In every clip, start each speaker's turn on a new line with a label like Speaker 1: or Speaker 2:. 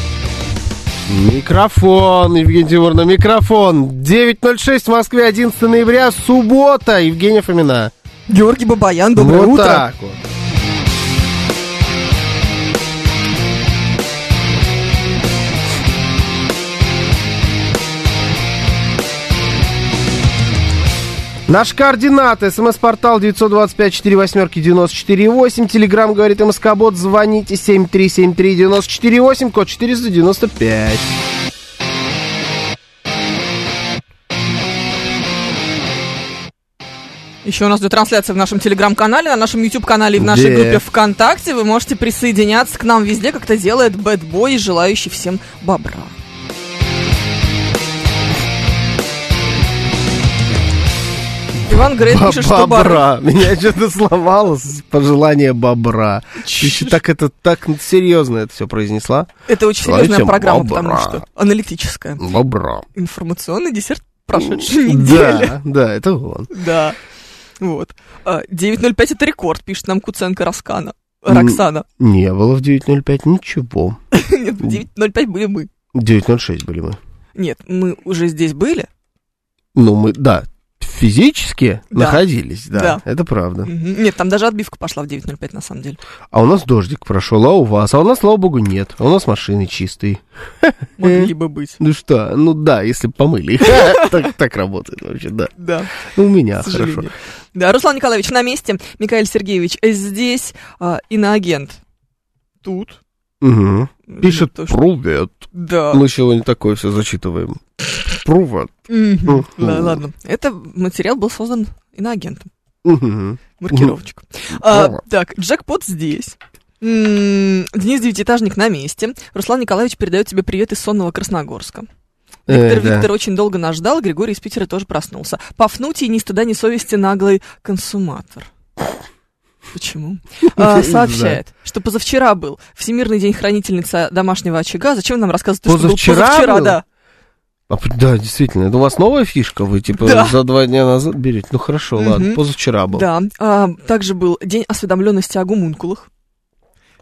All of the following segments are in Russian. Speaker 1: 9.06. Микрофон, Евгений Дивурна, микрофон. 9.06 в Москве, 11 ноября, суббота. Евгения Фомина.
Speaker 2: Георгий Бабаян, доброе
Speaker 1: вот
Speaker 2: утро.
Speaker 1: так вот. Наши координаты. СМС-портал 925-48-94-8. Телеграмм говорит МСК-бот. Звоните 7373-94-8, код 495.
Speaker 2: Еще у нас идет трансляция в нашем телеграм-канале, на нашем YouTube-канале и в нашей
Speaker 1: Да.
Speaker 2: группе ВКонтакте. Вы можете присоединяться к нам везде, как это делает бэтбой, желающий всем бобра. Иван Грейт пишет, что бар...
Speaker 1: Бобра. Меня что-то сломало с- пожелание бобра. Ты
Speaker 2: Чушь.
Speaker 1: ещё так это так серьезно это все произнесла.
Speaker 2: Это очень
Speaker 1: Желаю
Speaker 2: серьезная
Speaker 1: всем
Speaker 2: программа,
Speaker 1: бобра.
Speaker 2: потому что аналитическая.
Speaker 1: Бобра.
Speaker 2: Информационный десерт прошедшей недели.
Speaker 1: Да, да, это он.
Speaker 2: Да. Вот. А, 9.05 это рекорд, пишет нам Куценко Раскана. Роксана.
Speaker 1: Не было в 9.05 ничего.
Speaker 2: Нет, в 9.05 были мы.
Speaker 1: 9.06 были мы.
Speaker 2: Нет, мы уже здесь были.
Speaker 1: Ну, мы, да, физически
Speaker 2: Да.
Speaker 1: находились, да, это правда.
Speaker 2: Мгм. Нет, там даже отбивка пошла в 9.05 на самом деле.
Speaker 1: А у нас дождик прошел, а у вас? А у нас, слава богу, нет. А у нас машины чистые.
Speaker 2: Могли бы быть.
Speaker 1: Ну что, ну да, если бы помыли. Так- Так работает вообще, да. Ну,
Speaker 2: Да,
Speaker 1: У меня
Speaker 2: к сожалению.
Speaker 1: хорошо.
Speaker 2: Да, Руслан Николаевич на месте, Михаил Сергеевич здесь, а, иноагент тут.
Speaker 1: Мгм. Пишет
Speaker 2: То, что-
Speaker 1: «Привет».
Speaker 2: Да.
Speaker 1: Мы сегодня такое все зачитываем. Привет.
Speaker 2: Мгм.
Speaker 1: Мгм.
Speaker 2: Да, ладно. Это материал был создан иноагентом.
Speaker 1: Мгм.
Speaker 2: Маркировочка. А,
Speaker 1: Здорово.
Speaker 2: так, джекпот здесь. М, Денис Девятиэтажник на месте. Руслан Николаевич передает тебе привет из сонного Красногорска. Виктор
Speaker 1: Э, да.
Speaker 2: Виктор очень долго нас ждал, Григорий из Питера тоже проснулся. Пафнутий ни стыда, ни совести наглый консуматор. Почему? А,
Speaker 1: Не знаю.
Speaker 2: сообщает, что позавчера был Всемирный день хранительница домашнего очага. Зачем нам рассказывать, что
Speaker 1: Позавчера
Speaker 2: был позавчера,
Speaker 1: был?
Speaker 2: да.
Speaker 1: А, п- Да, действительно, это у вас новая фишка, вы типа
Speaker 2: Да.
Speaker 1: за два дня назад берете. Ну хорошо,
Speaker 2: Мгм.
Speaker 1: ладно, позавчера был.
Speaker 2: Да. А, также был День осведомленности о гумункулах.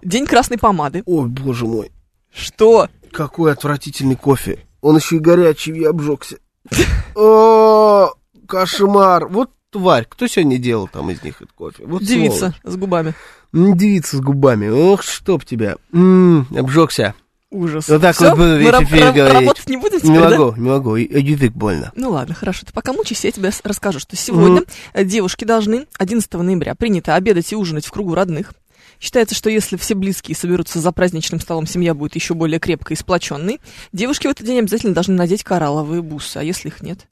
Speaker 2: День красной помады.
Speaker 1: Ой, боже мой,
Speaker 2: Что?
Speaker 1: какой отвратительный кофе. Он еще и горячий, я обжегся. О, кошмар. Вот тварь, кто сегодня делал там из них этот кофе? Вот
Speaker 2: Девица с губами.
Speaker 1: сволочь. М, Девица с губами. Ох, чтоб тебя. М, обжегся.
Speaker 2: Ужас.
Speaker 1: Вот так
Speaker 2: Всё?
Speaker 1: вот буду
Speaker 2: Мы
Speaker 1: весь
Speaker 2: раб-
Speaker 1: эфир
Speaker 2: раб-
Speaker 1: говорить.
Speaker 2: Работать не будем теперь,
Speaker 1: не
Speaker 2: да?
Speaker 1: могу, не могу, и- и язык больно.
Speaker 2: Ну ладно, хорошо, ты пока мучайся, я тебе с- расскажу, что сегодня э, девушки должны 11 ноября принято обедать и ужинать в кругу родных. Считается, что если все близкие соберутся за праздничным столом, семья будет еще более крепкой и сплоченной. Девушки в этот день обязательно должны надеть коралловые бусы, а если их нет?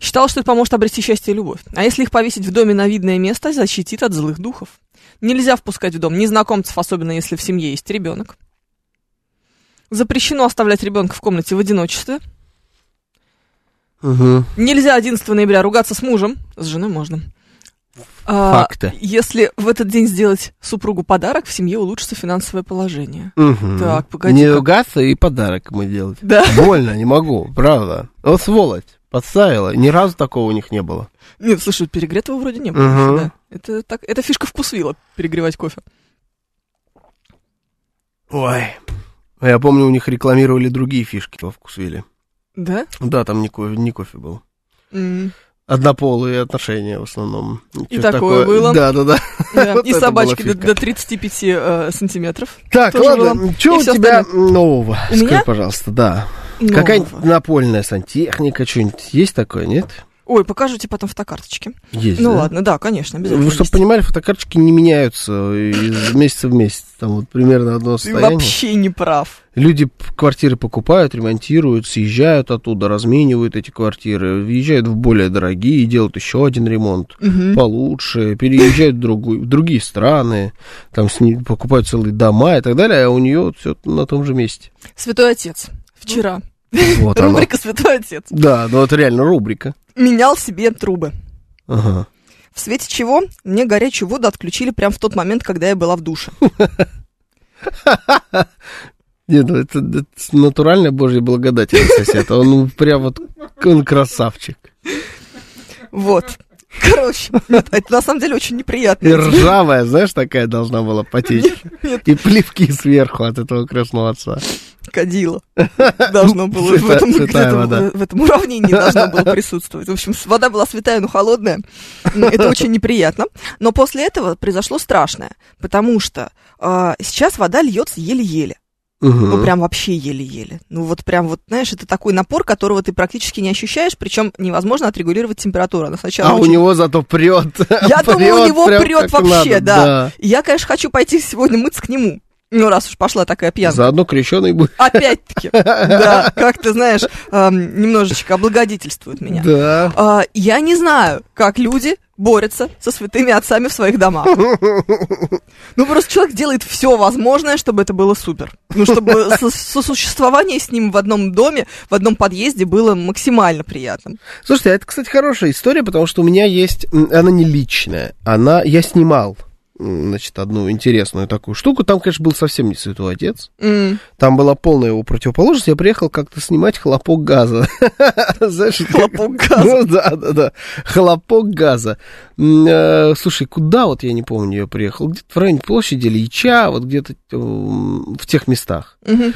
Speaker 2: Считалось, что это поможет обрести счастье и любовь. А если их повесить в доме на видное место, защитит от злых духов. Нельзя впускать в дом незнакомцев, особенно если в семье есть ребенок. Запрещено оставлять ребенка в комнате в одиночестве.
Speaker 1: Угу.
Speaker 2: Нельзя 11 ноября ругаться с мужем. С женой можно. А,
Speaker 1: Факты.
Speaker 2: Если в этот день сделать супругу подарок, в семье улучшится финансовое положение.
Speaker 1: Мгм.
Speaker 2: Так, погоди,
Speaker 1: Не
Speaker 2: как-
Speaker 1: ругаться и подарок ему делать.
Speaker 2: Да.
Speaker 1: Больно, не могу, правда. Вот сволочь, подставила. Ни разу такого у них не было.
Speaker 2: Нет, слушай, перегретого вроде не было.
Speaker 1: Мгм.
Speaker 2: Да. Это, так, это фишка вкусвила, перегревать кофе.
Speaker 1: Ой. А Я помню, у них рекламировали другие фишки во вкусвиле.
Speaker 2: Да?
Speaker 1: Да, там не кофе, не кофе был.
Speaker 2: М,
Speaker 1: Однополые отношения в основном.
Speaker 2: И
Speaker 1: Чё-то
Speaker 2: такое было.
Speaker 1: Да, да, да.
Speaker 2: да.
Speaker 1: Вот
Speaker 2: И
Speaker 1: это
Speaker 2: собачки
Speaker 1: была
Speaker 2: до,
Speaker 1: фишка.
Speaker 2: до 35 э, сантиметров.
Speaker 1: Так,
Speaker 2: Тоже
Speaker 1: ладно, что
Speaker 2: И
Speaker 1: у
Speaker 2: всё
Speaker 1: тебя нового?
Speaker 2: У
Speaker 1: Скажи,
Speaker 2: меня?
Speaker 1: пожалуйста, да.
Speaker 2: Нового.
Speaker 1: Какая-нибудь напольная сантехника, что-нибудь есть такое, нет?
Speaker 2: Ой, покажете потом фотокарточки.
Speaker 1: Есть,
Speaker 2: ну
Speaker 1: да?
Speaker 2: ладно, да, конечно, обязательно.
Speaker 1: Вы чтобы
Speaker 2: есть.
Speaker 1: понимали, фотокарточки не меняются из месяца в месяц. Там вот примерно одно
Speaker 2: Ты
Speaker 1: состояние.
Speaker 2: вообще не прав.
Speaker 1: Люди п- квартиры покупают, ремонтируют, съезжают оттуда, разменивают эти квартиры, въезжают в более дорогие, делают еще один ремонт
Speaker 2: Мгм.
Speaker 1: получше, переезжают в, другую, в другие страны, там с ней покупают целые дома и так далее, а у нее все на том же месте.
Speaker 2: Святой отец. Вчера.
Speaker 1: Вот оно.
Speaker 2: Рубрика Святой отец.
Speaker 1: Да, ну это реально рубрика.
Speaker 2: Менял себе трубы.
Speaker 1: Ага.
Speaker 2: В свете чего мне горячую воду отключили прямо в тот момент, когда я была в душе.
Speaker 1: Нет, ну это, это натуральная божья благодать, этот сосед. Он ну, прям вот, он красавчик.
Speaker 2: Вот. Короче, нет, это на самом деле очень неприятно.
Speaker 1: И ржавая, знаешь, такая должна была потечь. И плевки сверху от этого крестного отца.
Speaker 2: Кадила. Должно было
Speaker 1: Ну,
Speaker 2: в
Speaker 1: Святая-
Speaker 2: этом,
Speaker 1: святая
Speaker 2: где-то
Speaker 1: вода.
Speaker 2: в этом уравнении должно было присутствовать. В общем, с- вода была святая, но холодная. Это очень неприятно. Но после этого произошло страшное, потому что а, сейчас вода льется еле-еле. Ну,
Speaker 1: Мгм.
Speaker 2: прям вообще еле-еле. Ну, вот прям вот, знаешь, это такой напор, которого ты практически не ощущаешь, причем невозможно отрегулировать температуру. Она сначала
Speaker 1: А у
Speaker 2: очень-
Speaker 1: него зато прет.
Speaker 2: Я думаю, у него прет вообще, да.
Speaker 1: да.
Speaker 2: Я, конечно, хочу пойти сегодня мыться к нему. Ну, раз уж пошла такая пьяная.
Speaker 1: Заодно крещеный будет.
Speaker 2: Опять-таки, да, как ты знаешь, эм, немножечко облагодетельствует меня.
Speaker 1: Да.
Speaker 2: А, Я не знаю, как люди борются со святыми отцами в своих домах. Ну, просто человек делает все возможное, чтобы это было супер. Ну, чтобы со- сосуществование с ним в одном доме, в одном подъезде было максимально приятным.
Speaker 1: Слушайте, а это, кстати, хорошая история, потому что у меня есть... м, Она не личная. Она... Я снимал, м, значит, одну интересную такую штуку. Там, конечно, был совсем не святой отец.
Speaker 2: М,
Speaker 1: Там была полная его противоположность. Я приехал как-то снимать хлопок газа. Знаешь,
Speaker 2: Хлопок газа.
Speaker 1: Ну да, да, да. Хлопок газа. М, э, Слушай, куда вот я не помню, я приехал? Где-то в районе площади Ильича, вот где-то м, в тех местах.
Speaker 2: мгм.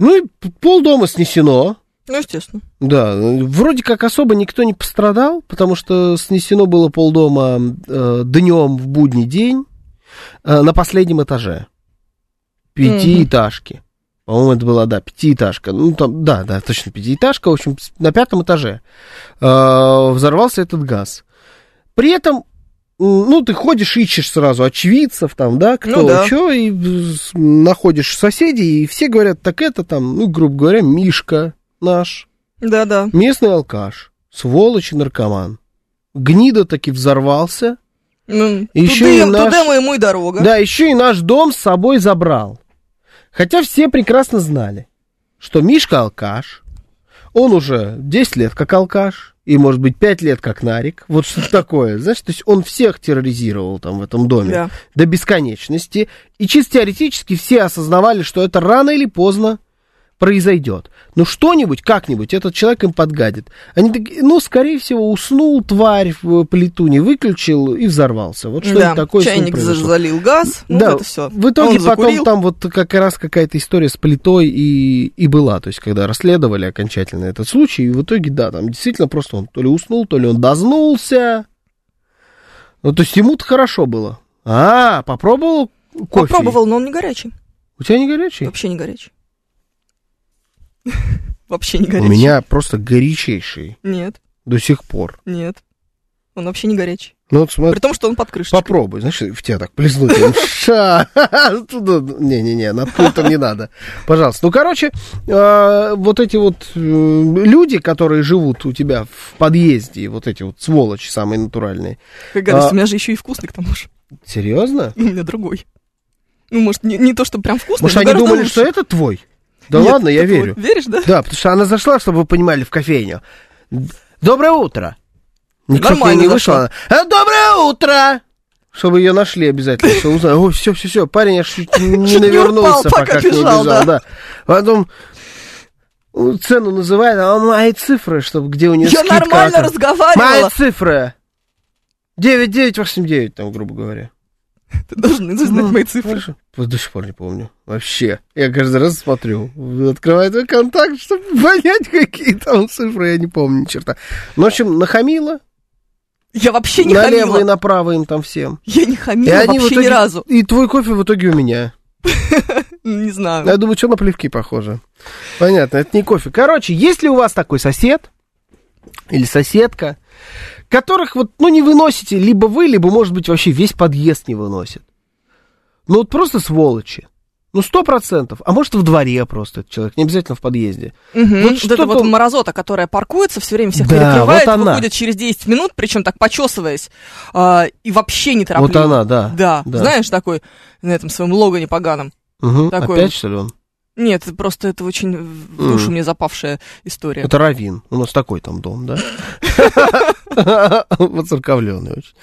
Speaker 1: Ну и п- полдома снесено.
Speaker 2: Ну, естественно.
Speaker 1: Да, э, вроде как особо никто не пострадал, потому что снесено было полдома э, днем в будний день э, на последнем этаже. Пятиэтажки. По-моему, это была, да, пятиэтажка. Ну, там, да, да, точно пятиэтажка. В общем, с- на пятом этаже э, взорвался этот газ. При этом, м, ну, ты ходишь, ищешь сразу очевидцев там, да, кто,
Speaker 2: Ну да.
Speaker 1: чё, и э, с- находишь соседей, и все говорят, так это там, ну, грубо говоря, Мишка наш.
Speaker 2: Да-да.
Speaker 1: Местный алкаш, сволочь и наркоман. Гнида таки взорвался.
Speaker 2: Ну,
Speaker 1: Еще
Speaker 2: туды-
Speaker 1: и наш-
Speaker 2: Туда моему и дорога.
Speaker 1: Да, еще и наш дом с собой забрал. Хотя все прекрасно знали, что Мишка алкаш. Он уже 10 лет как алкаш. И, может быть, 5 лет как нарик. Вот что-то такое. Знаешь, то есть он всех терроризировал там в этом доме.
Speaker 2: Да.
Speaker 1: до бесконечности, и чисто теоретически все осознавали, что это рано или поздно произойдет. Но что-нибудь, как-нибудь этот человек им подгадит. Они такие, ну, скорее всего, уснул, тварь в плиту не выключил и взорвался. Вот что-нибудь
Speaker 2: Да,
Speaker 1: такое с ним
Speaker 2: Чайник
Speaker 1: произошло.
Speaker 2: за- залил газ, ну,
Speaker 1: Да,
Speaker 2: это все.
Speaker 1: В итоге потом там вот как раз какая-то история с плитой и, и была. То есть, когда расследовали окончательно этот случай, и в итоге, да, там действительно просто он то ли уснул, то ли он дознулся. Ну, то есть, ему-то хорошо было. А, попробовал кофе?
Speaker 2: Попробовал, но он не горячий.
Speaker 1: У тебя не горячий?
Speaker 2: Вообще не горячий. Вообще не
Speaker 1: У
Speaker 2: горячий.
Speaker 1: меня просто горячейший
Speaker 2: Нет,
Speaker 1: до сих пор.
Speaker 2: нет. Он вообще не горячий.
Speaker 1: Ну, вот смотри,
Speaker 2: При том, что он под крышечкой.
Speaker 1: Попробуй, знаешь, в тебя так плеснуть. Ша! Туда- Не-не-не, на пультом не надо. Пожалуйста. Ну, короче, э, вот эти вот э, люди, которые живут у тебя в подъезде, вот эти вот сволочи самые натуральные.
Speaker 2: Как гадость,
Speaker 1: А.
Speaker 2: у меня же еще и вкусный к тому же.
Speaker 1: Серьезно?
Speaker 2: У меня другой. Ну, может, не, не то, что прям вкусный,
Speaker 1: Может,
Speaker 2: но
Speaker 1: они
Speaker 2: гораздо
Speaker 1: думали,
Speaker 2: лучше.
Speaker 1: что это твой? Да
Speaker 2: Нет,
Speaker 1: ладно, я
Speaker 2: это твой.
Speaker 1: верю.
Speaker 2: Веришь, да?
Speaker 1: Да, потому что она зашла, чтобы вы понимали, в кофейню. Доброе утро. Никто к ней
Speaker 2: Нормально
Speaker 1: не
Speaker 2: зашла.
Speaker 1: вышла. «Э, Доброе утро! Чтобы ее нашли обязательно, что узнали. Ой, все, все, все, парень аж чуть не
Speaker 2: Чуть не упал,
Speaker 1: навернулся,
Speaker 2: пока
Speaker 1: пока к ней
Speaker 2: бежал,
Speaker 1: бежал, да. Потом ну, цену называет, а он мои цифры, чтобы где у нее
Speaker 2: Я
Speaker 1: скидка.
Speaker 2: нормально
Speaker 1: а там, Мои
Speaker 2: разговаривала.
Speaker 1: цифры. 9989, там, грубо говоря.
Speaker 2: Ты должен наизусть знать
Speaker 1: Ну,
Speaker 2: мои цифры.
Speaker 1: хорошо. Вот До сих пор не помню. Вообще. Я каждый раз смотрю. Открываю твой контакт, чтобы понять, какие там цифры. Я не помню ни черта. Ну, в общем, нахамила.
Speaker 2: Я вообще не
Speaker 1: налево и
Speaker 2: хамила.
Speaker 1: направо им там всем.
Speaker 2: Я не хамила
Speaker 1: и они в
Speaker 2: вообще ни
Speaker 1: итоге-
Speaker 2: разу.
Speaker 1: И твой кофе в итоге у меня.
Speaker 2: Не знаю.
Speaker 1: Я думаю, что на плевки похоже. Понятно, это не кофе. Короче, если у вас такой сосед или соседка, которых вот, ну, не выносите либо вы, либо, может быть, вообще весь подъезд не выносит. Ну, вот просто сволочи. Ну, сто процентов. А может, в дворе просто этот человек, не обязательно в подъезде.
Speaker 2: Мгм.
Speaker 1: Вот
Speaker 2: Вот,
Speaker 1: что-то-
Speaker 2: эта вот морозота, которая паркуется, все время всех
Speaker 1: Да,
Speaker 2: перекрывает,
Speaker 1: вот она.
Speaker 2: выходит через 10 минут, причем так почесываясь, а, и вообще не торопливо.
Speaker 1: Вот она, да.
Speaker 2: Да.
Speaker 1: Да.
Speaker 2: знаешь, такой на этом своем логане поганом.
Speaker 1: Мгм.
Speaker 2: такой
Speaker 1: Опять,
Speaker 2: вот.
Speaker 1: что ли, он?
Speaker 2: Нет, это просто это очень в в душу
Speaker 1: Мгм.
Speaker 2: мне запавшая история.
Speaker 1: Это Равин. У нас такой там дом, да? Воцерковленный очень.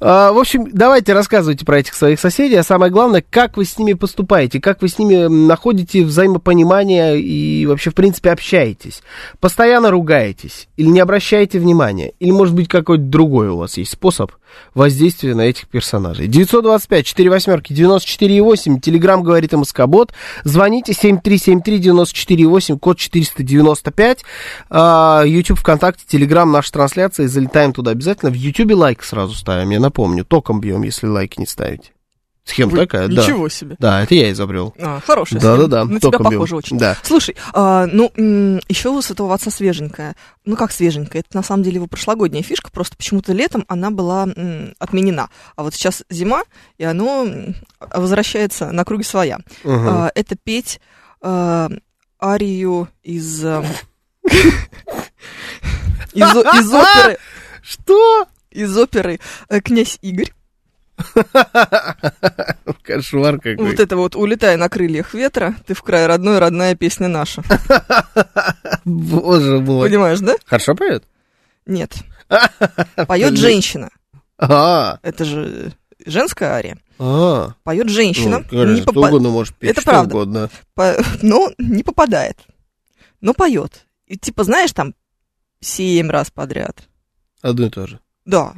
Speaker 1: А, В общем, давайте рассказывайте про этих своих соседей, а самое главное, как вы с ними поступаете, как вы с ними м, находите взаимопонимание и вообще, в принципе, общаетесь. Постоянно ругаетесь или не обращаете внимания, или, может быть, какой-то другой у вас есть способ воздействия на этих персонажей. 925 4 восьмерки 94,8, Телеграм говорит МСК-бот, звоните 7373-94,8, код 495, а, YouTube, ВКонтакте, Телеграм, наши трансляции, залетаем туда обязательно. В Ютубе лайк сразу ставим, я напомню, током бьем, если лайки не ставите. Схема
Speaker 2: Вы-
Speaker 1: такая, да.
Speaker 2: Ничего себе.
Speaker 1: Да, это я изобрел.
Speaker 2: А, хорошая
Speaker 1: Да,
Speaker 2: схема.
Speaker 1: да, да.
Speaker 2: На тебя
Speaker 1: током бьем.
Speaker 2: похоже очень.
Speaker 1: Да.
Speaker 2: Слушай, а, ну, еще у Святого Отца свеженькая. Ну, как свеженькая? Это, на самом деле, его прошлогодняя фишка, просто почему-то летом она была м, отменена. А вот сейчас зима, и оно м, возвращается на круги своя.
Speaker 1: Мгм.
Speaker 2: А, это петь а, арию из... а, Из, о- из оперы,
Speaker 1: Что?
Speaker 2: из оперы э, «Князь Игорь».
Speaker 1: Кошмар какой.
Speaker 2: Вот это вот «Улетай на крыльях ветра, ты в край родной, родная песня наша».
Speaker 1: Боже мой.
Speaker 2: Понимаешь, да?
Speaker 1: Хорошо поет?
Speaker 2: Нет. Поет женщина.
Speaker 1: А,
Speaker 2: Это же женская ария.
Speaker 1: а.
Speaker 2: Поет
Speaker 1: Ну,
Speaker 2: женщина, не
Speaker 1: конечно, что
Speaker 2: попа-
Speaker 1: угодно можешь петь,
Speaker 2: Это
Speaker 1: что
Speaker 2: правда.
Speaker 1: угодно.
Speaker 2: по- но не попадает. Но поет. И типа, знаешь, там семь раз подряд.
Speaker 1: Одно и то же.
Speaker 2: Да,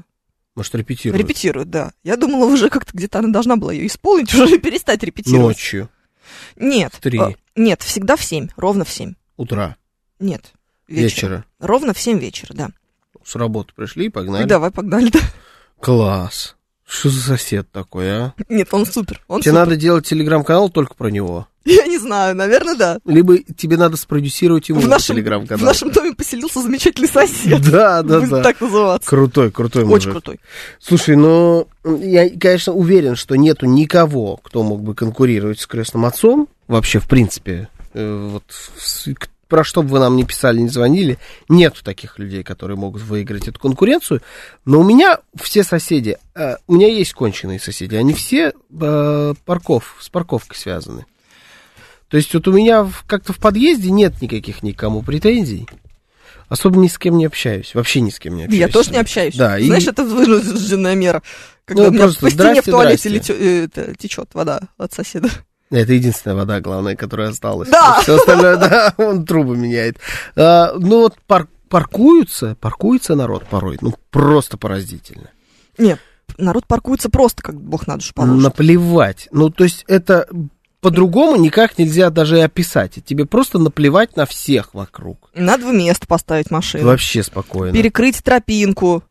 Speaker 1: Может, репетируют.
Speaker 2: Репетирует, да. Я думала уже как-то где-то она должна была ее исполнить, уже перестать репетировать.
Speaker 1: Ночью,
Speaker 2: Нет.
Speaker 1: в три.
Speaker 2: а, Нет, всегда в семь, ровно в семь.
Speaker 1: утра,
Speaker 2: Нет, вечера.
Speaker 1: вечера.
Speaker 2: Ровно в семь вечера, да.
Speaker 1: С работы пришли и
Speaker 2: И
Speaker 1: погнали.
Speaker 2: давай, погнали, да.
Speaker 1: Класс. Что за сосед такой, а?
Speaker 2: Нет, он супер, он
Speaker 1: тебе
Speaker 2: Ну, супер.
Speaker 1: надо делать телеграм-канал только про него.
Speaker 2: Я не знаю, наверное, да.
Speaker 1: Либо тебе надо спродюсировать ему
Speaker 2: В нашем- В
Speaker 1: телеграм-канал.
Speaker 2: нашем доме поселился замечательный сосед.
Speaker 1: Да, да,
Speaker 2: Будет
Speaker 1: да.
Speaker 2: так называться.
Speaker 1: Крутой, крутой мужик.
Speaker 2: Очень крутой.
Speaker 1: Слушай, ну, я, конечно, уверен, что нету никого, кто мог бы конкурировать с крестным отцом. Вообще, в принципе, э, вот в с- к- про что бы вы нам не писали, не звонили, нету таких людей, которые могут выиграть эту конкуренцию. Но у меня все соседи, э, у меня есть конченые соседи, они все э, парков, с парковкой связаны. То есть вот у меня в- как-то в подъезде нет никаких никому претензий. Особо ни с кем не общаюсь. Вообще ни с кем не общаюсь.
Speaker 2: Я тоже не общаюсь.
Speaker 1: Да, и-
Speaker 2: Знаешь, это вынужденная мера. Когда
Speaker 1: Ну,
Speaker 2: у меня
Speaker 1: просто
Speaker 2: по стене в
Speaker 1: здрасте,
Speaker 2: туалете
Speaker 1: здрасте.
Speaker 2: течет вода от соседа.
Speaker 1: Это единственная вода, главное, которая осталась.
Speaker 2: Да.
Speaker 1: Все остальное, да, он трубы меняет. А, ну вот пар- паркуются, паркуется народ порой, ну просто поразительно.
Speaker 2: Народ паркуется просто, как бог на душу положит.
Speaker 1: Наплевать. Ну то есть это по-другому никак нельзя даже и описать. И Тебе просто наплевать на всех вокруг.
Speaker 2: На два места поставить машину.
Speaker 1: Вообще спокойно.
Speaker 2: Перекрыть тропинку,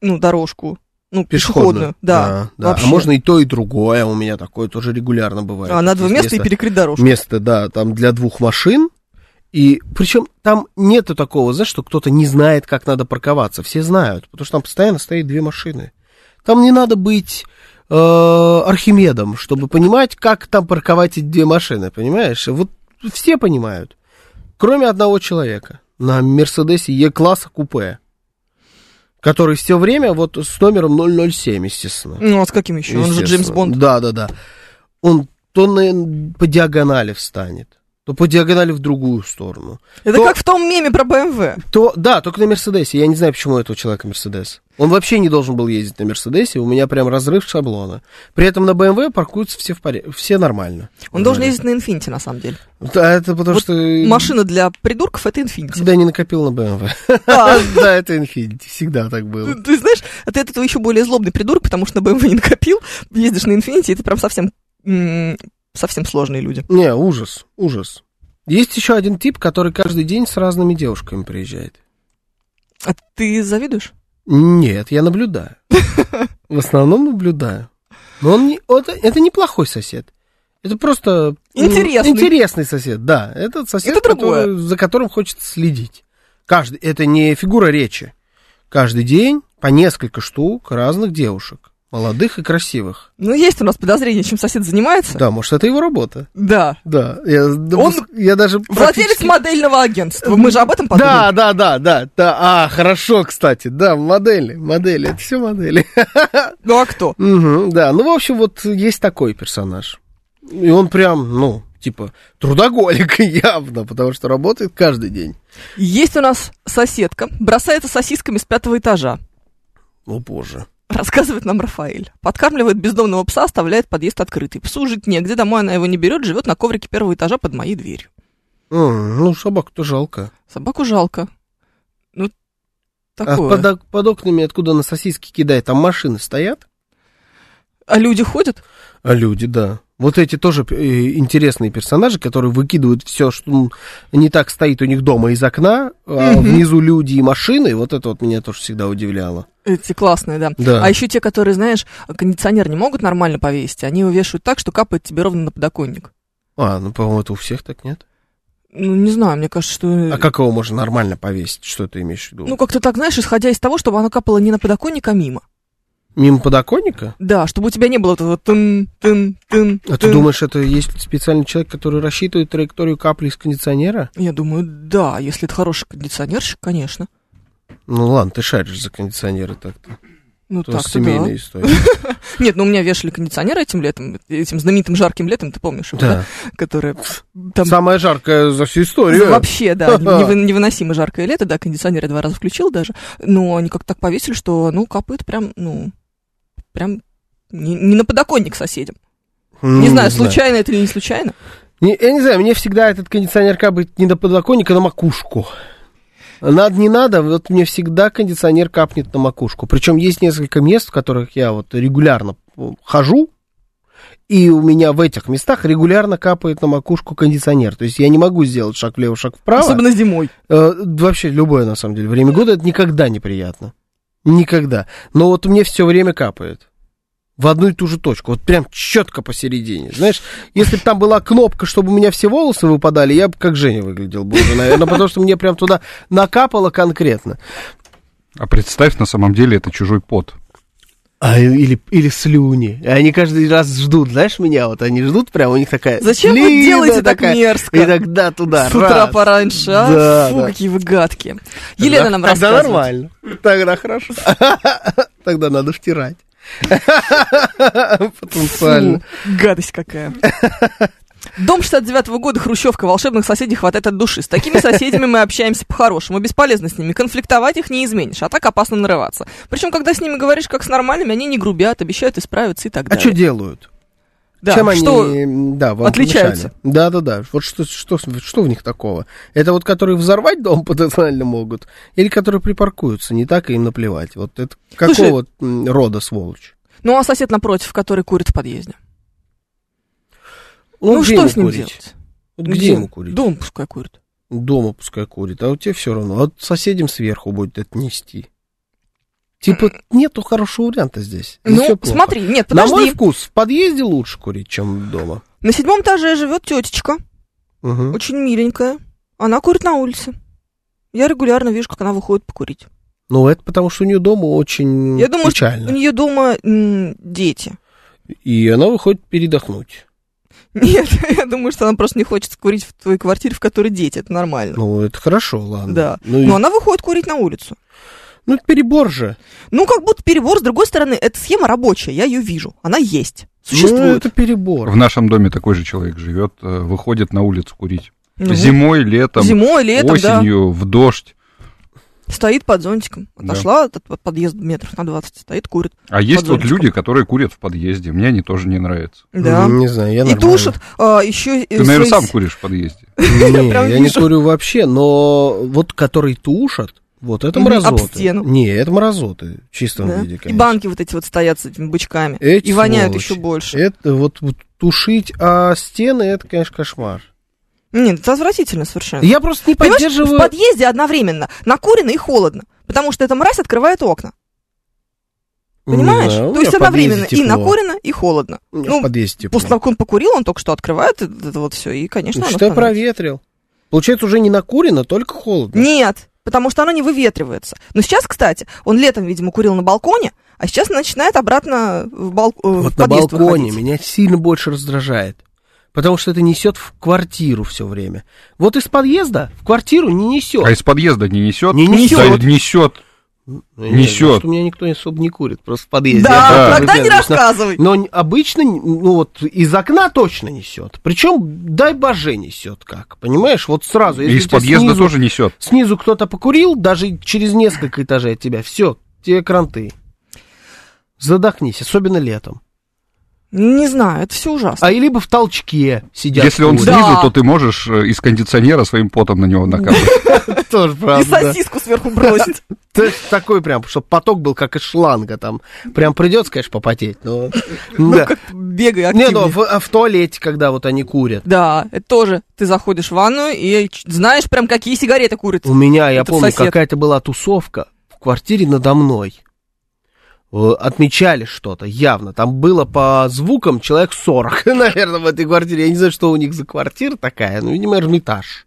Speaker 2: ну, дорожку. Ну, пешеходную. Да.
Speaker 1: да.
Speaker 2: вообще.
Speaker 1: А можно и то, и другое. У меня такое тоже регулярно бывает.
Speaker 2: А на два
Speaker 1: Есть
Speaker 2: места и перекрыть дорожку.
Speaker 1: место, да, там для двух машин. И причем там нету такого, знаешь, что кто-то не знает, как надо парковаться. Все знают, потому что там постоянно стоит две машины. Там не надо быть э, архимедом, чтобы понимать, как там парковать эти две машины, понимаешь? И Вот все понимают, кроме одного человека на Мерседесе Е-класса купе, который все время вот с номером 007, естественно.
Speaker 2: Ну, а с каким еще? Он же
Speaker 1: Естественно.
Speaker 2: Джеймс Бонд.
Speaker 1: Да, да, да. Он то на, по диагонали встанет, то по диагонали в другую сторону.
Speaker 2: Это
Speaker 1: Ну, То-
Speaker 2: как в том меме про БМВ.
Speaker 1: То, да, только на Мерседесе. Я не знаю, почему у этого человека Мерседес. Он вообще не должен был ездить на Мерседесе. У меня прям разрыв шаблона. При этом на БМВ паркуются все в порядке. Все нормально.
Speaker 2: Он должен ездить на инфинити, на самом деле.
Speaker 1: Да, это потому
Speaker 2: Вот
Speaker 1: что...
Speaker 2: Машина для придурков это инфинити.
Speaker 1: Всегда не накопил на БМВ.
Speaker 2: Да.
Speaker 1: Да, это Infinity. Всегда так было.
Speaker 2: Ты, ты знаешь, а ты от этого еще более злобный придурок, потому что на БМВ не накопил, ездишь на инфинити, и ты прям совсем м, совсем сложные люди.
Speaker 1: Не, ужас, ужас. Есть еще один тип, который каждый день с разными девушками приезжает.
Speaker 2: А ты завидуешь?
Speaker 1: Нет, я наблюдаю. В основном наблюдаю. Но он не, вот это неплохой сосед. Это просто м,
Speaker 2: Интересный.
Speaker 1: интересный сосед, да. Это сосед,
Speaker 2: Это другое.
Speaker 1: который- за которым хочется следить. Каждый, это не фигура речи. каждый день по несколько штук разных девушек, молодых и красивых.
Speaker 2: Ну, есть у нас подозрение, чем сосед занимается.
Speaker 1: Да, может, это его работа.
Speaker 2: Да.
Speaker 1: Да, я,
Speaker 2: Он
Speaker 1: я даже
Speaker 2: Владелец
Speaker 1: практически-
Speaker 2: модельного агентства. Мы же об этом подумали.
Speaker 1: Да, да, да, да, да. А, хорошо, кстати, да, модели, модели, это все модели.
Speaker 2: Ну, а кто?
Speaker 1: Мгм, да, ну, в общем, вот есть такой персонаж. И он прям, ну, типа, трудоголик явно, потому что работает каждый день.
Speaker 2: Есть у нас соседка, бросается сосисками с пятого этажа.
Speaker 1: О, боже.
Speaker 2: Рассказывает нам Рафаэль. Подкармливает бездомного пса, оставляет подъезд открытый. Псу жить негде, домой она его не берет, живет на коврике первого этажа под моей дверью.
Speaker 1: М, Ну, собаку-то жалко.
Speaker 2: Собаку жалко. Ну,
Speaker 1: А
Speaker 2: такое. А,
Speaker 1: под, ок- под окнами, откуда на сосиски кидает, там машины стоят?
Speaker 2: люди ходят?
Speaker 1: А люди, да. Вот эти тоже э, интересные персонажи, которые выкидывают все, что м, не так стоит у них дома из окна, а
Speaker 2: Мгм.
Speaker 1: внизу люди и машины. Вот это вот меня тоже всегда удивляло.
Speaker 2: Эти классные, да.
Speaker 1: Да.
Speaker 2: А еще те, которые, знаешь, кондиционер не могут нормально повесить, они его вешают так, что капает тебе ровно на подоконник.
Speaker 1: А, ну, по-моему, это у всех так нет.
Speaker 2: Ну, не знаю, мне кажется, что... э,
Speaker 1: А как его можно нормально повесить? Что ты имеешь в виду?
Speaker 2: Ну, как-то так, знаешь, исходя из того, чтобы оно капало не на подоконник, а мимо.
Speaker 1: Мимо подоконника?
Speaker 2: Да, чтобы у тебя не было этого тын, тын, тын.
Speaker 1: А ты
Speaker 2: тын.
Speaker 1: думаешь, это есть специальный человек, который рассчитывает траекторию капли из кондиционера?
Speaker 2: Я думаю, да, если это хороший кондиционерщик, конечно.
Speaker 1: Ну ладно, ты шаришь за кондиционеры так-то.
Speaker 2: Ну,
Speaker 1: Это
Speaker 2: так-то да.
Speaker 1: семейная история.
Speaker 2: Нет, ну у меня вешали кондиционер этим летом, этим знаменитым жарким летом, ты помнишь его,
Speaker 1: Да.
Speaker 2: Которое там
Speaker 1: Самая жаркая за всю историю.
Speaker 2: Ну, Вообще, да, невы- невыносимо жаркое лето, да, кондиционер я два раза включил даже, но они как-то так повесили, что, ну, капает прям, ну, прям не, не на подоконник соседям.
Speaker 1: Ну,
Speaker 2: Не знаю, случайно это или не случайно.
Speaker 1: Не- я не знаю, мне всегда этот кондиционер капает не до подоконника, а на макушку. Надо, не надо, вот мне всегда кондиционер капнет на макушку. Причем есть несколько мест, в которых я вот регулярно м, хожу, и у меня в этих местах регулярно капает на макушку кондиционер. То есть я не могу сделать шаг влево, шаг вправо.
Speaker 2: Особенно зимой.
Speaker 1: Э, вообще любое, на самом деле, время года это никогда неприятно. Никогда. Но вот мне все время капает. В одну и ту же точку. Вот прям четко посередине. Знаешь, если бы там была кнопка, чтобы у меня все волосы выпадали, я бы как Женя выглядел бы уже, наверное, потому что мне прям туда накапало конкретно.
Speaker 3: А представь, на самом деле это чужой пот.
Speaker 1: А, или, или слюни. И Они каждый раз ждут, знаешь, меня вот. Они ждут прям, у них такая...
Speaker 2: Зачем вы
Speaker 1: слина
Speaker 2: делаете так
Speaker 1: такая.
Speaker 2: мерзко?
Speaker 1: И тогда туда.
Speaker 2: С утра
Speaker 1: раз.
Speaker 2: пораньше, а?
Speaker 1: Да,
Speaker 2: Фу,
Speaker 1: да.
Speaker 2: какие вы гадкие.
Speaker 1: Тогда-
Speaker 2: Елена нам рассказывает.
Speaker 1: Тогда нормально. Тогда хорошо. Тогда надо втирать. Потенциально.
Speaker 2: Фу, гадость какая. Дом 69-го года, Хрущевка, волшебных соседей хватает от души. С такими соседями мы общаемся по-хорошему, бесполезно с ними. Конфликтовать их не изменишь, а так опасно нарываться. Причем, когда с ними говоришь как с нормальными, они не грубят, обещают исправиться и так
Speaker 1: А что
Speaker 2: далее.
Speaker 1: делают?
Speaker 2: Да,
Speaker 1: Чем
Speaker 2: что-
Speaker 1: они м, да, вам
Speaker 2: отличаются?
Speaker 1: Да, да, да. Вот что, что, что в них такого? Это вот которые взорвать дом потенциально могут, или которые припаркуются, не так и им наплевать. Вот это
Speaker 2: Слушай-
Speaker 1: какого м, рода сволочь?
Speaker 2: Ну, а сосед напротив, который курит в подъезде.
Speaker 1: Он
Speaker 2: ну,
Speaker 1: где
Speaker 2: что
Speaker 1: ему
Speaker 2: с ним
Speaker 1: курить?
Speaker 2: делать?
Speaker 1: Вот где ему курить?
Speaker 2: Дом пускай курит.
Speaker 1: Дома пускай курит, а вот тебе все равно. А вот соседям сверху будет это нести. Типа, нету хорошего варианта здесь. Здесь всё
Speaker 2: ну,
Speaker 1: плохо.
Speaker 2: смотри, нет,
Speaker 1: На
Speaker 2: подожди.
Speaker 1: мой вкус, в подъезде лучше курить, чем дома.
Speaker 2: На седьмом этаже живет тетечка,
Speaker 1: Мгм.
Speaker 2: очень миленькая. Она курит на улице. Я регулярно вижу, как она выходит покурить.
Speaker 1: Ну, это потому, что у нее дома очень
Speaker 2: Я думаю, что
Speaker 1: печально.
Speaker 2: у нее дома м, дети.
Speaker 1: И она выходит передохнуть.
Speaker 2: Нет, я думаю, что она просто не хочет курить в твоей квартире, в которой дети. Это нормально.
Speaker 1: Ну, это хорошо, ладно.
Speaker 2: Да.
Speaker 1: Ну, и-
Speaker 2: Но она выходит курить на улицу.
Speaker 1: ну, это перебор же.
Speaker 2: Ну, как будто перебор. С другой стороны, эта схема рабочая. Я ее вижу. Она есть.
Speaker 1: Ну,
Speaker 2: Существует.
Speaker 1: это перебор.
Speaker 3: В нашем доме такой же человек живет, э, выходит на улицу курить.
Speaker 2: Ну,
Speaker 3: Зимой, летом,
Speaker 2: Зимой, летом, да.
Speaker 3: осенью, в дождь.
Speaker 2: Стоит под зонтиком.
Speaker 3: Да.
Speaker 2: Отошла от от подъезда метров на 20. Стоит, курит.
Speaker 3: А есть
Speaker 2: Под
Speaker 3: вот
Speaker 2: зонтиком.
Speaker 3: люди, которые курят в подъезде. Мне они тоже не нравятся.
Speaker 2: Да.
Speaker 1: М, Не знаю, Ну, я
Speaker 2: И
Speaker 1: нормально.
Speaker 2: тушит а, еще...
Speaker 3: Ты, наверное, сам куришь в подъезде.
Speaker 1: Не,
Speaker 2: прям
Speaker 1: я не
Speaker 2: вижу.
Speaker 1: курю вообще, но вот которые тушат, вот это
Speaker 2: Мгм, об
Speaker 1: мразоты.
Speaker 2: стену.
Speaker 1: Не, это мразоты в чистом виде,
Speaker 2: И
Speaker 1: конечно.
Speaker 2: банки вот эти вот стоят с этими бычками.
Speaker 1: Эти
Speaker 2: И воняют
Speaker 1: сволочи. Э
Speaker 2: еще больше.
Speaker 1: Это вот, вот тушить, а стены, это, конечно, кошмар.
Speaker 2: Нет, это отвратительно совершенно.
Speaker 1: Я просто не
Speaker 2: Понимаешь,
Speaker 1: поддерживаю...
Speaker 2: в подъезде одновременно накурено и холодно, потому что эта мразь открывает окна.
Speaker 1: Не
Speaker 2: Понимаешь?
Speaker 1: знаю, у
Speaker 2: То
Speaker 1: меня
Speaker 2: есть
Speaker 1: в подъезде
Speaker 2: одновременно и
Speaker 1: тепло.
Speaker 2: накурено, и холодно.
Speaker 1: У меня
Speaker 2: ну,
Speaker 1: в подъезде тепло.
Speaker 2: После того, как он покурил, он только что открывает это, это вот все, и, конечно,
Speaker 1: Ну,
Speaker 2: оно
Speaker 1: Что я
Speaker 2: становится.
Speaker 1: проветрил? Получается, уже не накурено, только холодно.
Speaker 2: Нет, потому что оно не выветривается. Но сейчас, кстати, он летом, видимо, курил на балконе, а сейчас начинает обратно в, балк... э, в
Speaker 1: Вот на
Speaker 2: подъезд
Speaker 1: балконе
Speaker 2: выходить.
Speaker 1: меня сильно больше раздражает. Потому что это несет в квартиру все время. Вот из подъезда в квартиру не
Speaker 2: Ну.
Speaker 1: несет.
Speaker 3: А из подъезда не несет?
Speaker 1: Не несет.
Speaker 3: несет.
Speaker 1: Ну,
Speaker 3: несет.
Speaker 1: у меня никто особо не курит, просто в подъезде.
Speaker 2: Да,
Speaker 3: Я
Speaker 1: Я
Speaker 2: тогда
Speaker 1: понимаю,
Speaker 2: не
Speaker 1: конечно.
Speaker 2: рассказывай.
Speaker 1: Но н- обычно, ну вот, из окна точно несет. Причем, дай боже, несет как, понимаешь? Вот сразу.
Speaker 3: И из
Speaker 1: тебя
Speaker 3: подъезда
Speaker 1: снизу,
Speaker 3: тоже несет.
Speaker 1: Снизу кто-то покурил, даже через несколько этажей от тебя, все, тебе кранты. Задохнись, особенно летом.
Speaker 2: Не знаю, это все ужасно.
Speaker 1: А и либо в толчке сидят.
Speaker 3: Если он
Speaker 1: курят.
Speaker 3: снизу,
Speaker 2: Да.
Speaker 3: то ты можешь э, из кондиционера своим потом на него накапать.
Speaker 1: Тоже
Speaker 2: И
Speaker 1: А правда, да.
Speaker 2: сосиску сверху бросит.
Speaker 1: То есть такой прям, чтобы поток был как из шланга там. Прям придется, конечно, попотеть, но... Да.
Speaker 2: Бегай
Speaker 1: Не, ну
Speaker 2: активнее.
Speaker 1: в а в туалете, когда вот они курят.
Speaker 2: Да, это тоже. Ты заходишь в ванную и ч- знаешь прям, какие сигареты курят.
Speaker 1: У меня, я
Speaker 2: Это
Speaker 1: помню,
Speaker 2: сосед.
Speaker 1: какая-то была тусовка в квартире надо мной. Э, Отмечали что-то, явно. Там было по звукам человек 40, наверное, в этой квартире. Я не знаю, что у них за квартира такая, ну, видимо, Эрмитаж.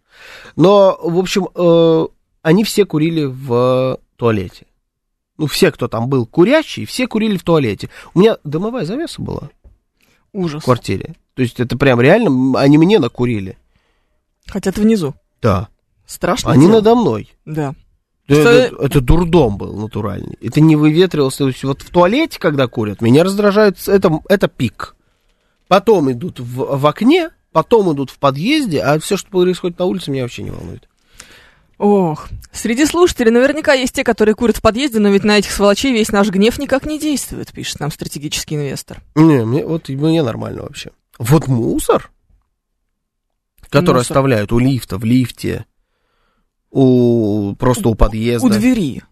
Speaker 1: Но, в общем, э, они все курили в туалете. Ну, все, кто там был курящий, все курили в туалете. У меня дымовая завеса была в
Speaker 2: Ужас.
Speaker 1: квартире. То есть это прям реально, м, они мне накурили.
Speaker 2: Хотя ты внизу.
Speaker 1: Да.
Speaker 2: Страшно.
Speaker 1: Они
Speaker 2: дело.
Speaker 1: надо мной.
Speaker 2: Да.
Speaker 1: Да,
Speaker 2: Что-
Speaker 1: Это, это дурдом был натуральный. Это не выветрилось. То есть вот в туалете, когда курят, меня раздражает с- это, это пик. Потом идут в, в окне, потом идут в подъезде, а все, что происходит на улице, меня вообще не волнует.
Speaker 2: Ох, среди слушателей наверняка есть те, которые курят в подъезде, но ведь на этих сволочей весь наш гнев никак не действует, пишет нам стратегический инвестор.
Speaker 1: Не, мне, вот и мне нормально вообще. Вот мусор, который
Speaker 2: Мусор.
Speaker 1: оставляют у лифта, в лифте, у просто у подъезда.
Speaker 2: У двери.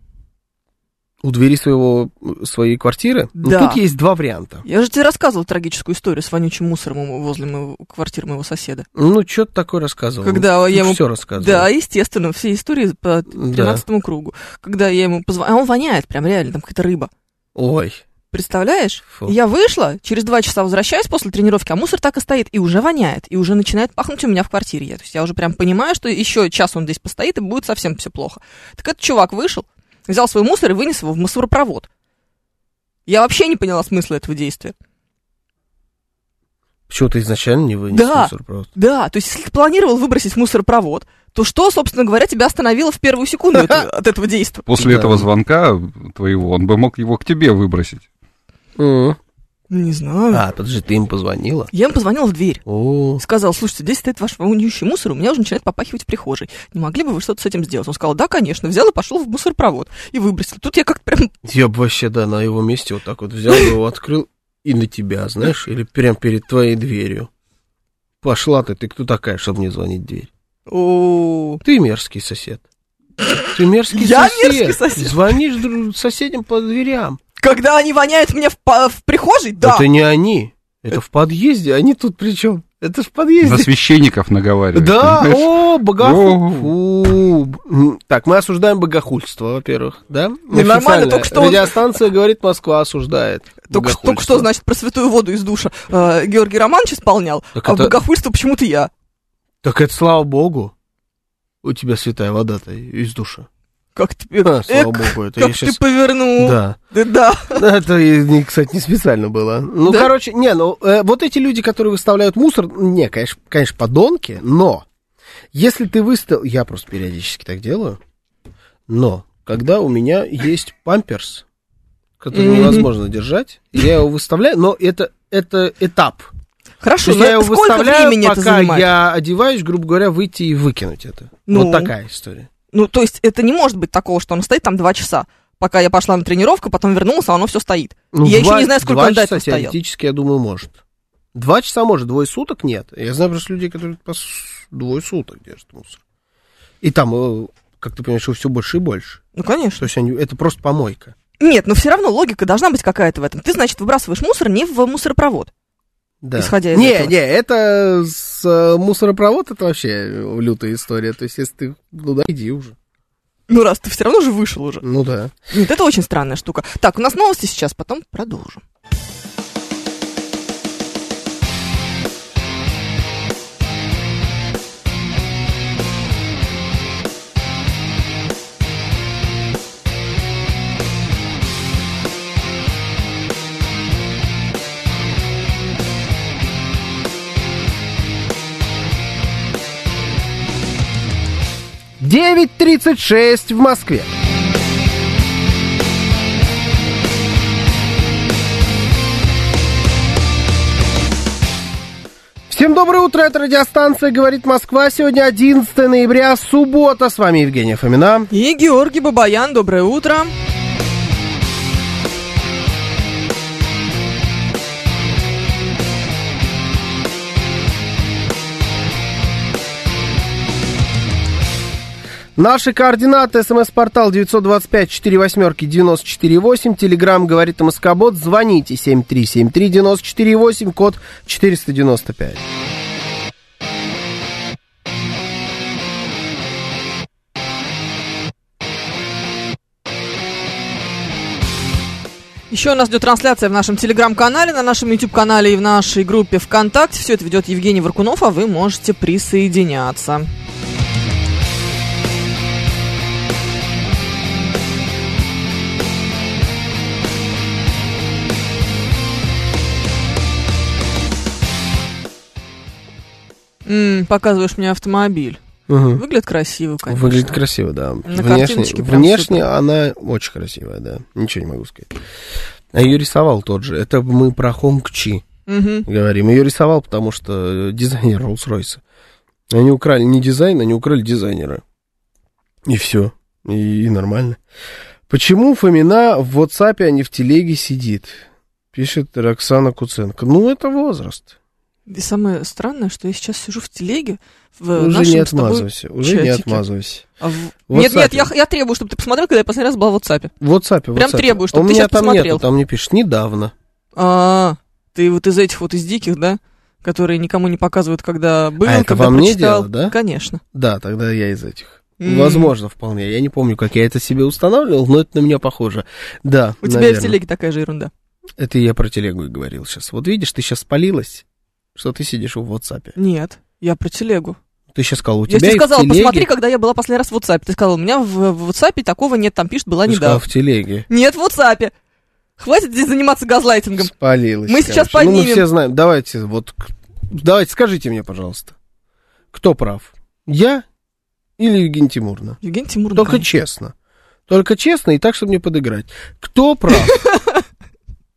Speaker 1: у двери своего, своей квартиры. Ну,
Speaker 2: Да.
Speaker 1: тут есть два варианта.
Speaker 2: Я же тебе рассказывал трагическую историю с вонючим мусором у- возле моего, квартиры моего соседа.
Speaker 1: Ну, что-то такое рассказывал.
Speaker 2: Когда я ему
Speaker 1: все рассказывал.
Speaker 2: Да, естественно, все истории
Speaker 1: Да.
Speaker 2: по 13 кругу. Когда я ему позвонила, а он воняет прям реально, там какая-то рыба.
Speaker 1: Ой.
Speaker 2: Представляешь?
Speaker 1: Фу.
Speaker 2: Я вышла, через два часа возвращаюсь после тренировки, а мусор так и стоит, и уже воняет, и уже начинает пахнуть у меня в квартире. Я, то есть я уже прям понимаю, что еще час он здесь постоит, и будет совсем все плохо. Так этот чувак вышел, взял свой мусор и вынес его в мусоропровод. Я вообще не поняла смысла этого действия.
Speaker 1: Почему-то изначально не вынес
Speaker 2: Да.
Speaker 1: мусор просто.
Speaker 2: Да, то есть если ты планировал выбросить в мусоропровод, то что, собственно говоря, тебя остановило в первую секунду от, от этого действия?
Speaker 3: После
Speaker 1: Да.
Speaker 3: этого звонка твоего он бы мог его к тебе выбросить.
Speaker 2: Ну, Не знаю.
Speaker 1: А, подожди, ты им позвонила?
Speaker 2: Я ему позвонила в дверь.
Speaker 1: О,
Speaker 2: Сказал, слушайте, здесь стоит ваш вонючий мусор, у меня уже начинает попахивать в прихожей. Не могли бы вы что-то с этим сделать? Он сказал, да, конечно. Взял и пошел в мусоропровод и выбросил. Тут я как-то прям...
Speaker 1: я бы вообще, да, на его месте вот так вот взял, бы его открыл и на тебя, знаешь, или прям перед твоей дверью. Пошла ты, ты кто такая, чтобы мне звонить в дверь?
Speaker 2: О,
Speaker 1: Ты мерзкий сосед. Ты мерзкий
Speaker 2: Я
Speaker 1: сосед.
Speaker 2: мерзкий сосед?
Speaker 1: Звонишь дру- соседям по дверям.
Speaker 2: Когда они воняют мне в, па- в прихожей, да.
Speaker 1: Это не они. Это в подъезде. Они тут при чем? Это ж в
Speaker 3: За
Speaker 1: подъезде.
Speaker 3: священников наговаривает.
Speaker 1: Да,
Speaker 3: понимаешь?
Speaker 1: о, богохульство.
Speaker 3: О.
Speaker 1: Так, мы осуждаем богохульство, во-первых, да?
Speaker 2: нормально,
Speaker 1: Официально.
Speaker 2: только что он-
Speaker 1: Радиостанция говорит, Москва осуждает
Speaker 2: Только, что- только что,
Speaker 1: богохульство.
Speaker 2: значит, про святую воду из душа э, Георгий Романович исполнял,
Speaker 1: Так
Speaker 2: а
Speaker 1: это-
Speaker 2: богохульство почему-то я.
Speaker 1: Так это слава богу. У тебя святая вода-то из душа.
Speaker 2: Как ты,
Speaker 1: А,
Speaker 2: эх,
Speaker 1: слава богу, это
Speaker 2: Э, как
Speaker 1: я сейчас...
Speaker 2: ты повернул.
Speaker 1: Да.
Speaker 2: Да, да.
Speaker 1: Это, и не- кстати, не специально было. Ну,
Speaker 2: Да?
Speaker 1: короче, не, ну, э, вот эти люди, которые выставляют мусор, не, конечно, конечно, подонки, но если ты выставил... Я просто периодически так делаю. Но когда у меня есть памперс, который
Speaker 2: Мгм.
Speaker 1: невозможно держать, я его выставляю, но это, это этап. То
Speaker 2: Хорошо,
Speaker 1: есть
Speaker 2: но
Speaker 1: я его
Speaker 2: это сколько
Speaker 1: выставляю,
Speaker 2: времени это
Speaker 1: пока
Speaker 2: занимает?
Speaker 1: я одеваюсь, грубо говоря, выйти и выкинуть это.
Speaker 2: Ну.
Speaker 1: Вот такая история.
Speaker 2: Ну, то есть это не может быть такого, что оно стоит там два часа. Пока я пошла на тренировку, потом вернулась, а оно все стоит.
Speaker 1: Ну,
Speaker 2: Я ещё
Speaker 1: два-
Speaker 2: не знаю, сколько
Speaker 1: два
Speaker 2: он до
Speaker 1: часа
Speaker 2: этого стоял.
Speaker 1: теоретически, я думаю, может. Два часа может, двое суток нет. Я знаю просто людей, которые по с- двое суток держат мусор. И там, э, как ты понимаешь, его все больше и больше.
Speaker 2: Ну, конечно.
Speaker 1: То есть они, это просто помойка.
Speaker 2: Нет, но все равно логика должна быть какая-то в этом. Ты, значит, выбрасываешь мусор не в мусоропровод.
Speaker 1: Да.
Speaker 2: Исходя из
Speaker 1: не,
Speaker 2: этого.
Speaker 1: не, это с э, мусоропровод, это вообще лютая история. То есть, если ты, ну да, иди уже.
Speaker 2: Ну, раз ты все равно же вышел уже.
Speaker 1: Ну да.
Speaker 2: Нет, это очень странная штука. Так, у нас новости сейчас, потом продолжим.
Speaker 1: 9.36 в Москве. Всем доброе утро, это радиостанция «Говорит Москва». Сегодня 11 ноября, суббота. С вами Евгения Фомина.
Speaker 2: И Георгий Бабаян, доброе утро.
Speaker 1: Наши координаты. СМС-портал 925-48-94-8. Телеграмм «Говорит Москобот». Звоните 7373-94-8, код 495.
Speaker 2: Еще у нас идет трансляция в нашем телеграм-канале, на нашем YouTube-канале и в нашей группе ВКонтакте. Все это ведет Евгений Варкунов, а вы можете присоединяться. М, показываешь мне автомобиль.
Speaker 1: Угу.
Speaker 2: Выглядит красиво, конечно.
Speaker 1: Выглядит красиво, да.
Speaker 2: картиночке прям
Speaker 1: внешне
Speaker 2: супер.
Speaker 1: она очень красивая, да. Ничего не могу сказать. А ее рисовал тот же. Это мы про Хонг Чи
Speaker 2: Мгм.
Speaker 1: говорим. Ее рисовал, потому что э, дизайнер Роллс-Ройса. Они украли не дизайн, они украли дизайнера. И все. И, и нормально. Почему Фомина в WhatsApp, а не в телеге сидит? Пишет Роксана Куценко. Ну, это возраст.
Speaker 2: И самое странное, что я сейчас сижу в телеге в
Speaker 1: уже
Speaker 2: нашем
Speaker 1: не
Speaker 2: Э, с тобой-
Speaker 1: отмазывайся. Уже не
Speaker 2: чатике.
Speaker 1: отмазывайся.
Speaker 2: А в-
Speaker 1: В
Speaker 2: Нет, нет,
Speaker 1: WhatsApp.
Speaker 2: я, х- я требую, чтобы ты посмотрел, когда я последний раз была в WhatsApp.
Speaker 1: В WhatsApp, в
Speaker 2: Прям
Speaker 1: WhatsApp.
Speaker 2: требую, чтоб
Speaker 1: А У
Speaker 2: ты
Speaker 1: меня
Speaker 2: щас
Speaker 1: там
Speaker 2: посмотрел.
Speaker 1: нету, там мне пишет недавно.
Speaker 2: А, ты вот из этих вот из диких, да? Которые никому не показывают, когда был,
Speaker 1: А это
Speaker 2: когда
Speaker 1: во мне
Speaker 2: прочитал.
Speaker 1: дело, да?
Speaker 2: Конечно.
Speaker 1: Да, тогда я из этих.
Speaker 2: М.
Speaker 1: Возможно, вполне. Я не помню, как я это себе устанавливал, но это на меня похоже. Да,
Speaker 2: У тебя и в
Speaker 1: наверное.
Speaker 2: телеге такая же ерунда.
Speaker 1: Это я про телегу и говорил сейчас. Вот видишь, ты сейчас спалилась, что ты сидишь в WhatsApp.
Speaker 2: Нет, я про телегу.
Speaker 1: Ты сейчас сказал, у
Speaker 2: я
Speaker 1: тебя
Speaker 2: тебе
Speaker 1: и в
Speaker 2: сказала,
Speaker 1: телеге.
Speaker 2: посмотри, когда я была последний раз в WhatsApp. Ты сказала, у меня в, в WhatsApp такого нет, там пишет, была
Speaker 1: Ты сказал,
Speaker 2: недавно.
Speaker 1: в телеге.
Speaker 2: Нет, в WhatsApp. Хватит здесь заниматься газлайтингом.
Speaker 1: Спалилась.
Speaker 2: Мы сейчас
Speaker 1: короче. Ну, мы
Speaker 2: поднимем.
Speaker 1: все знаем. Давайте, вот, к- давайте, скажите мне, пожалуйста, кто прав? Я или Евгений Тимурна?
Speaker 2: Евгений Тимур.
Speaker 1: Только честно. Только честно и так, чтобы не подыграть. Кто прав?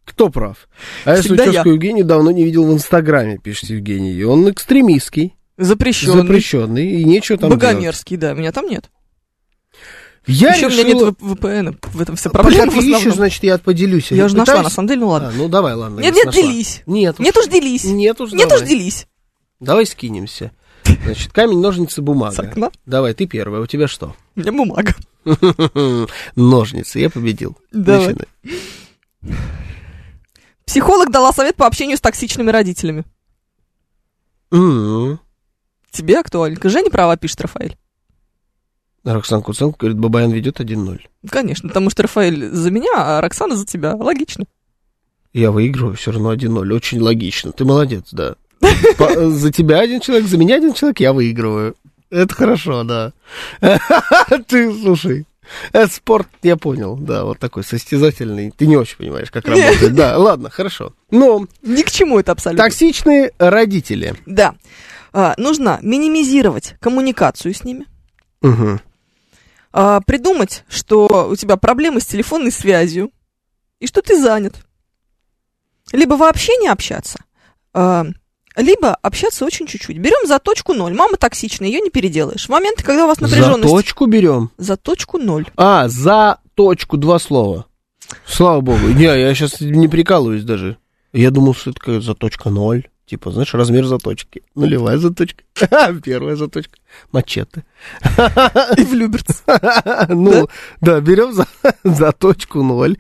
Speaker 1: Кто прав? А если
Speaker 2: Всегда я.
Speaker 1: участку Евгения давно не видел в Инстаграме, пишет Евгений. И Он экстремистский,
Speaker 2: запрещенный.
Speaker 1: запрещенный, и нечего там делать.
Speaker 2: Богомерзкий, да, меня там нет.
Speaker 1: Я
Speaker 2: Еще у меня
Speaker 1: решила-
Speaker 2: нет VPN, -а, в этом вся
Speaker 1: Бля,
Speaker 2: проблема
Speaker 1: ты
Speaker 2: в
Speaker 1: ищешь,
Speaker 2: основном.
Speaker 1: значит, я поделюсь.
Speaker 2: Я
Speaker 1: не
Speaker 2: уже нашла, на
Speaker 1: пытаюсь?
Speaker 2: самом деле, ну ладно.
Speaker 1: А, ну давай, ладно.
Speaker 2: Нет,
Speaker 1: раз
Speaker 2: нет,
Speaker 1: нашла.
Speaker 2: делись.
Speaker 1: Нет уж.
Speaker 2: Нет уж делись.
Speaker 1: Нет уж,
Speaker 2: Нет
Speaker 1: давай.
Speaker 2: уж делись.
Speaker 1: Давай скинемся. Значит, камень, ножницы,
Speaker 2: С
Speaker 1: бумага.
Speaker 2: окна.
Speaker 1: Давай, ты первая, у тебя что?
Speaker 2: У меня бумага.
Speaker 1: Ножницы, я победил.
Speaker 2: Давай.
Speaker 1: Начинай.
Speaker 2: Психолог дала совет по общению с токсичными родителями.
Speaker 1: М.
Speaker 2: Тебе актуальненько. Женя права, пишет Рафаэль.
Speaker 1: Роксан Куценко говорит, Бабаян ведет 1-0.
Speaker 2: Ну, Конечно, потому что Рафаэль за меня, а Роксана за тебя. Логично.
Speaker 1: Я выигрываю все равно 1-0. Очень логично. Ты молодец, да. По- За тебя один человек, за меня один человек, я выигрываю. Это хорошо, да. Ты, слушай, это спорт, я понял, да, вот такой состязательный. Ты не очень понимаешь, как работает. Да, ладно, хорошо. Ну,
Speaker 2: Ни к чему это абсолютно.
Speaker 1: токсичные родители.
Speaker 2: Да. А, нужно минимизировать коммуникацию с ними.
Speaker 1: Мгм.
Speaker 2: а, придумать, что у тебя проблемы с телефонной связью и что ты занят. Либо вообще не общаться, а, либо общаться очень чуть-чуть. Берем за точку ноль. Мама токсичная, ее не переделаешь. В моменты, когда у вас
Speaker 1: За
Speaker 2: напряженность...
Speaker 1: точку берем.
Speaker 2: За точку ноль.
Speaker 1: А, за точку два слова. Слава богу. Не, я сейчас не прикалываюсь даже. Я думал, что это какая-то заточка ноль. Типа, знаешь, размер заточки. Нулевая заточка. А, Первая заточка. Мачете.
Speaker 2: И в Люберц.
Speaker 1: Ну, да, берем за, заточку ноль.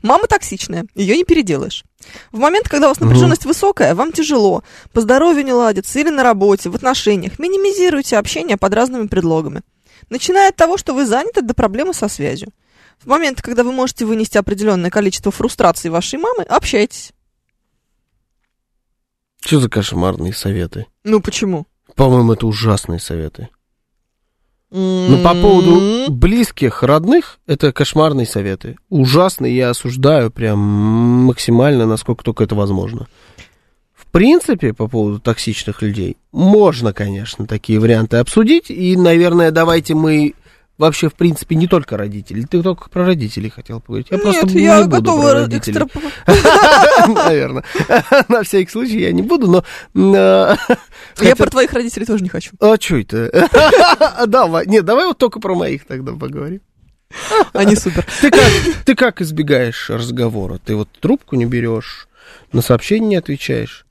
Speaker 2: Мама токсичная, ее не переделаешь. В момент, когда у вас напряженность высокая, вам тяжело, по здоровью не ладится, или на работе, в отношениях, минимизируйте общение под разными предлогами. Начиная от того, что вы заняты, до проблемы со связью. В момент, когда вы можете вынести определенное количество фрустраций вашей мамы, общайтесь.
Speaker 1: Что за кошмарные советы?
Speaker 2: Ну почему?
Speaker 1: По-моему, это ужасные советы. Ну, по
Speaker 2: М-м.
Speaker 1: поводу близких, родных, это кошмарные советы. Ужасные, я осуждаю прям максимально, насколько только это возможно. В принципе, по поводу токсичных людей, можно, конечно, такие варианты обсудить. И, наверное, давайте мы вообще, в принципе, не только родители. Ты только про родителей хотел поговорить. Я просто
Speaker 2: Нет,
Speaker 1: не
Speaker 2: я
Speaker 1: буду
Speaker 2: готова
Speaker 1: про родителей.
Speaker 2: экстраполировать.
Speaker 1: Наверное. На всякий случай я не буду, но... э,
Speaker 2: Я
Speaker 1: хотя-
Speaker 2: про твоих родителей тоже не хочу.
Speaker 1: А чё это? Давай, нет, давай вот только про моих тогда поговорим.
Speaker 2: Они супер.
Speaker 1: Ты как, ты как избегаешь разговора? Ты вот трубку не берешь, на сообщение не отвечаешь?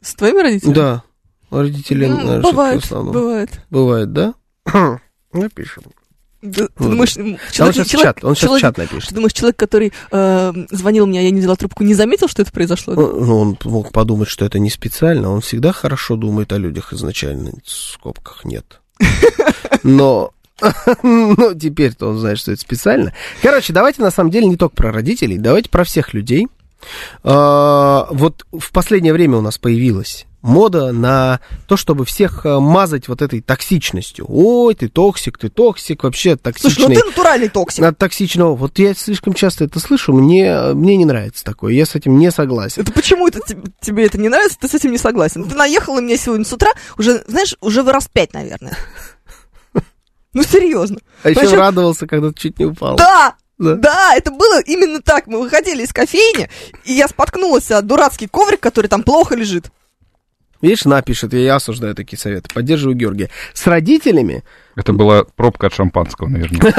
Speaker 2: С твоими родителями?
Speaker 1: Да. Родители,
Speaker 2: Ну,
Speaker 1: наверное, всё-таки в
Speaker 2: бывает,
Speaker 1: основном.
Speaker 2: бывает.
Speaker 1: Бывает, да? Напишем.
Speaker 2: Да, Ты
Speaker 1: Вот.
Speaker 2: думаешь, м,
Speaker 1: А он
Speaker 2: человек-
Speaker 1: сейчас в
Speaker 2: человек-
Speaker 1: чат, он сейчас в
Speaker 2: человек-
Speaker 1: чат
Speaker 2: Ты
Speaker 1: напишет.
Speaker 2: думаешь, человек, который э, звонил мне, а я не взяла трубку, не заметил, что это произошло?
Speaker 1: Он, ну, он мог подумать, что это не специально. Он всегда хорошо думает о людях изначально. В скобках нет. Но, но теперь-то он знает, что это специально. Короче, давайте на самом деле не только про родителей, давайте про всех людей. А, вот в последнее время у нас появилась мода на то, чтобы всех а, мазать вот этой токсичностью. Ой, ты токсик, ты токсик, вообще токсичный.
Speaker 2: Слушай, ну ты натуральный токсик.
Speaker 1: От токсичного. Вот я слишком часто это слышу, мне, мне не нравится такое, я с этим не согласен.
Speaker 2: Это почему это тебе, тебе это не нравится? Ты с этим не согласен. Ты наехала мне сегодня с утра, уже, знаешь, уже раз пять, наверное. Ну, серьезно.
Speaker 1: А еще
Speaker 2: Причем-
Speaker 1: радовался, когда ты чуть не упал.
Speaker 2: Да!
Speaker 1: Да.
Speaker 2: Да, это было именно так. Мы выходили из кофейни, и я споткнулась о дурацкий коврик, который там плохо лежит.
Speaker 1: Видишь, напишет, я, я осуждаю такие советы, поддерживаю Георгия. С родителями,
Speaker 3: Это была пробка от шампанского, наверняка.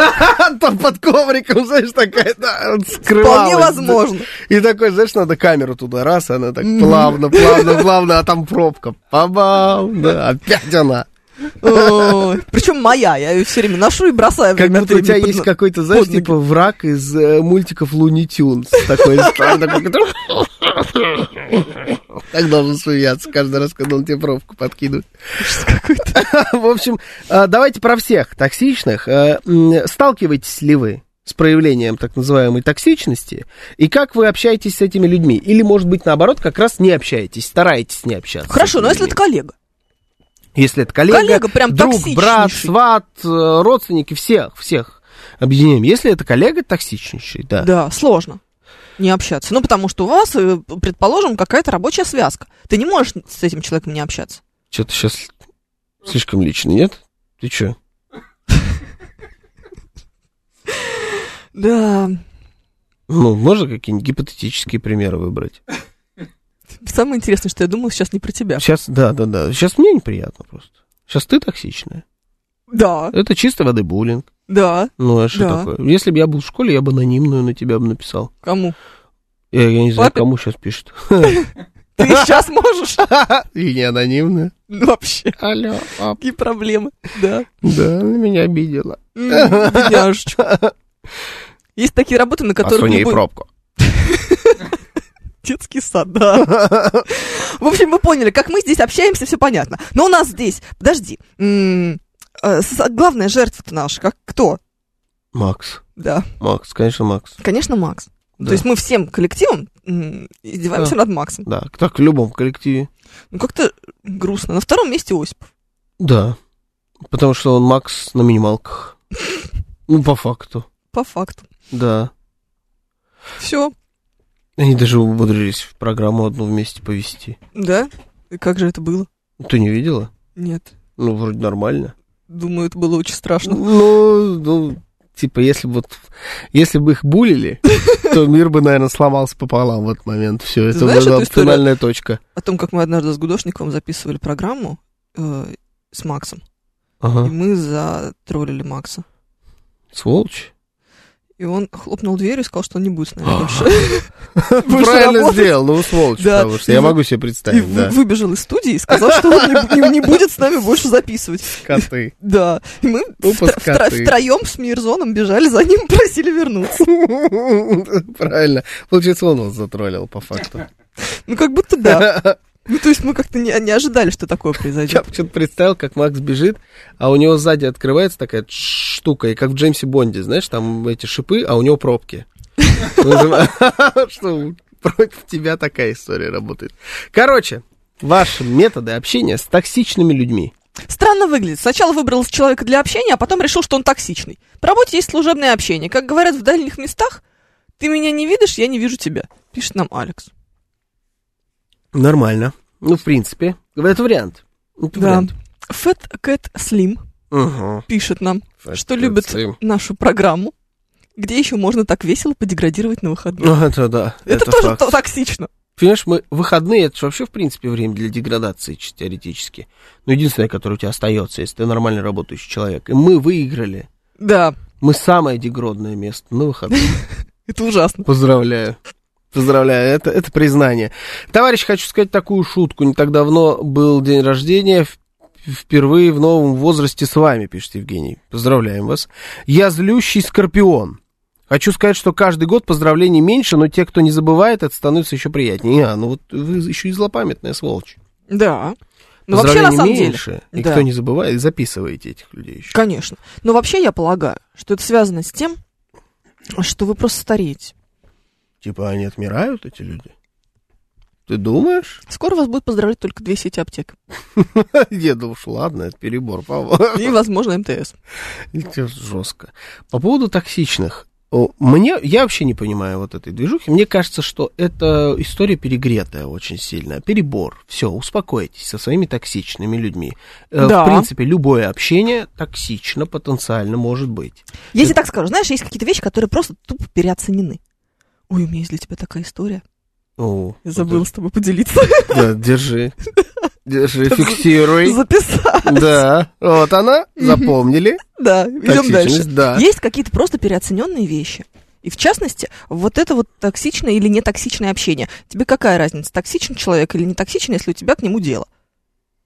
Speaker 1: там под ковриком, знаешь, такая, да, вот скрывалась.
Speaker 2: Вполне возможно.
Speaker 1: И такой, знаешь, надо камеру туда, раз, и она так
Speaker 2: Мгм.
Speaker 1: плавно, плавно, плавно, а там пробка. Пабам, да, опять она.
Speaker 2: Причем моя, я ее все время ношу и бросаю.
Speaker 1: Как
Speaker 2: время от
Speaker 1: будто у тебя
Speaker 2: времени
Speaker 1: есть
Speaker 2: под-
Speaker 1: какой-то, знаешь,
Speaker 2: под ноги.
Speaker 1: типа враг из э, мультиков Луни Тюнс. Такой, стар- такой, который- так должен смеяться каждый раз, когда он тебе пробку подкидывает. В общем, э, давайте про всех токсичных. Э, м, Сталкиваетесь ли вы с проявлением так называемой токсичности? И как вы общаетесь с этими людьми? Или, может быть, наоборот, как раз не общаетесь, стараетесь не общаться. с
Speaker 2: Хорошо,
Speaker 1: этими
Speaker 2: но если
Speaker 1: людьми?
Speaker 2: это коллега.
Speaker 1: Если это коллега,
Speaker 2: Коллега прям
Speaker 1: друг, брат,
Speaker 2: токсичнейший.
Speaker 1: сват, э, родственники, всех, всех объединяем. Если это коллега токсичнейший, да.
Speaker 2: Да, сложно не общаться. Ну, потому что у вас, э, предположим, какая-то рабочая связка. Ты не можешь с этим человеком не общаться.
Speaker 1: Что-то сейчас слишком лично, нет? Ты что?
Speaker 2: Да,
Speaker 1: Ну, можно какие-нибудь гипотетические примеры выбрать?
Speaker 2: самое интересное, что я думала сейчас не про тебя.
Speaker 1: Сейчас, да, да, да. Сейчас мне неприятно просто. Сейчас ты токсичная.
Speaker 2: Да,
Speaker 1: Это чистой воды буллинг.
Speaker 2: да.
Speaker 1: Ну, а что
Speaker 2: Да.
Speaker 1: такое? Если бы я был в школе, я бы анонимную на тебя бы написал.
Speaker 2: Кому?
Speaker 1: Я, я не знаю,
Speaker 2: Папе?
Speaker 1: кому сейчас пишут.
Speaker 2: Ты сейчас можешь?
Speaker 1: И не анонимную.
Speaker 2: Ну, Вообще,
Speaker 1: Алло, пап.
Speaker 2: какие проблемы. Да.
Speaker 1: Да, она меня обидела.
Speaker 2: М, Бедняжечка. Есть такие работы, на которых...
Speaker 1: Посунь ей
Speaker 2: любой-
Speaker 1: А пробку.
Speaker 2: Детский сад, да. В общем, вы поняли, как мы здесь общаемся, все понятно. Но у нас здесь, подожди, м, э, с- главная жертва-то наша, как кто?
Speaker 1: Макс.
Speaker 2: Да,
Speaker 1: Макс, конечно, Макс.
Speaker 2: конечно, Макс.
Speaker 1: Да.
Speaker 2: То есть мы всем коллективом м, издеваемся над Максом.
Speaker 1: Да, так в любом коллективе.
Speaker 2: Ну, как-то грустно. На втором месте Осипов.
Speaker 1: Да. Потому что он Макс на минималках. Ну, по факту.
Speaker 2: По факту.
Speaker 1: Да.
Speaker 2: Все,
Speaker 1: Они даже умудрились в программу одну вместе повести.
Speaker 2: да? И как же это было?
Speaker 1: Ты не видела?
Speaker 2: Нет.
Speaker 1: Ну, вроде нормально.
Speaker 2: Думаю, это было очень страшно.
Speaker 1: Ну, ну, типа, если бы вот, если бы их булили, то мир бы, наверное, сломался пополам в этот момент. Все, это
Speaker 2: знаешь
Speaker 1: была
Speaker 2: эту историю?
Speaker 1: финальная точка.
Speaker 2: О том, как мы однажды с Гудошниковым записывали программу э, с Максом. И
Speaker 1: Ага.
Speaker 2: мы затроллили Макса.
Speaker 1: Сволочь.
Speaker 2: И он хлопнул дверью и сказал, что он не будет с
Speaker 1: А,
Speaker 2: нами больше.
Speaker 1: Правильно
Speaker 2: работать?
Speaker 1: сделал, ну, сволочь,
Speaker 2: Да.
Speaker 1: потому что я
Speaker 2: И вы-
Speaker 1: могу себе
Speaker 2: И
Speaker 1: представить,
Speaker 2: вы-
Speaker 1: да.
Speaker 2: выбежал из студии и сказал, что он не, не- не будет с нами больше записывать.
Speaker 1: Коты.
Speaker 2: Да. И мы
Speaker 1: Опа,
Speaker 2: втро- втро-
Speaker 1: скоты.
Speaker 2: втроем с Мирзоном бежали за ним, просили вернуться.
Speaker 1: Правильно. Получается, он вас затроллил, по факту.
Speaker 2: Ну, как будто да. Ну, то есть мы как-то не, не ожидали, что такое
Speaker 1: Я
Speaker 2: произойдет.
Speaker 1: почему-то представил, как Макс бежит, а у него сзади открывается такая штука, и как в Джеймсе Бонде, знаешь, там эти шипы, а у него пробки. Что против тебя такая история работает. Короче, ваши методы общения с токсичными людьми.
Speaker 2: Странно выглядит. Сначала выбрал человека для общения, а потом решил, что он токсичный. По работе есть служебное общение. Как говорят в дальних местах, ты меня не видишь, я не вижу тебя. Пишет нам Алекс.
Speaker 1: Нормально. Ну, в принципе. Это вариант. Это
Speaker 2: Да.
Speaker 1: вариант.
Speaker 2: Фэт Кэт Слим
Speaker 1: Угу.
Speaker 2: пишет нам, что
Speaker 1: Fat Cat
Speaker 2: любит
Speaker 1: Slim.
Speaker 2: нашу программу. Где еще можно так весело подеградировать на выходных?
Speaker 1: Ну, это да.
Speaker 2: это, тоже
Speaker 1: факт.
Speaker 2: то- токсично.
Speaker 1: Понимаешь, мы выходные, это же вообще, в принципе, время для деградации, чисто теоретически. Но единственное, которое у тебя остается, если ты нормально работающий человек. И мы выиграли.
Speaker 2: Да,
Speaker 1: Мы самое дегродное место на выходных.
Speaker 2: это ужасно.
Speaker 1: Поздравляю. Поздравляю, это, это признание. Товарищ, хочу сказать такую шутку. Не так давно был день рождения, в- впервые в новом возрасте с вами, пишет Евгений. Поздравляем вас. Я злющий скорпион. Хочу сказать, что каждый год поздравлений меньше, но те, кто не забывает, это становится еще приятнее. А, ну вот вы еще и злопамятная сволочь.
Speaker 2: Да. Но Ну, вообще, на
Speaker 1: Поздравлений
Speaker 2: самом деле,
Speaker 1: меньше, и
Speaker 2: да.
Speaker 1: кто не забывает, записываете этих людей еще.
Speaker 2: конечно. Но вообще, я полагаю, что это связано с тем, что вы просто стареете.
Speaker 1: Типа они отмирают, эти люди? Ты думаешь?
Speaker 2: Скоро вас будут поздравлять только две сети аптек.
Speaker 1: Я думал, что ладно, это перебор, по
Speaker 2: И, возможно, МТС.
Speaker 1: Это жестко. По поводу токсичных. О, Мне, я вообще не понимаю вот этой движухи. Мне кажется, что это история перегретая очень сильно. Перебор. Все, успокойтесь со своими токсичными людьми. Э,
Speaker 2: Да.
Speaker 1: В принципе, любое общение токсично потенциально может быть.
Speaker 2: Я тебе так скажу. Знаешь, есть какие-то вещи, которые просто тупо переоценены. Ой, у меня есть для тебя такая история.
Speaker 1: О,
Speaker 2: Я
Speaker 1: вот
Speaker 2: забыла с тобой поделиться.
Speaker 1: это- Да, держи. Держи, фиксируй.
Speaker 2: Записала.
Speaker 1: Да, вот она, запомнили.
Speaker 2: Да, идем дальше.
Speaker 1: Токсичность, да.
Speaker 2: Есть какие-то просто переоцененные вещи. И в частности, вот это вот токсичное или нетоксичное общение. Тебе какая разница, токсичен человек или нетоксичен, если у тебя к нему дело?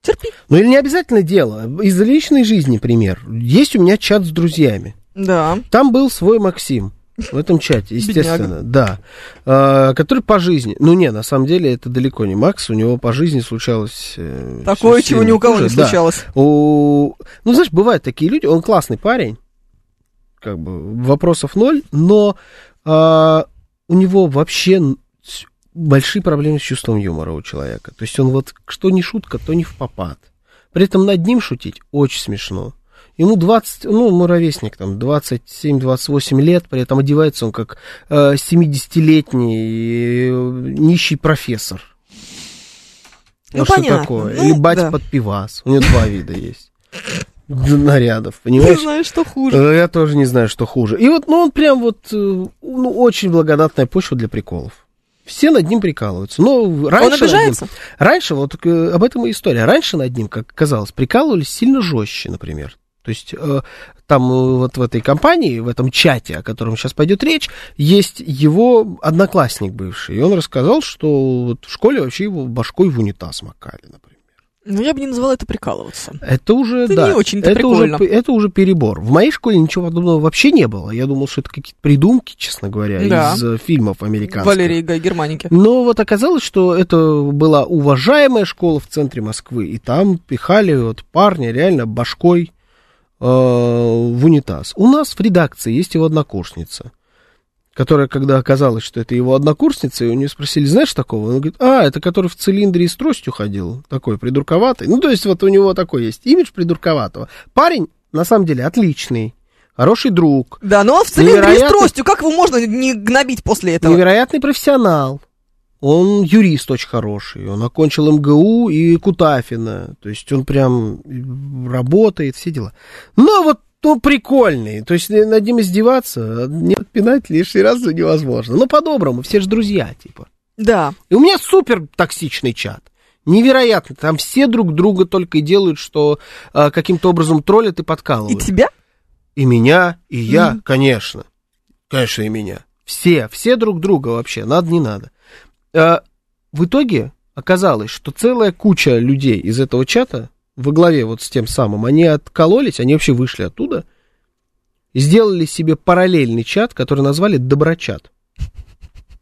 Speaker 2: Терпи.
Speaker 1: Ну или не обязательно дело. Из личной жизни пример. Есть у меня чат с друзьями.
Speaker 2: Да.
Speaker 1: Там был свой Максим в этом чате, естественно, да, А, который по жизни, ну не, на самом деле это далеко не Макс, у него по жизни случалось э,
Speaker 2: Такое,
Speaker 1: всё
Speaker 2: чего ни у
Speaker 1: сильно
Speaker 2: кого не
Speaker 1: хуже, да.
Speaker 2: случалось.
Speaker 1: У- Ну знаешь, бывают такие люди, он классный парень, как бы вопросов ноль, но а, у него вообще н- с- большие проблемы с чувством юмора у человека, то есть он вот что не шутка, то не в попад, при этом над ним шутить очень смешно. Ему 20, ну, ему ровесник, там, 27-28 лет, при этом одевается он как э, 70-летний э, нищий профессор.
Speaker 2: Ну,
Speaker 1: что
Speaker 2: понятно.
Speaker 1: такое?
Speaker 2: Ну,
Speaker 1: Или батя
Speaker 2: да.
Speaker 1: под пивас. У него два вида есть. Д- Нарядов,
Speaker 2: Не
Speaker 1: понимаешь?
Speaker 2: знаю, что хуже.
Speaker 1: Ну, Э, Я тоже не знаю, что хуже. И вот, ну, он прям вот, э, ну, очень благодатная почва для приколов. Все над ним прикалываются. Но раньше
Speaker 2: Он
Speaker 1: над ним-
Speaker 2: обижается?
Speaker 1: Раньше, вот э, об этом и история. Раньше над ним, как казалось, прикалывались сильно жестче, например. То есть э, там э, вот в этой компании, в этом чате, о котором сейчас пойдет речь, есть его одноклассник бывший. И он рассказал, что вот в школе вообще его башкой в унитаз макали, например.
Speaker 2: Ну, я бы не назвала это прикалываться.
Speaker 1: Это уже,
Speaker 2: Это
Speaker 1: да.
Speaker 2: не очень-то
Speaker 1: это
Speaker 2: прикольно.
Speaker 1: Уже, п- это уже перебор. В моей школе ничего подобного вообще не было. Я думал, что это какие-то придумки, честно говоря,
Speaker 2: Да.
Speaker 1: из э, фильмов американских.
Speaker 2: Валерий Гай Германики.
Speaker 1: Но вот оказалось, что это была уважаемая школа в центре Москвы, и там пихали вот парня реально башкой э, в унитаз. У нас в редакции есть его однокурсница, которая, когда оказалось, что это его однокурсница, и у нее спросили, знаешь такого? Он говорит, а, это который в цилиндре и с тростью ходил, такой придурковатый. Ну, то есть вот у него такой есть имидж придурковатого. Парень, на самом деле, отличный, хороший друг,
Speaker 2: Да, но он в цилиндре и с
Speaker 1: Невероятно.
Speaker 2: тростью. Как его можно не гнобить после этого?
Speaker 1: Невероятный профессионал. Он юрист очень хороший. Он окончил МГУ и Кутафина. То есть он прям работает, все дела. Но вот он прикольный. То есть над ним издеваться, не пинать лишний раз невозможно. Но по-доброму, все же друзья, типа.
Speaker 2: Да.
Speaker 1: И у меня супер токсичный чат. Невероятно. Там все друг друга только и делают, что э, каким-то образом троллят и
Speaker 2: И
Speaker 1: подкалывают.
Speaker 2: тебя?
Speaker 1: И меня, и я,
Speaker 2: Мгм.
Speaker 1: конечно. Конечно, и меня. Все, все друг друга вообще, надо, не надо. Э, в итоге оказалось, что целая куча людей из этого чата, во главе вот с тем самым, они откололись, они вообще вышли оттуда, и сделали себе параллельный чат, который назвали «Доброчат».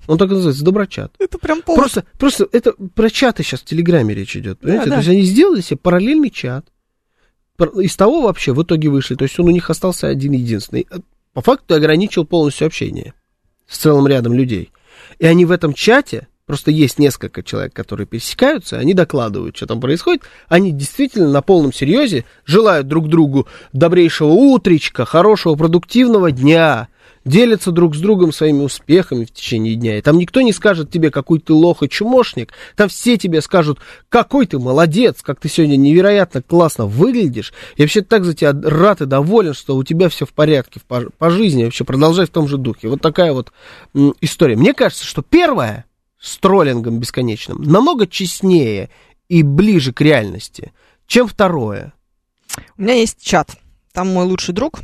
Speaker 1: Он так и называется, «Доброчат».
Speaker 2: Это прям полный...
Speaker 1: Просто, просто это про чаты сейчас в Телеграме речь идет, понимаете?
Speaker 2: да.
Speaker 1: То есть они сделали себе параллельный чат. Пар- Из того вообще в итоге вышли. То есть он у них остался один единственный. Э, По факту ограничил полностью общение с целым рядом людей. И они в этом чате, просто есть несколько человек, которые пересекаются, они докладывают, что там происходит. Они действительно на полном серьезе желают друг другу добрейшего утречка, хорошего продуктивного дня, делятся друг с другом своими успехами в течение дня. И там никто не скажет тебе, какой ты лох и чумошник. Там все тебе скажут, какой ты молодец, как ты сегодня невероятно классно выглядишь. Я вообще так за тебя рад и доволен, что у тебя все в порядке в по, по жизни. Вообще продолжай в том же духе. Вот такая вот м, история. Мне кажется, что первое с троллингом бесконечным намного честнее и ближе к реальности, чем второе.
Speaker 2: У меня есть чат. Там мой лучший друг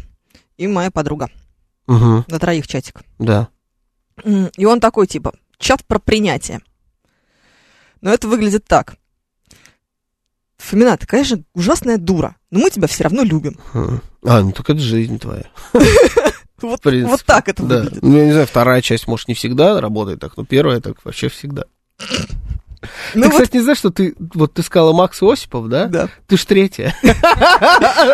Speaker 2: и моя подруга.
Speaker 1: Угу,
Speaker 2: На троих чатик.
Speaker 1: да.
Speaker 2: М, И он такой, типа, чат про принятие. Но это выглядит так. Фомина, ты, конечно, ужасная дура, но мы тебя все равно любим.
Speaker 1: Хм. А, ну так это жизнь твоя.
Speaker 2: Вот,
Speaker 1: принципе,
Speaker 2: вот так это
Speaker 1: Да.
Speaker 2: выглядит.
Speaker 1: Ну, я не знаю, вторая часть, может, не всегда работает так, но первая так вообще всегда.
Speaker 2: Ну
Speaker 1: ты,
Speaker 2: вот,
Speaker 1: кстати, не знаешь, что ты... Вот ты сказала Макс Осипов, да?
Speaker 2: да.
Speaker 1: Ты ж третья.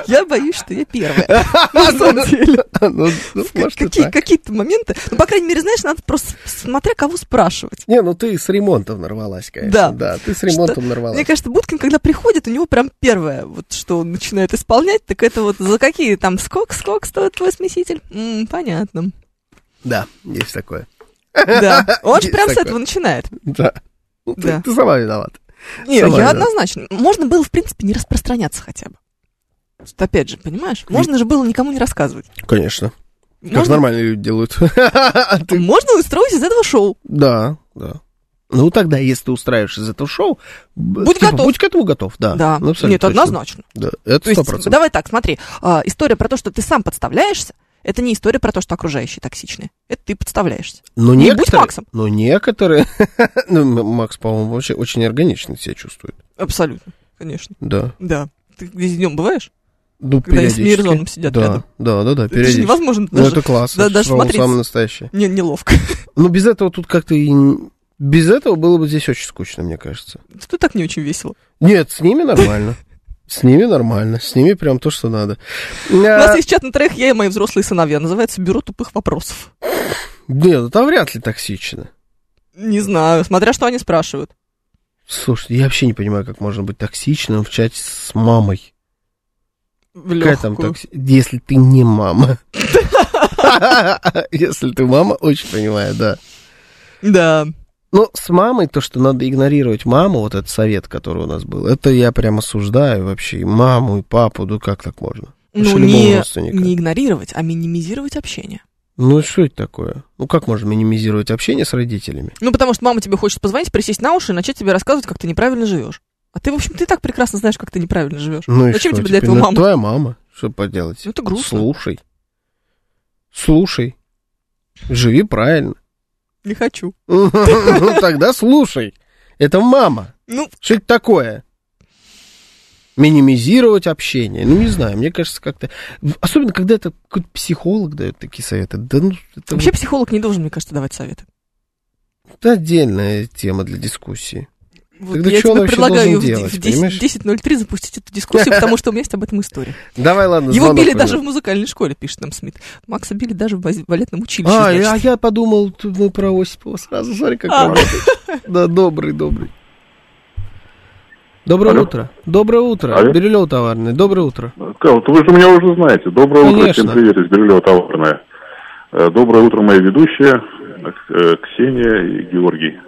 Speaker 2: Я боюсь, что я первая. На самом деле.
Speaker 1: Ну, ну,
Speaker 2: Как-
Speaker 1: может, и
Speaker 2: какие-
Speaker 1: так.
Speaker 2: Какие-то моменты. Ну, по крайней мере, знаешь, надо просто смотря кого спрашивать.
Speaker 1: Не, ну ты с ремонтом нарвалась,
Speaker 2: Да.
Speaker 1: конечно. Да, ты с ремонтом
Speaker 2: Мне
Speaker 1: нарвалась.
Speaker 2: кажется, Буткин, когда приходит, у него прям первое, вот что он начинает исполнять, так это вот за какие там сколько, сколько стоит твой смеситель? М, понятно.
Speaker 1: Да, есть такое.
Speaker 2: Да. Он же
Speaker 1: Есть
Speaker 2: прям с
Speaker 1: такое.
Speaker 2: этого начинает.
Speaker 1: Да. Ну, ты-
Speaker 2: Да.
Speaker 1: Ты сама виновата.
Speaker 2: Не,
Speaker 1: Сама
Speaker 2: я
Speaker 1: виновата.
Speaker 2: однозначно. Можно было, в принципе, не распространяться хотя бы. Что, опять же, понимаешь? Можно же было никому не рассказывать.
Speaker 1: Конечно. Как
Speaker 2: Можно,
Speaker 1: нормальные люди делают. А ты-
Speaker 2: можно устроить из этого шоу.
Speaker 1: Да, да. Ну тогда, если ты устраиваешь из этого шоу, б- типа,
Speaker 2: Будь готов.
Speaker 1: Будь к этому готов, да.
Speaker 2: да.
Speaker 1: Ну, абсолютно
Speaker 2: Нет,
Speaker 1: точно.
Speaker 2: однозначно.
Speaker 1: Да, это
Speaker 2: То есть,
Speaker 1: сто процентов.
Speaker 2: давай так, смотри. а, история про то, что ты сам подставляешься, это не история про то, что окружающие токсичные. Это ты подставляешься.
Speaker 1: Но
Speaker 2: не будь
Speaker 1: некоторые,
Speaker 2: Максом.
Speaker 1: но некоторые, ну, М- Макс, по-моему, вообще очень органично себя чувствует.
Speaker 2: Абсолютно, конечно.
Speaker 1: Да.
Speaker 2: Да. Ты здесь днем бываешь?
Speaker 1: Ну,
Speaker 2: Когда они с
Speaker 1: периодически.
Speaker 2: Мирзоном сидят
Speaker 1: да,
Speaker 2: рядом.
Speaker 1: Да, да, да,
Speaker 2: Это же
Speaker 1: периодически.
Speaker 2: невозможно
Speaker 1: Ну,
Speaker 2: даже.
Speaker 1: это класс.
Speaker 2: да,
Speaker 1: это
Speaker 2: даже
Speaker 1: самое-
Speaker 2: смотреть.
Speaker 1: самое настоящее.
Speaker 2: Не, неловко.
Speaker 1: Ну, без этого тут как-то и... н- Без этого было бы здесь очень скучно, мне кажется.
Speaker 2: Тут так не очень весело.
Speaker 1: Нет, с ними нормально. С ними нормально. С ними прям то, что надо. А,
Speaker 2: У нас есть чат на троих, я и мои взрослые сыновья. Называется «Бюро тупых вопросов».
Speaker 1: Нет, ну там вряд ли токсично.
Speaker 2: Не знаю, смотря что они спрашивают.
Speaker 1: Слушай, я вообще не понимаю, как можно быть токсичным в чате с мамой.
Speaker 2: В
Speaker 1: Какая там
Speaker 2: лёгкую.
Speaker 1: токси- Если ты не мама. Если ты мама, очень понимаю, да.
Speaker 2: Да.
Speaker 1: Ну, с мамой то, что надо игнорировать маму, вот этот совет, который у нас был, это я прям осуждаю вообще и маму, и папу, ну как так можно? Вообще
Speaker 2: Ну,
Speaker 1: любого
Speaker 2: не,
Speaker 1: родственника.
Speaker 2: не игнорировать, а минимизировать общение.
Speaker 1: Ну, что это такое? Ну, как можно минимизировать общение с родителями?
Speaker 2: Ну, потому что мама тебе хочет позвонить, присесть на уши и начать тебе рассказывать, как ты неправильно живешь. А ты, в общем, ты и так прекрасно знаешь, как ты неправильно живешь.
Speaker 1: Ну, и
Speaker 2: Зачем
Speaker 1: что
Speaker 2: тебе для
Speaker 1: теперь?
Speaker 2: этого
Speaker 1: Ну,
Speaker 2: мама?
Speaker 1: твоя мама, что поделать?
Speaker 2: Ну, это грустно.
Speaker 1: Слушай. Слушай. Живи правильно.
Speaker 2: Не хочу.
Speaker 1: Ну, Тогда слушай. Это мама.
Speaker 2: Ну,
Speaker 1: Что это такое? Минимизировать общение. Ну, не знаю, мне кажется, как-то... в- Особенно, когда это какой-то психолог дает такие советы. Да ну, это
Speaker 2: вообще психолог не должен, мне кажется, давать советы.
Speaker 1: вот- это отдельная тема для дискуссии.
Speaker 2: Вот
Speaker 1: Тогда
Speaker 2: я
Speaker 1: чё он
Speaker 2: тебе
Speaker 1: вообще
Speaker 2: предлагаю
Speaker 1: должен
Speaker 2: в де-
Speaker 1: делать,
Speaker 2: в 10
Speaker 1: понимаешь?
Speaker 2: 10.03 запустить эту дискуссию, потому что у меня есть об этом история.
Speaker 1: Давай, ладно,
Speaker 2: Его
Speaker 1: звонок
Speaker 2: били
Speaker 1: возьмем.
Speaker 2: даже в музыкальной школе, пишет нам Смит. Макса били даже в воз- балетном училище.
Speaker 1: А,
Speaker 2: значит.
Speaker 1: я, а я подумал, тут мы про Осипова сразу. Смотри, как
Speaker 2: А.
Speaker 1: работает. Да, добрый, добрый. Доброе
Speaker 4: Алло.
Speaker 1: утро. Доброе утро.
Speaker 4: Алло.
Speaker 1: Бирюлёв товарный. Доброе утро.
Speaker 4: Сказал, «Да Вы же меня уже знаете. Доброе утро,
Speaker 1: Конечно.
Speaker 4: всем привет из Бирюлева Товарная. Э, Доброе утро, мои ведущие, э, Ксения и Георгий.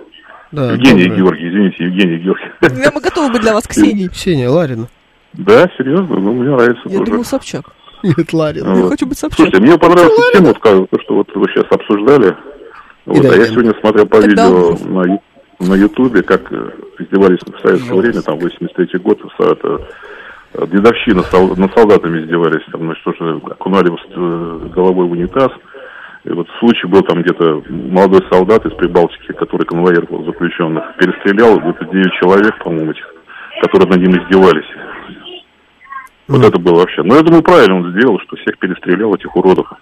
Speaker 1: Да,
Speaker 4: Евгений и
Speaker 1: доброе.
Speaker 4: Георгий, извините, Евгений и Георгий.
Speaker 2: Я бы готова быть для вас, Ксения.
Speaker 1: Ксения Ларина.
Speaker 4: Да, серьезно, ну, мне нравится
Speaker 2: Я
Speaker 4: тоже.
Speaker 2: думаю, Собчак.
Speaker 1: Нет, Ларина.
Speaker 4: Ну,
Speaker 2: Я
Speaker 4: вот.
Speaker 2: хочу быть Собчак.
Speaker 4: Слушайте, мне понравилась тема, вот, как- то, что вот вы сейчас обсуждали. Вот, а
Speaker 1: Давид.
Speaker 4: я сегодня смотрел по
Speaker 2: Тогда
Speaker 4: видео
Speaker 2: он-
Speaker 4: на Ю- на Ютубе, как э, издевались в советское время, там, 83-й год, со- это, э, дедовщина, сол- над солдатами издевались, там, значит, тоже окунали в с- э, головой в унитаз. И вот случай был там где-то молодой солдат из Прибалтики, который конвоир был заключенных, перестрелял где-то 9 человек, по-моему, этих, которые над ним издевались. Вот
Speaker 1: Мгм.
Speaker 4: это было вообще. Ну, я думаю, правильно он сделал, что всех перестрелял, этих уродов.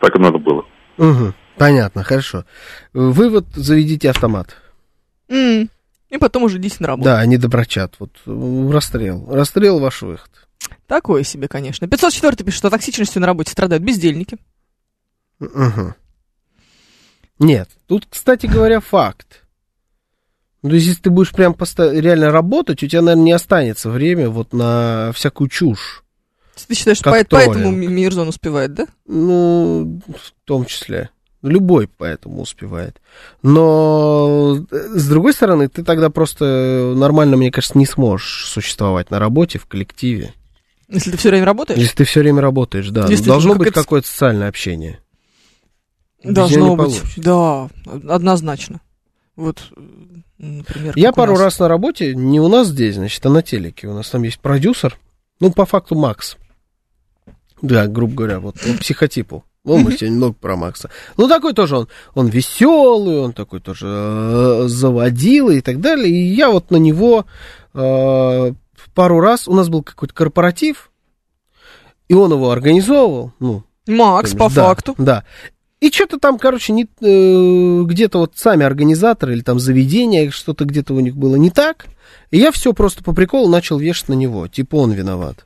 Speaker 4: Так и надо было.
Speaker 1: Мгм. Понятно, хорошо. Вывод, заведите автомат.
Speaker 2: М. И потом уже идите на работу.
Speaker 1: Да, они доброчат. Вот м, расстрел. Расстрел ваш выход.
Speaker 2: Такое себе, конечно. 504 пишет, что токсичностью на работе страдают бездельники.
Speaker 1: Мгм. Нет, тут, кстати говоря, факт. Ну, то есть, если ты будешь прям поста- реально работать, у тебя, наверное, не останется время вот на всякую чушь.
Speaker 2: Ты считаешь,
Speaker 1: Как
Speaker 2: поэт-
Speaker 1: Торин.
Speaker 2: поэтому Ми- Мирзон успевает, да?
Speaker 1: Ну, в том числе. Любой поэтому успевает. Но, э, с другой стороны, ты тогда просто нормально, мне кажется, не сможешь существовать на работе, в коллективе.
Speaker 2: Если ты все время работаешь,
Speaker 1: Если ты все время работаешь, да. Ну,
Speaker 2: Действительно,
Speaker 1: Должно
Speaker 2: как
Speaker 1: быть
Speaker 2: это-
Speaker 1: какое-то социальное общение. Без
Speaker 2: должно
Speaker 1: неё не
Speaker 2: быть.
Speaker 1: получится.
Speaker 2: Да, однозначно. Вот, м, например,
Speaker 1: Я
Speaker 2: как у
Speaker 1: пару
Speaker 2: нас.
Speaker 1: раз на работе, не у нас здесь, значит, а на телеке. У нас там есть продюсер, ну, по факту Макс. Да, грубо говоря, вот по психотипу. Ну, мы сегодня много про Макса. Ну, такой тоже он. Он веселый, он такой тоже э, заводила и так далее. И я вот на него э, пару раз... У нас был какой-то корпоратив, и он его организовывал, ну,
Speaker 2: Макс,
Speaker 1: то
Speaker 2: по
Speaker 1: бишь, да,
Speaker 2: факту.
Speaker 1: Да. И что-то там, короче, не, э, где-то вот сами организаторы или там заведения, что-то где-то у них было не так. И я все просто по приколу начал вешать на него. Типа он виноват.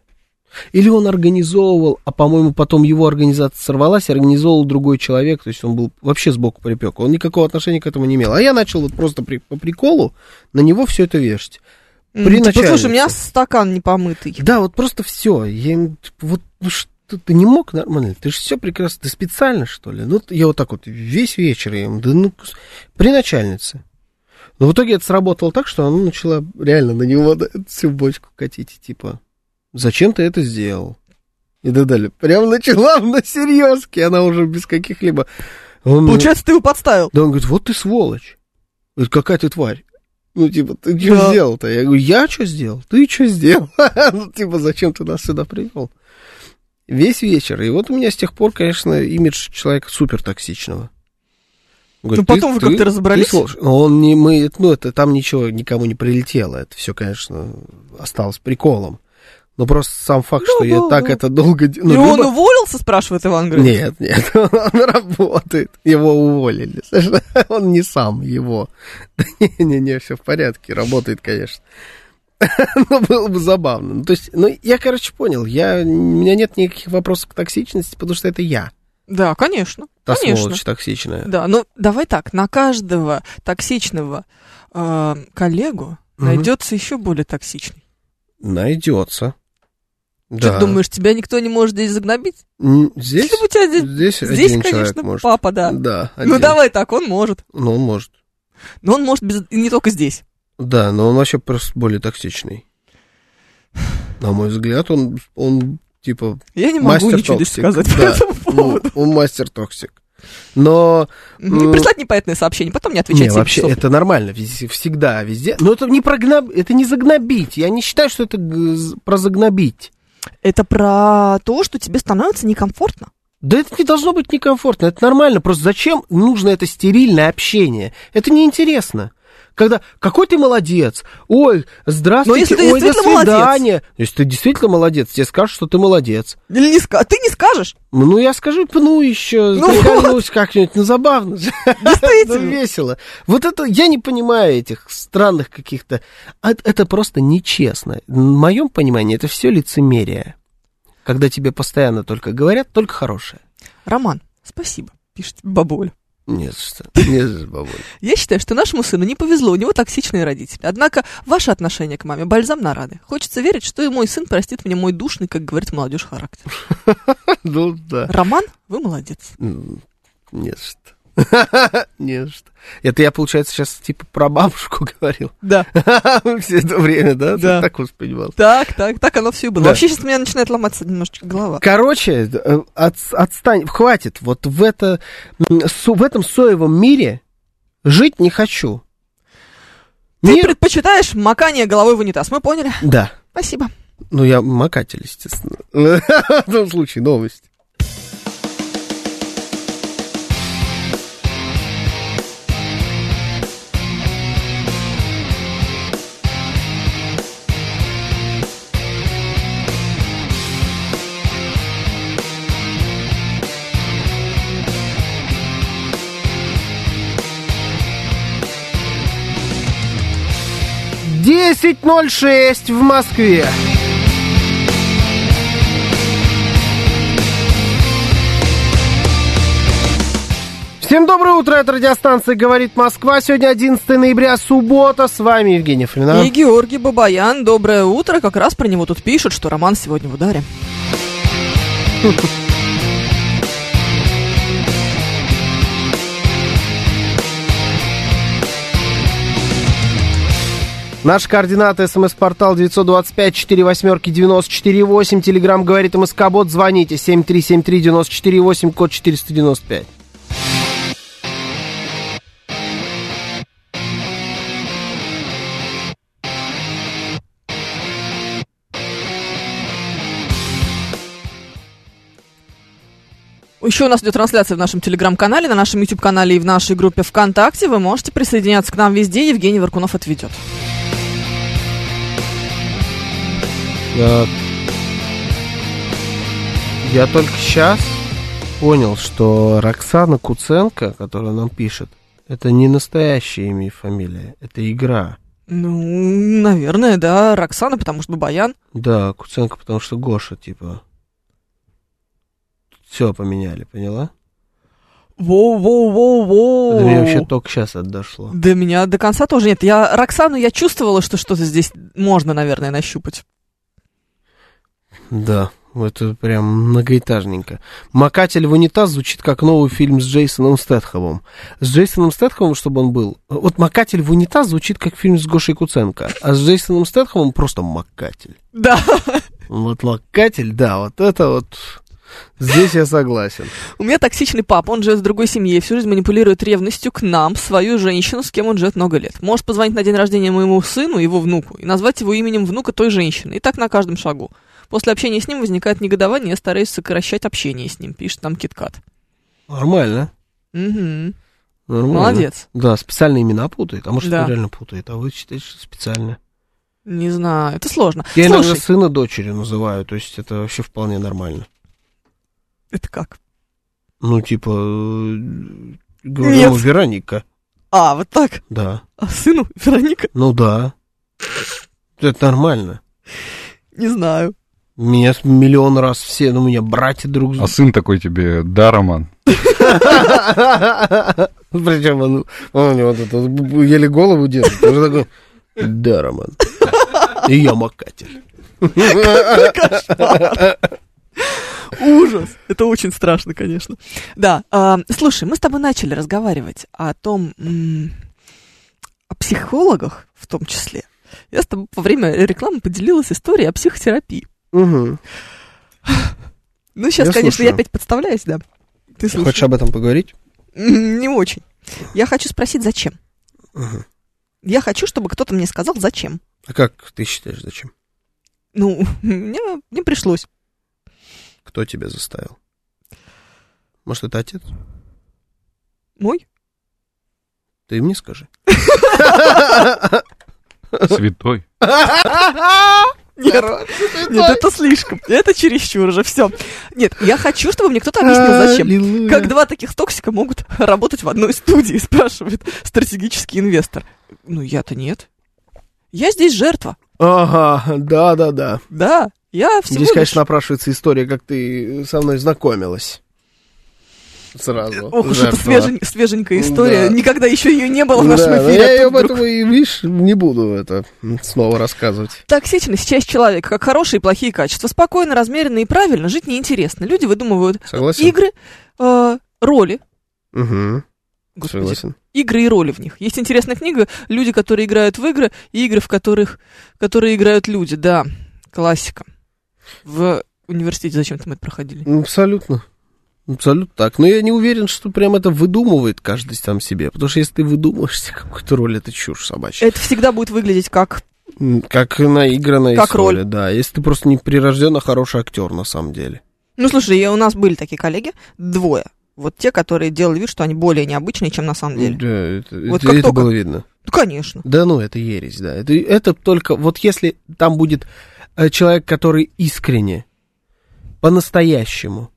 Speaker 1: Или он организовывал, а, по-моему, потом его организация сорвалась, и организовал другой человек, то есть он был вообще сбоку припек, он никакого отношения к этому не имел. А я начал вот просто при- по приколу на него все это вешать.
Speaker 2: М,
Speaker 1: при
Speaker 2: типа, слушай,
Speaker 1: начальнице.
Speaker 2: у меня стакан непомытый.
Speaker 1: Да, вот просто все. Я им, типа, вот ну что ты не мог нормально? Ты же все прекрасно. Ты специально, что ли? Ну, т- я вот так вот весь вечер я им, да ну, кус- при начальнице. Но в итоге это сработало так, что она начала реально на него да, всю бочку катить. и Типа, зачем ты это сделал? И да далее. Прям начала на серьезке. Она уже без каких-либо... Он-
Speaker 2: Получается, ты его подставил.
Speaker 1: да он говорит, вот ты сволочь. Говорит, какая ты тварь. Ну, типа, ты что
Speaker 2: Да.
Speaker 1: сделал-то? Я говорю, я что сделал? Ты что сделал? ну, типа, зачем ты нас сюда привел? Весь вечер. И вот у меня с тех пор, конечно, имидж человека супер токсичного.
Speaker 2: Ну, потом вы как-то разобрались.
Speaker 1: Он не, мы, ну, это там ничего никому не прилетело. Это все, конечно, осталось приколом. Но просто сам факт,
Speaker 2: Да,
Speaker 1: что я
Speaker 2: да,
Speaker 1: так
Speaker 2: да.
Speaker 1: это долго... де- ну,
Speaker 2: и он
Speaker 1: либо-
Speaker 2: уволился, спрашивает Иван Грозный.
Speaker 1: нет, нет, он работает. Его уволили. Слушай, Он не сам его. Да не-не-не, все в порядке, работает, конечно. Ну, было бы забавно. Ну, то есть, ну, я, короче, понял, я, у меня нет никаких вопросов к токсичности, потому что это я.
Speaker 2: Да, конечно.
Speaker 1: Та
Speaker 2: конечно.
Speaker 1: сволочь токсичная.
Speaker 2: Да, ну давай так, на каждого токсичного э, коллегу
Speaker 1: Мгм.
Speaker 2: найдется еще более токсичный.
Speaker 1: Найдется.
Speaker 2: Ты
Speaker 1: Да.
Speaker 2: думаешь, тебя никто не может здесь загнобить?
Speaker 1: М, Здесь?
Speaker 2: Если бы тебя здесь,
Speaker 1: Здесь,
Speaker 2: здесь,
Speaker 1: один человек
Speaker 2: конечно,
Speaker 1: может.
Speaker 2: папа, да.
Speaker 1: Да.
Speaker 2: Ну
Speaker 1: один.
Speaker 2: давай так, он может.
Speaker 1: Ну, он может.
Speaker 2: Но он может без- и не только здесь.
Speaker 1: Да, но он вообще просто более токсичный. На мой взгляд, он, он типа,
Speaker 2: Я не могу
Speaker 1: Мастер
Speaker 2: ничего здесь
Speaker 1: токсик,
Speaker 2: сказать по
Speaker 1: да.
Speaker 2: этому
Speaker 1: ну,
Speaker 2: поводу.
Speaker 1: он мастер токсик. Но
Speaker 2: Не прислать непонятное сообщение, потом не отвечать
Speaker 1: не,
Speaker 2: семь
Speaker 1: вообще
Speaker 2: часов.
Speaker 1: это нормально, вез- всегда, везде. Но это не прогноб, это не загнобить. Я не считаю, что это г- з- про загнобить.
Speaker 2: Это про то, что тебе становится некомфортно.
Speaker 1: Да это не должно быть некомфортно, это нормально. Просто зачем нужно это стерильное общение? Это неинтересно. Когда какой ты молодец, ой, здравствуйте,
Speaker 2: Но если ты
Speaker 1: ой, до
Speaker 2: действительно молодец.
Speaker 1: свидания. Если ты действительно молодец, тебе скажут, что ты молодец.
Speaker 2: Или не ска- Ты не скажешь.
Speaker 1: Ну, я скажу, пну еще,
Speaker 2: Ну
Speaker 1: прикольнусь как-нибудь, ну, забавно же, ну,
Speaker 2: Действительно.
Speaker 1: весело. Вот это, я не понимаю этих странных каких-то, А это просто нечестно. В моем понимании это все лицемерие, когда тебе постоянно только говорят, только хорошее.
Speaker 2: Роман, спасибо, пишет бабуль.
Speaker 1: Нет, что, не за что, бабуль.
Speaker 2: Я считаю, что нашему сыну не повезло, у него токсичные родители. Однако ваше отношение к маме бальзам на раны. Хочется верить, что и мой сын простит мне мой душный, как говорит молодежь, характер.
Speaker 1: Ну, да.
Speaker 2: Роман, вы молодец.
Speaker 1: М, Не за что. Не за что. Это я, получается, сейчас типа про бабушку говорил.
Speaker 2: Да.
Speaker 1: Все это время, да? Ты
Speaker 2: Да.
Speaker 1: Так воспринимал.
Speaker 2: Так, так, так оно все и было.
Speaker 1: Да.
Speaker 2: Вообще сейчас у меня начинает ломаться немножечко голова.
Speaker 1: Короче, э, отс- отстань, хватит. Вот в, это, м, со- в этом соевом мире жить не хочу.
Speaker 2: Ты
Speaker 1: Мир-
Speaker 2: предпочитаешь макание головой в унитаз, мы поняли.
Speaker 1: Да.
Speaker 2: Спасибо.
Speaker 1: Ну, я макатель, естественно. В том случае, новость. Десять ноль шесть в Москве. Всем доброе утро, это радиостанция «Говорит Москва». Сегодня 11 ноября, суббота. С вами Евгений Фрина.
Speaker 2: И Георгий Бабаян, доброе утро. Как раз про него тут пишут, что Роман сегодня в ударе.
Speaker 1: Наш координаты смс-портал 925-48-94-8. Телеграмм говорит МСК-бот. Звоните 7373-94-8, код 495.
Speaker 2: Еще у нас идет трансляция в нашем телеграм-канале, на нашем YouTube-канале и в нашей группе ВКонтакте. Вы можете присоединяться к нам везде. Евгений Варкунов отведет.
Speaker 1: Так. Я только сейчас понял, что Роксана Куценко, которая нам пишет, это не настоящее имя и фамилия, это игра.
Speaker 2: Ну, наверное, да, Роксана, потому что Баян.
Speaker 1: Да, Куценко, потому что Гоша, типа. Все поменяли, поняла?
Speaker 2: Воу-воу-воу-воу.
Speaker 1: Это мне вообще только сейчас отошло.
Speaker 2: До меня до конца тоже нет. Я Роксану, я чувствовала, что что-то здесь можно, наверное, нащупать.
Speaker 1: Да, это прям многоэтажненько. «Макатель в унитаз» звучит как новый фильм с Джейсоном Стэтховым. С Джейсоном Стэтховым, чтобы он был... Вот «Макатель в унитаз» звучит как фильм с Гошей Куценко, а с Джейсоном Стэтховым просто «Макатель».
Speaker 2: Да.
Speaker 1: Вот «Макатель», да, вот это вот... Здесь я согласен.
Speaker 2: У меня токсичный папа, он живет в другой семье и всю жизнь манипулирует ревностью к нам, свою женщину, с кем он живет много лет. Может позвонить на день рождения моему сыну, его внуку, и назвать его именем внука той женщины. И так на каждом шагу. После общения с ним возникает негодование, я стараюсь сокращать общение с ним, пишет нам Киткат.
Speaker 1: Нормально.
Speaker 2: Угу.
Speaker 1: Нормально.
Speaker 2: Молодец.
Speaker 1: Да, специально имена путает, а может
Speaker 2: Да.
Speaker 1: он реально путает, а вы считаете, что специально.
Speaker 2: Не знаю, это сложно.
Speaker 1: Я иногда
Speaker 2: Слушай,
Speaker 1: сына дочерью называю, то есть это вообще вполне нормально.
Speaker 2: это как?
Speaker 1: Ну, типа, э, говорю
Speaker 2: Нет.
Speaker 1: ему Вероника,
Speaker 2: А, вот так.
Speaker 1: да.
Speaker 2: А сыну Вероника?
Speaker 1: Ну да. Это нормально.
Speaker 2: Не знаю.
Speaker 1: Меня с- миллион раз все, ну, у меня братья друг
Speaker 3: А сын такой тебе, да, Роман?
Speaker 1: Причем он, он у него тут вот еле голову держит. Он же такой, да, Роман. И я макатель. Э,
Speaker 2: Ужас. Это очень страшно, конечно. Да. а, слушай, мы с тобой начали разговаривать о том, м, о психологах в том числе. Я с тобой во время рекламы поделилась историей о психотерапии.
Speaker 1: Угу.
Speaker 2: Ну, сейчас,
Speaker 1: Я
Speaker 2: конечно,
Speaker 1: слушаю.
Speaker 2: я опять подставляюсь, да. Ты слушай.
Speaker 1: Хочешь об этом поговорить?
Speaker 2: Не очень. Я хочу спросить, зачем?
Speaker 1: Мгм.
Speaker 2: Я хочу, чтобы кто-то мне сказал, зачем.
Speaker 1: А как ты считаешь, зачем?
Speaker 2: Ну, мне, мне пришлось.
Speaker 1: Кто тебя заставил? Может, это отец?
Speaker 2: Мой?
Speaker 1: Ты мне скажи.
Speaker 3: Святой.
Speaker 2: Нет, нет, это слишком. Это чересчур уже, все. Нет, я хочу, чтобы мне кто-то объяснил,
Speaker 1: А,
Speaker 2: зачем. Как два таких токсика могут работать в одной студии, спрашивает стратегический инвестор. Ну, я-то нет. Я здесь жертва.
Speaker 1: Ага, да-да-да.
Speaker 2: Да, я всего
Speaker 1: Здесь,
Speaker 2: лишь-
Speaker 1: конечно, напрашивается история, как ты со мной знакомилась. Сразу.
Speaker 2: Ох уж это
Speaker 1: Жертва.
Speaker 2: свежень- свеженькая история.
Speaker 1: Да.
Speaker 2: Никогда еще ее не было в нашем
Speaker 1: Да, но
Speaker 2: эфире.
Speaker 1: я
Speaker 2: а
Speaker 1: ее
Speaker 2: тут вдруг.
Speaker 1: поэтому и, видишь, не буду это м, снова рассказывать.
Speaker 2: Токсичность – часть человека, как хорошие и плохие качества. Спокойно, размеренно и правильно жить неинтересно. Люди выдумывают
Speaker 1: Согласен?
Speaker 2: игры, э, роли.
Speaker 1: Угу,
Speaker 2: Господи,
Speaker 1: согласен.
Speaker 2: игры и роли в них. Есть интересная книга «Люди, которые играют в игры» и игры, в которых, которые играют люди. Да, классика. В университете зачем-то мы это проходили.
Speaker 1: Ну, Абсолютно. Абсолютно так. Но я не уверен, что прям это выдумывает каждый сам себе. Потому что если ты выдумываешь себе какую-то роль, это чушь собачья.
Speaker 2: Это всегда будет выглядеть как...
Speaker 1: М, Как наигранная
Speaker 2: Как
Speaker 1: история,
Speaker 2: роль.
Speaker 1: да. Если ты просто не прирожденно хороший актер, на самом деле.
Speaker 2: Ну, слушай, я, у нас были такие коллеги, двое. Вот те, которые делали вид, что они более необычные, чем на самом деле.
Speaker 1: Да, это,
Speaker 2: Вот
Speaker 1: это-
Speaker 2: как
Speaker 1: это
Speaker 2: только-
Speaker 1: было видно.
Speaker 2: Ну, конечно.
Speaker 1: Да ну, это ересь, да. Это, это только, вот если там будет э, человек, который искренне, по-настоящему,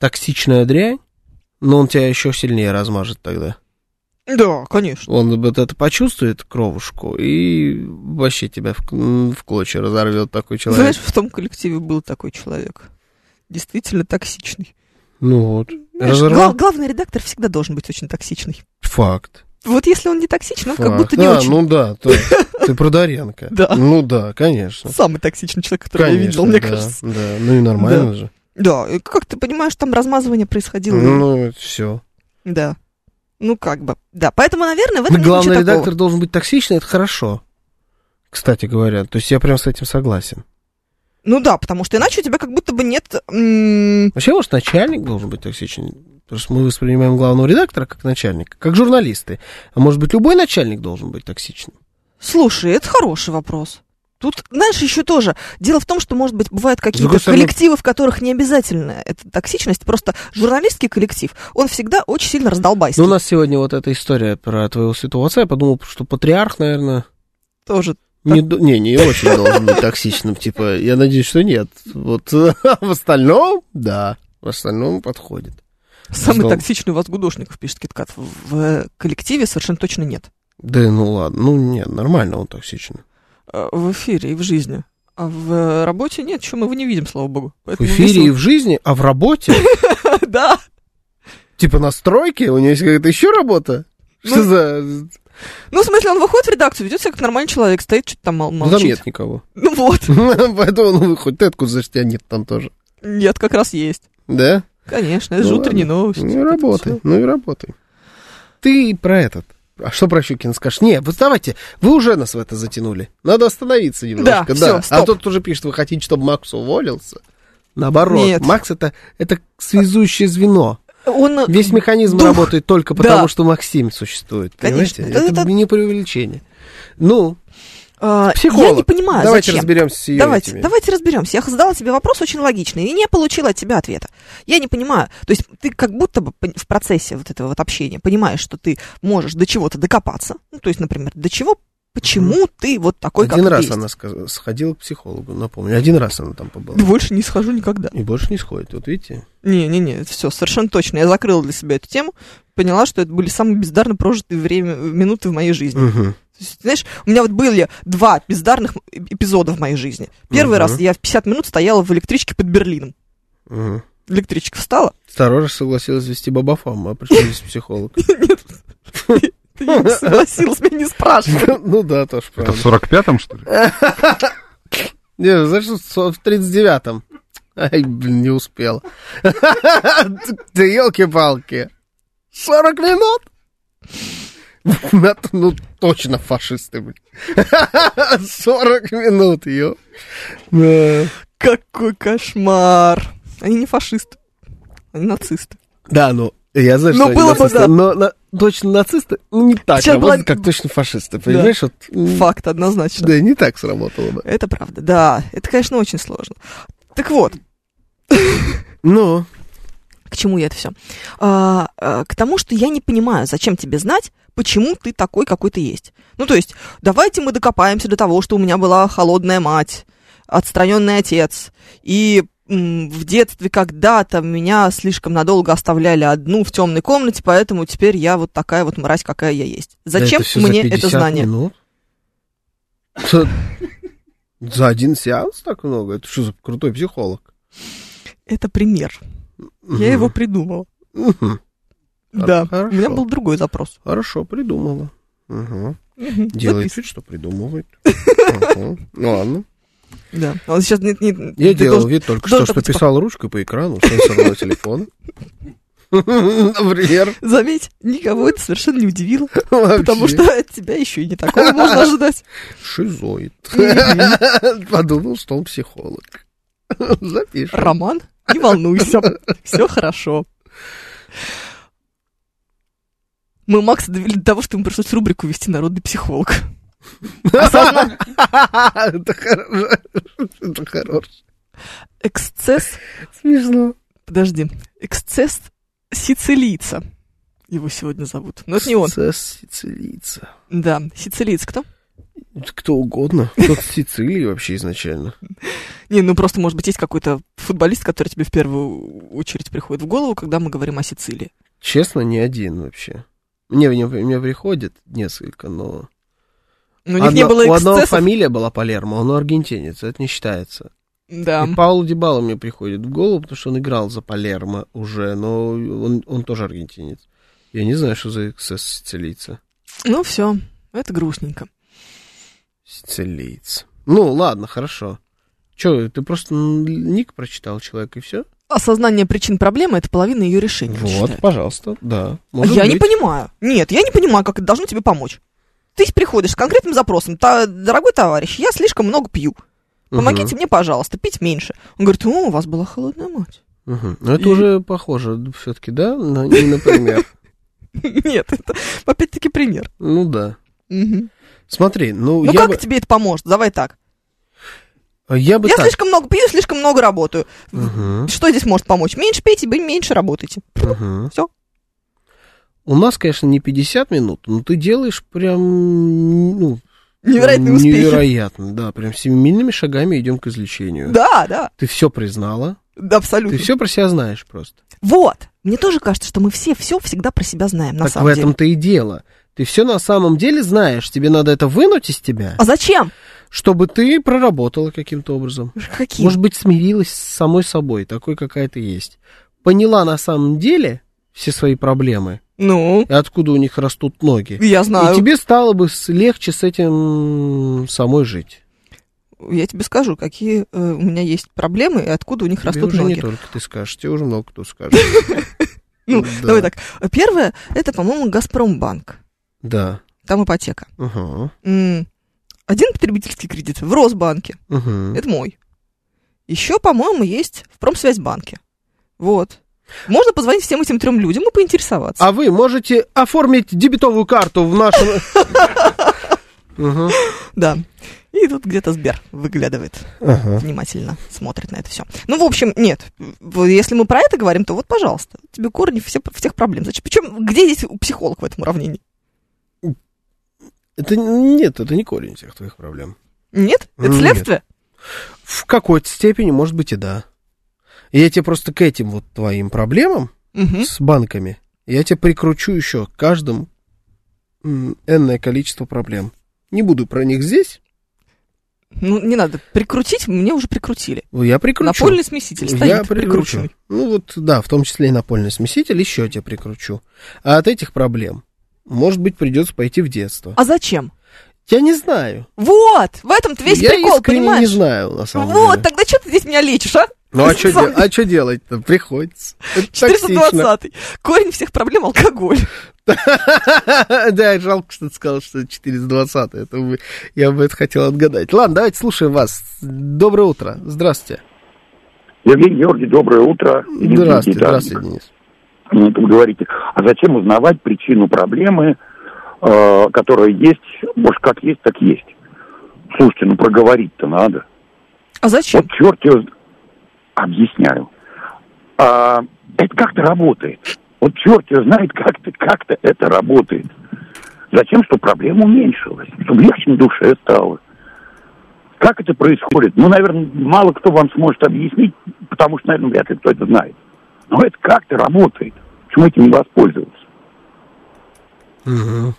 Speaker 1: токсичная дрянь, но он тебя еще сильнее размажет тогда.
Speaker 2: Да, конечно.
Speaker 1: Он вот это почувствует, кровушку, и вообще тебя в, к- в клочья разорвет такой человек.
Speaker 2: Знаешь, в том коллективе был такой человек. Действительно токсичный.
Speaker 1: ну вот,
Speaker 2: Знаешь,
Speaker 1: Разорвал?
Speaker 2: гла- главный редактор всегда должен быть очень токсичный.
Speaker 1: факт.
Speaker 2: Вот если он не токсичный, он как
Speaker 1: факт.
Speaker 2: будто не
Speaker 1: А,
Speaker 2: очень.
Speaker 1: ну да, то- ты Продаренко.
Speaker 2: Да.
Speaker 1: Ну да, конечно.
Speaker 2: Самый токсичный человек, который я
Speaker 1: Конечно,
Speaker 2: видел, мне
Speaker 1: да,
Speaker 2: кажется.
Speaker 1: Да, ну и нормально же.
Speaker 2: Да, и как ты понимаешь, там размазывание происходило.
Speaker 1: Ну, все.
Speaker 2: Да. Ну, как бы, да. Поэтому, наверное, в этом нет ничего
Speaker 1: Ну, Главный
Speaker 2: такого.
Speaker 1: редактор должен быть токсичный, это хорошо. Кстати говоря, то есть я прям с этим согласен.
Speaker 2: Ну да, потому что иначе у тебя как будто бы нет... м,
Speaker 1: Вообще, может, начальник должен быть токсичен? Потому что мы воспринимаем главного редактора как начальника, как журналисты. А может быть, любой начальник должен быть токсичным?
Speaker 2: Слушай, это хороший вопрос. Тут, знаешь, еще тоже. Дело в том, что, может быть, бывают какие-то
Speaker 1: другой стороны-
Speaker 2: коллективы, в которых не обязательно эта токсичность. Просто журналистский коллектив, он всегда очень сильно раздолбайский.
Speaker 1: Ну, у нас сегодня вот эта история про твоего святого отца. Я подумал, что патриарх, наверное,
Speaker 2: тоже.
Speaker 1: не, до- не, не очень должен быть токсичным. Типа, я надеюсь, что нет. Вот а в остальном, да, в остальном подходит.
Speaker 2: Самый
Speaker 1: Раздол-
Speaker 2: токсичный у вас гудошников, пишет Киткат. В, в коллективе совершенно точно нет.
Speaker 1: Да ну ладно, ну нет, нормально он токсичен.
Speaker 2: Э, В эфире и в жизни. А в э, работе нет, чего мы его не видим, слава богу.
Speaker 1: В эфире и в жизни, а в работе?
Speaker 2: Да.
Speaker 1: Типа на стройке? У него есть какая-то еще работа? Что
Speaker 2: Ну,
Speaker 1: за...
Speaker 2: Ну, в смысле, он выходит в редакцию, ведет себя как нормальный человек, стоит, что-то там мол-
Speaker 1: Ну, там
Speaker 2: молчит.
Speaker 1: нет никого.
Speaker 2: Ну вот.
Speaker 1: Поэтому он выходит. Ты откуда знаешь, тебя нет там тоже?
Speaker 2: Нет, как раз есть.
Speaker 1: Да?
Speaker 2: Конечно, это же
Speaker 1: Ну
Speaker 2: утренние новости.
Speaker 1: Ну и
Speaker 2: Это
Speaker 1: работай,
Speaker 2: всё.
Speaker 1: ну и работай. Ты про этот. А что про Щукина скажешь? Не, вот давайте, вы уже нас в это затянули. Надо остановиться немножко.
Speaker 2: всё,
Speaker 1: а
Speaker 2: стоп.
Speaker 1: тот уже пишет, вы хотите, чтобы Макс уволился? Наоборот,
Speaker 2: Нет.
Speaker 1: Макс это, это связующее звено.
Speaker 2: Он...
Speaker 1: Весь механизм
Speaker 2: Дух.
Speaker 1: работает только потому,
Speaker 2: Да.
Speaker 1: что Максим существует.
Speaker 2: Конечно.
Speaker 1: Понимаете? Это,
Speaker 2: Это-
Speaker 1: не преувеличение. Ну,
Speaker 2: а,
Speaker 1: психолог.
Speaker 2: Я не понимаю,
Speaker 1: Давайте
Speaker 2: зачем.
Speaker 1: разберемся с ее
Speaker 2: Давайте,
Speaker 1: этими.
Speaker 2: давайте разберемся. Я задала тебе вопрос очень логичный и не получила от тебя ответа. Я не понимаю. То есть ты как будто бы пон- в процессе вот этого вот общения понимаешь, что ты можешь до чего-то докопаться. Ну, то есть, например, до чего, почему ты вот такой,
Speaker 1: Один
Speaker 2: как
Speaker 1: раз
Speaker 2: ты есть.
Speaker 1: она сказ- сходила к психологу, напомню. Один раз она там побыла.
Speaker 2: Да Больше не схожу никогда.
Speaker 1: И больше не сходит. Вот видите?
Speaker 2: Не-не-не, все, совершенно точно. Я закрыла для себя эту тему, поняла, что это были самые бездарно прожитые время, минуты в моей жизни.
Speaker 1: Мгм.
Speaker 2: То есть, знаешь, у меня вот были два бездарных м- эпизода в моей жизни. Первый
Speaker 1: Мгм.
Speaker 2: раз я в 50 минут стояла в электричке под Берлином.
Speaker 1: Мгм.
Speaker 2: Электричка встала.
Speaker 1: Второй раз согласилась вести Баба Фама, а причем здесь психолог.
Speaker 2: Ты не согласилась, меня не спрашивай.
Speaker 1: Ну да, тоже
Speaker 3: Это в
Speaker 1: правда.
Speaker 3: 45-м, что ли?
Speaker 1: Не, знаешь, что в 39-м. Ай, блин, не успел. Да елки-палки. 40 минут? На- Ну, точно фашисты, блин. 40 минут, ё. Да.
Speaker 2: Какой кошмар. Они не фашисты. Они нацисты.
Speaker 1: Да, ну, я знаю,
Speaker 2: Ну,
Speaker 1: что они
Speaker 2: было бы,
Speaker 1: нацисты,
Speaker 2: да.
Speaker 1: но на- точно нацисты, ну, не так,
Speaker 2: Сейчас
Speaker 1: работают,
Speaker 2: была-
Speaker 1: как точно фашисты, понимаешь? Вот, м,
Speaker 2: Факт однозначно.
Speaker 1: Да, не так сработало бы.
Speaker 2: Это правда. Да, это, конечно, очень сложно. Так вот,
Speaker 1: Ну,
Speaker 2: к чему я это все? к тому, что я не понимаю, зачем тебе знать, почему ты такой, какой ты есть. Ну, то есть, давайте мы докопаемся до того, что у меня была холодная мать, отстраненный отец, и м, в детстве когда-то меня слишком надолго оставляли одну в темной комнате, поэтому теперь я вот такая вот мразь, какая я есть. Зачем мне это знание?
Speaker 1: Минут? Что- За один сеанс так много? Это что за крутой психолог?
Speaker 2: Это пример. Я его придумала.
Speaker 1: Мгм. Хор-
Speaker 2: Да.
Speaker 1: А, хорошо.
Speaker 2: У меня был другой запрос.
Speaker 1: Хорошо, придумала. Мгм.
Speaker 2: Мгм.
Speaker 1: Делает
Speaker 2: Запис-
Speaker 1: вид, что придумывает. Мгм. Ну ладно.
Speaker 2: Да. Он сейчас не- не-
Speaker 1: Я
Speaker 2: ты
Speaker 1: делал
Speaker 2: должен-
Speaker 1: вид только
Speaker 2: должен
Speaker 1: что, что
Speaker 2: так успоко-
Speaker 1: писал ручкой по экрану сенсорного телефона. Например.
Speaker 2: Заметь, никого это совершенно не удивило. Потому
Speaker 1: вообще.
Speaker 2: что от тебя еще и не такого можно ожидать.
Speaker 1: Шизоид. Подумал, что он психолог. Запишем.
Speaker 2: Роман, не волнуйся, все хорошо. Мы Макса довели до того, что ему пришлось рубрику вести «Народный психолог». А Осозна-
Speaker 1: Это хорошо. Это хорошо.
Speaker 2: Эксцесс,
Speaker 1: Смешно.
Speaker 2: подожди, эксцесс сицилийца. Его сегодня зовут. Но это не он.
Speaker 1: Со сицилийца.
Speaker 2: Да, сицилиец кто?
Speaker 1: Это Кто угодно. Кто с Сицилии вообще изначально.
Speaker 2: Не, ну просто, может быть, есть какой-то футболист, который тебе в первую очередь приходит в голову, когда мы говорим о Сицилии.
Speaker 1: Честно, не один вообще. Мне, мне, мне приходит несколько, но...
Speaker 2: Но у них не
Speaker 1: Одно-
Speaker 2: было
Speaker 1: у одного
Speaker 2: эксцессов.
Speaker 1: фамилия была Палермо, он аргентинец, это не считается.
Speaker 2: Да.
Speaker 1: И Пауло Дибало мне приходит в голову, потому что он играл за Палермо уже, но он, он тоже аргентинец. Я не знаю, что за эксцесс сицилийца.
Speaker 2: Ну все, это грустненько.
Speaker 1: Сицилиец. Ну, ладно, хорошо. Че, ты просто м, ник прочитал человек и все?
Speaker 2: осознание причин проблемы это половина ее решения. я
Speaker 1: Вот,
Speaker 2: считаю.
Speaker 1: пожалуйста, да.
Speaker 2: А
Speaker 1: может
Speaker 2: Я не
Speaker 1: быть.
Speaker 2: понимаю. Нет, я не понимаю, как это должно тебе помочь. Ты приходишь с конкретным запросом. «Та- дорогой товарищ, я слишком много пью. Помогите мне, пожалуйста, пить меньше. Он говорит, о, у вас была холодная мать.
Speaker 1: Мгм. Ну, это
Speaker 2: И-
Speaker 1: уже похоже все-таки, да? На- не например.
Speaker 2: Нет, это опять-таки пример.
Speaker 1: Ну да.
Speaker 2: Мгм.
Speaker 1: Смотри, ну,
Speaker 2: Ну
Speaker 1: я,
Speaker 2: как
Speaker 1: бы,
Speaker 2: тебе это поможет? Давай так.
Speaker 1: я бы
Speaker 2: Я
Speaker 1: так.
Speaker 2: слишком много пью, слишком много работаю.
Speaker 1: Мгм,
Speaker 2: Что здесь может помочь? Меньше пейте, вы меньше работаете.
Speaker 1: мгм.
Speaker 2: Всё.
Speaker 1: У нас, конечно, не 50 минут, но ты делаешь прям, ну,
Speaker 2: Невероятные успехи.
Speaker 1: невероятно, да, прям семимильными шагами идем к излечению.
Speaker 2: Да, да,
Speaker 1: Ты все признала, ты
Speaker 2: да, абсолютно.
Speaker 1: все про себя знаешь просто.
Speaker 2: Вот. Мне тоже кажется, что мы все все всегда про себя знаем, на
Speaker 1: так в
Speaker 2: самом деле.
Speaker 1: этом-то и дело. Ты все на самом деле знаешь, тебе надо это вынуть из тебя,
Speaker 2: А зачем?
Speaker 1: чтобы ты проработала каким-то образом.
Speaker 2: Какие?
Speaker 1: Может быть, смирилась с самой собой, такой, какая ты есть. Поняла на самом деле все свои проблемы
Speaker 2: Ну,
Speaker 1: и откуда у них растут ноги.
Speaker 2: я знаю.
Speaker 1: И тебе стало бы с- легче с этим самой жить.
Speaker 2: Я тебе скажу, какие э, у меня есть проблемы и откуда у них
Speaker 1: Тебе
Speaker 2: растут
Speaker 1: уже
Speaker 2: ноги.
Speaker 1: не только ты скажешь, тебе уже много кто скажет.
Speaker 2: Ну,
Speaker 1: Да.
Speaker 2: давай так. Первое, это, по-моему, Газпромбанк.
Speaker 1: Да.
Speaker 2: Там ипотека.
Speaker 1: Ага.
Speaker 2: М, Один потребительский кредит в Росбанке.
Speaker 1: Мгм.
Speaker 2: Это мой. Еще, по-моему, есть в Промсвязьбанке. Вот. Можно позвонить всем этим трем людям и поинтересоваться.
Speaker 1: А вы можете оформить дебетовую карту в нашем... Мгм.
Speaker 2: Да. И тут где-то Сбер выглядывает
Speaker 1: Ага.
Speaker 2: внимательно, смотрит на это все. Ну, в общем, нет. В- Если мы про это говорим, то вот, пожалуйста, тебе корни все, всех проблем. Значит, причем, где здесь психолог в этом уравнении?
Speaker 1: Это нет, это не корень всех твоих проблем.
Speaker 2: Нет? Это
Speaker 1: Нет.
Speaker 2: следствие?
Speaker 1: В какой-то степени, может быть, и да. Я тебе просто к этим вот твоим проблемам
Speaker 2: Мгм.
Speaker 1: с банками, я тебе прикручу еще к каждому м, энное количество проблем. Не буду про них здесь,
Speaker 2: Ну, не надо. Прикрутить мне уже прикрутили.
Speaker 1: я прикручу.
Speaker 2: Напольный смеситель стоит
Speaker 1: Я прикручу.
Speaker 2: прикрученный.
Speaker 1: Ну вот, да, в том числе и напольный смеситель, еще я тебе прикручу. А от этих проблем, может быть, придется пойти в детство.
Speaker 2: А зачем?
Speaker 1: Я не знаю.
Speaker 2: Вот! В этом-то весь
Speaker 1: я
Speaker 2: прикол,
Speaker 1: искренне
Speaker 2: понимаешь?
Speaker 1: не знаю, на самом
Speaker 2: вот,
Speaker 1: деле.
Speaker 2: тогда что ты здесь меня лечишь, а?
Speaker 1: Ну а что
Speaker 2: Сам-
Speaker 1: делать-то? Приходится. Это токсично.
Speaker 2: 420 Корень всех проблем алкоголь.
Speaker 1: Да, жалко, что ты сказал, что 420. Это бы- я бы это хотел отгадать. Ладно, давайте слушаем вас. Доброе утро. Здравствуйте.
Speaker 5: Евгений Георгий, доброе утро. Денис
Speaker 1: Здравствуйте,
Speaker 5: Никита.
Speaker 1: здравствуйте, Денис.
Speaker 5: Ну, Тут говорите, а зачем узнавать причину проблемы, э, которая есть, может, как есть, так есть. Слушайте, ну проговорить-то надо.
Speaker 2: А зачем?
Speaker 5: Вот черт его... зн- Объясняю. А, это как-то работает. Вот черт его знает, как-то как то это работает. Зачем, чтобы проблема уменьшилась, чтобы легче на душе стало. Как это происходит? Ну, наверное, мало кто вам сможет объяснить, потому что, наверное, вряд ли кто это знает. Но это как-то работает. Почему этим не воспользоваться?
Speaker 1: Ну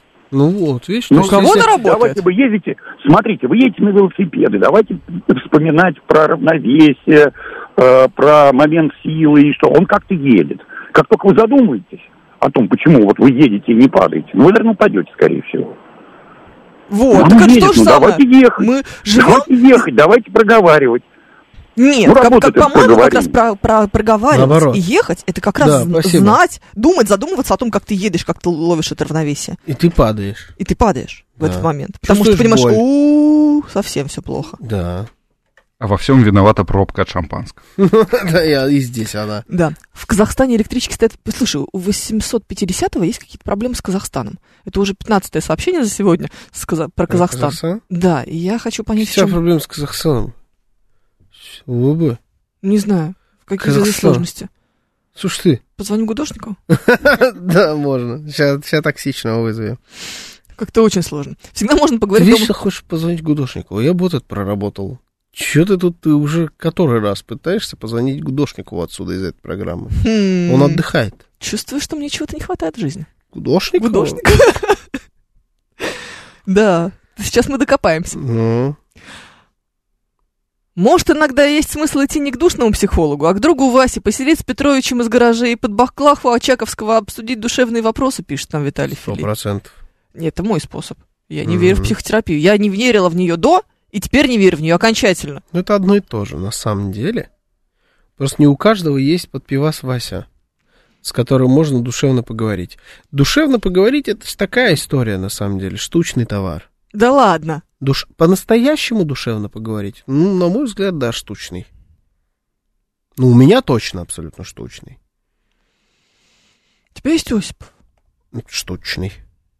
Speaker 1: вот, видишь,
Speaker 5: Ну,
Speaker 1: то есть
Speaker 2: кого
Speaker 1: если-
Speaker 2: она работает?
Speaker 5: Давайте вы едете, смотрите, вы едете на велосипеды, давайте вспоминать про равновесие, э, про момент силы и что. Он как-то едет. Как только вы задумаетесь о том, почему вот вы едете и не падаете, ну, вы, наверное, упадете, скорее всего.
Speaker 2: Вот,
Speaker 5: ну,
Speaker 2: так это
Speaker 5: едет,
Speaker 2: то же
Speaker 5: ну,
Speaker 2: самое.
Speaker 5: давайте ехать.
Speaker 2: Мы живем...
Speaker 5: Давайте
Speaker 6: Ну,
Speaker 5: ехать, давайте проговаривать.
Speaker 2: Нет,
Speaker 5: Ну,
Speaker 2: как,
Speaker 5: работает,
Speaker 2: как, по-моему, как раз про,
Speaker 5: проговорили.
Speaker 2: про- проговаривать
Speaker 1: Наоборот.
Speaker 2: и ехать, это как раз
Speaker 1: Да,
Speaker 2: зн-
Speaker 1: спасибо.
Speaker 2: знать, думать, задумываться о том, как ты едешь, как ты ловишь это равновесие.
Speaker 1: И ты падаешь.
Speaker 2: И ты падаешь в
Speaker 1: Да.
Speaker 2: этот момент. Потому что
Speaker 1: Чувствуешь
Speaker 2: ты понимаешь,
Speaker 1: боль.
Speaker 2: у совсем все плохо.
Speaker 1: Да.
Speaker 3: А во всем виновата пробка от шампанского.
Speaker 1: Да, я и здесь она.
Speaker 2: Да. В Казахстане электрички стоят... Слушай, у 850-го есть какие-то проблемы с Казахстаном. Это уже 15-е сообщение за сегодня с Каза-
Speaker 1: Э,
Speaker 2: про Казахстан. Да, и я хочу понять, в
Speaker 1: Вся
Speaker 2: чем...
Speaker 1: проблема с Казахстаном. Вы бы.
Speaker 2: Не знаю, в какие здесь
Speaker 1: Казахстан.
Speaker 2: сложности.
Speaker 1: Слушай
Speaker 2: Позвоню гудошнику?
Speaker 1: ты. Да, можно. Сейчас токсичного вызовем.
Speaker 2: Как-то очень сложно. Всегда можно
Speaker 1: Ты
Speaker 2: поговорить дома.
Speaker 1: вечно хочешь позвонить Гудошникову? Я бы вот это проработал. Че ты тут ты уже который раз пытаешься позвонить Гудошникову отсюда из этой программы?
Speaker 2: Хм.
Speaker 1: Он отдыхает.
Speaker 2: Чувствую, что мне чего-то не хватает в жизни.
Speaker 1: Гудошникову?
Speaker 2: Гудошник. Да, сейчас мы докопаемся.
Speaker 1: Ну,
Speaker 2: Может, иногда есть смысл идти не к душному психологу, а к другу Васе, посидеть с Петровичем из гаражей и под баклаху Очаковского обсудить душевные вопросы, пишет нам Виталий
Speaker 1: сто
Speaker 2: Филипп.
Speaker 1: процентов.
Speaker 2: Нет, это мой способ. Я не
Speaker 1: Мгм.
Speaker 2: верю в психотерапию. Я не верила в нее до, и теперь не верю в нее окончательно.
Speaker 1: Ну, это одно и то же, на самом деле. Просто не у каждого есть подпивас Вася, с которым можно душевно поговорить. Душевно поговорить это ж такая история, на самом деле, штучный товар.
Speaker 2: Да ладно.
Speaker 1: Душ... По-настоящему душевно поговорить? Ну, на мой взгляд, да, штучный. Ну, у меня точно абсолютно штучный.
Speaker 2: У тебя есть Осип?
Speaker 1: Штучный.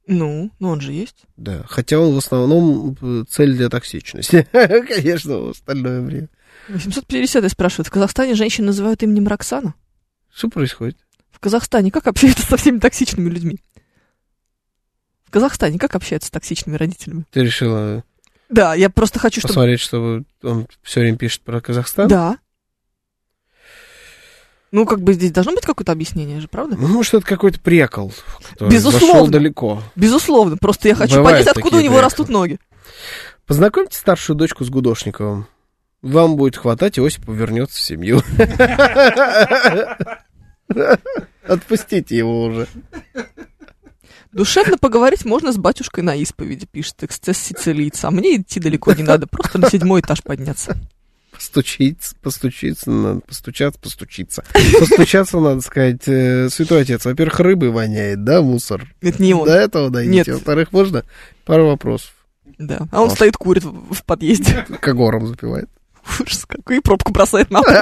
Speaker 2: Ну, ну он же есть.
Speaker 1: Да, хотя он в основном э, цель для токсичности. Конечно, в остальное время.
Speaker 2: 850 спрашивает. В Казахстане женщин называют именем Роксана?
Speaker 1: Что происходит?
Speaker 2: В Казахстане как общаются со всеми токсичными людьми? В Казахстане как общаются с токсичными родителями?
Speaker 1: Ты решила
Speaker 2: Да, я просто хочу, чтобы...
Speaker 1: посмотреть, что он все время пишет про Казахстан?
Speaker 2: Да. Ну, как бы здесь должно быть какое-то объяснение же, правда?
Speaker 1: Ну, может, это какой-то прекол, который
Speaker 2: Безусловно.
Speaker 1: зашел далеко.
Speaker 2: Безусловно, просто я хочу
Speaker 1: Бывают
Speaker 2: понять, откуда у
Speaker 1: такие
Speaker 2: него
Speaker 1: проекты.
Speaker 2: растут ноги.
Speaker 1: Познакомьте старшую дочку с Гудошниковым. Вам будет хватать, и Осип вернется в семью. Отпустите его уже.
Speaker 2: Душевно поговорить можно с батюшкой на исповеди, пишет эксцесс сицилийца. А мне идти далеко не надо, просто на седьмой этаж подняться.
Speaker 1: Постучиться, постучиться надо, постучаться, постучиться. Постучаться, надо сказать, э, святой отец. Во-первых, рыбы воняет, да, мусор?
Speaker 2: Это не он,
Speaker 1: До
Speaker 2: да.
Speaker 1: этого дойдите.
Speaker 2: Нет.
Speaker 1: Во-вторых, можно пару вопросов.
Speaker 2: А он
Speaker 1: Может.
Speaker 2: стоит, курит в в подъезде.
Speaker 1: Когором запивает.
Speaker 2: Ужас какой, и пробку бросает на пол.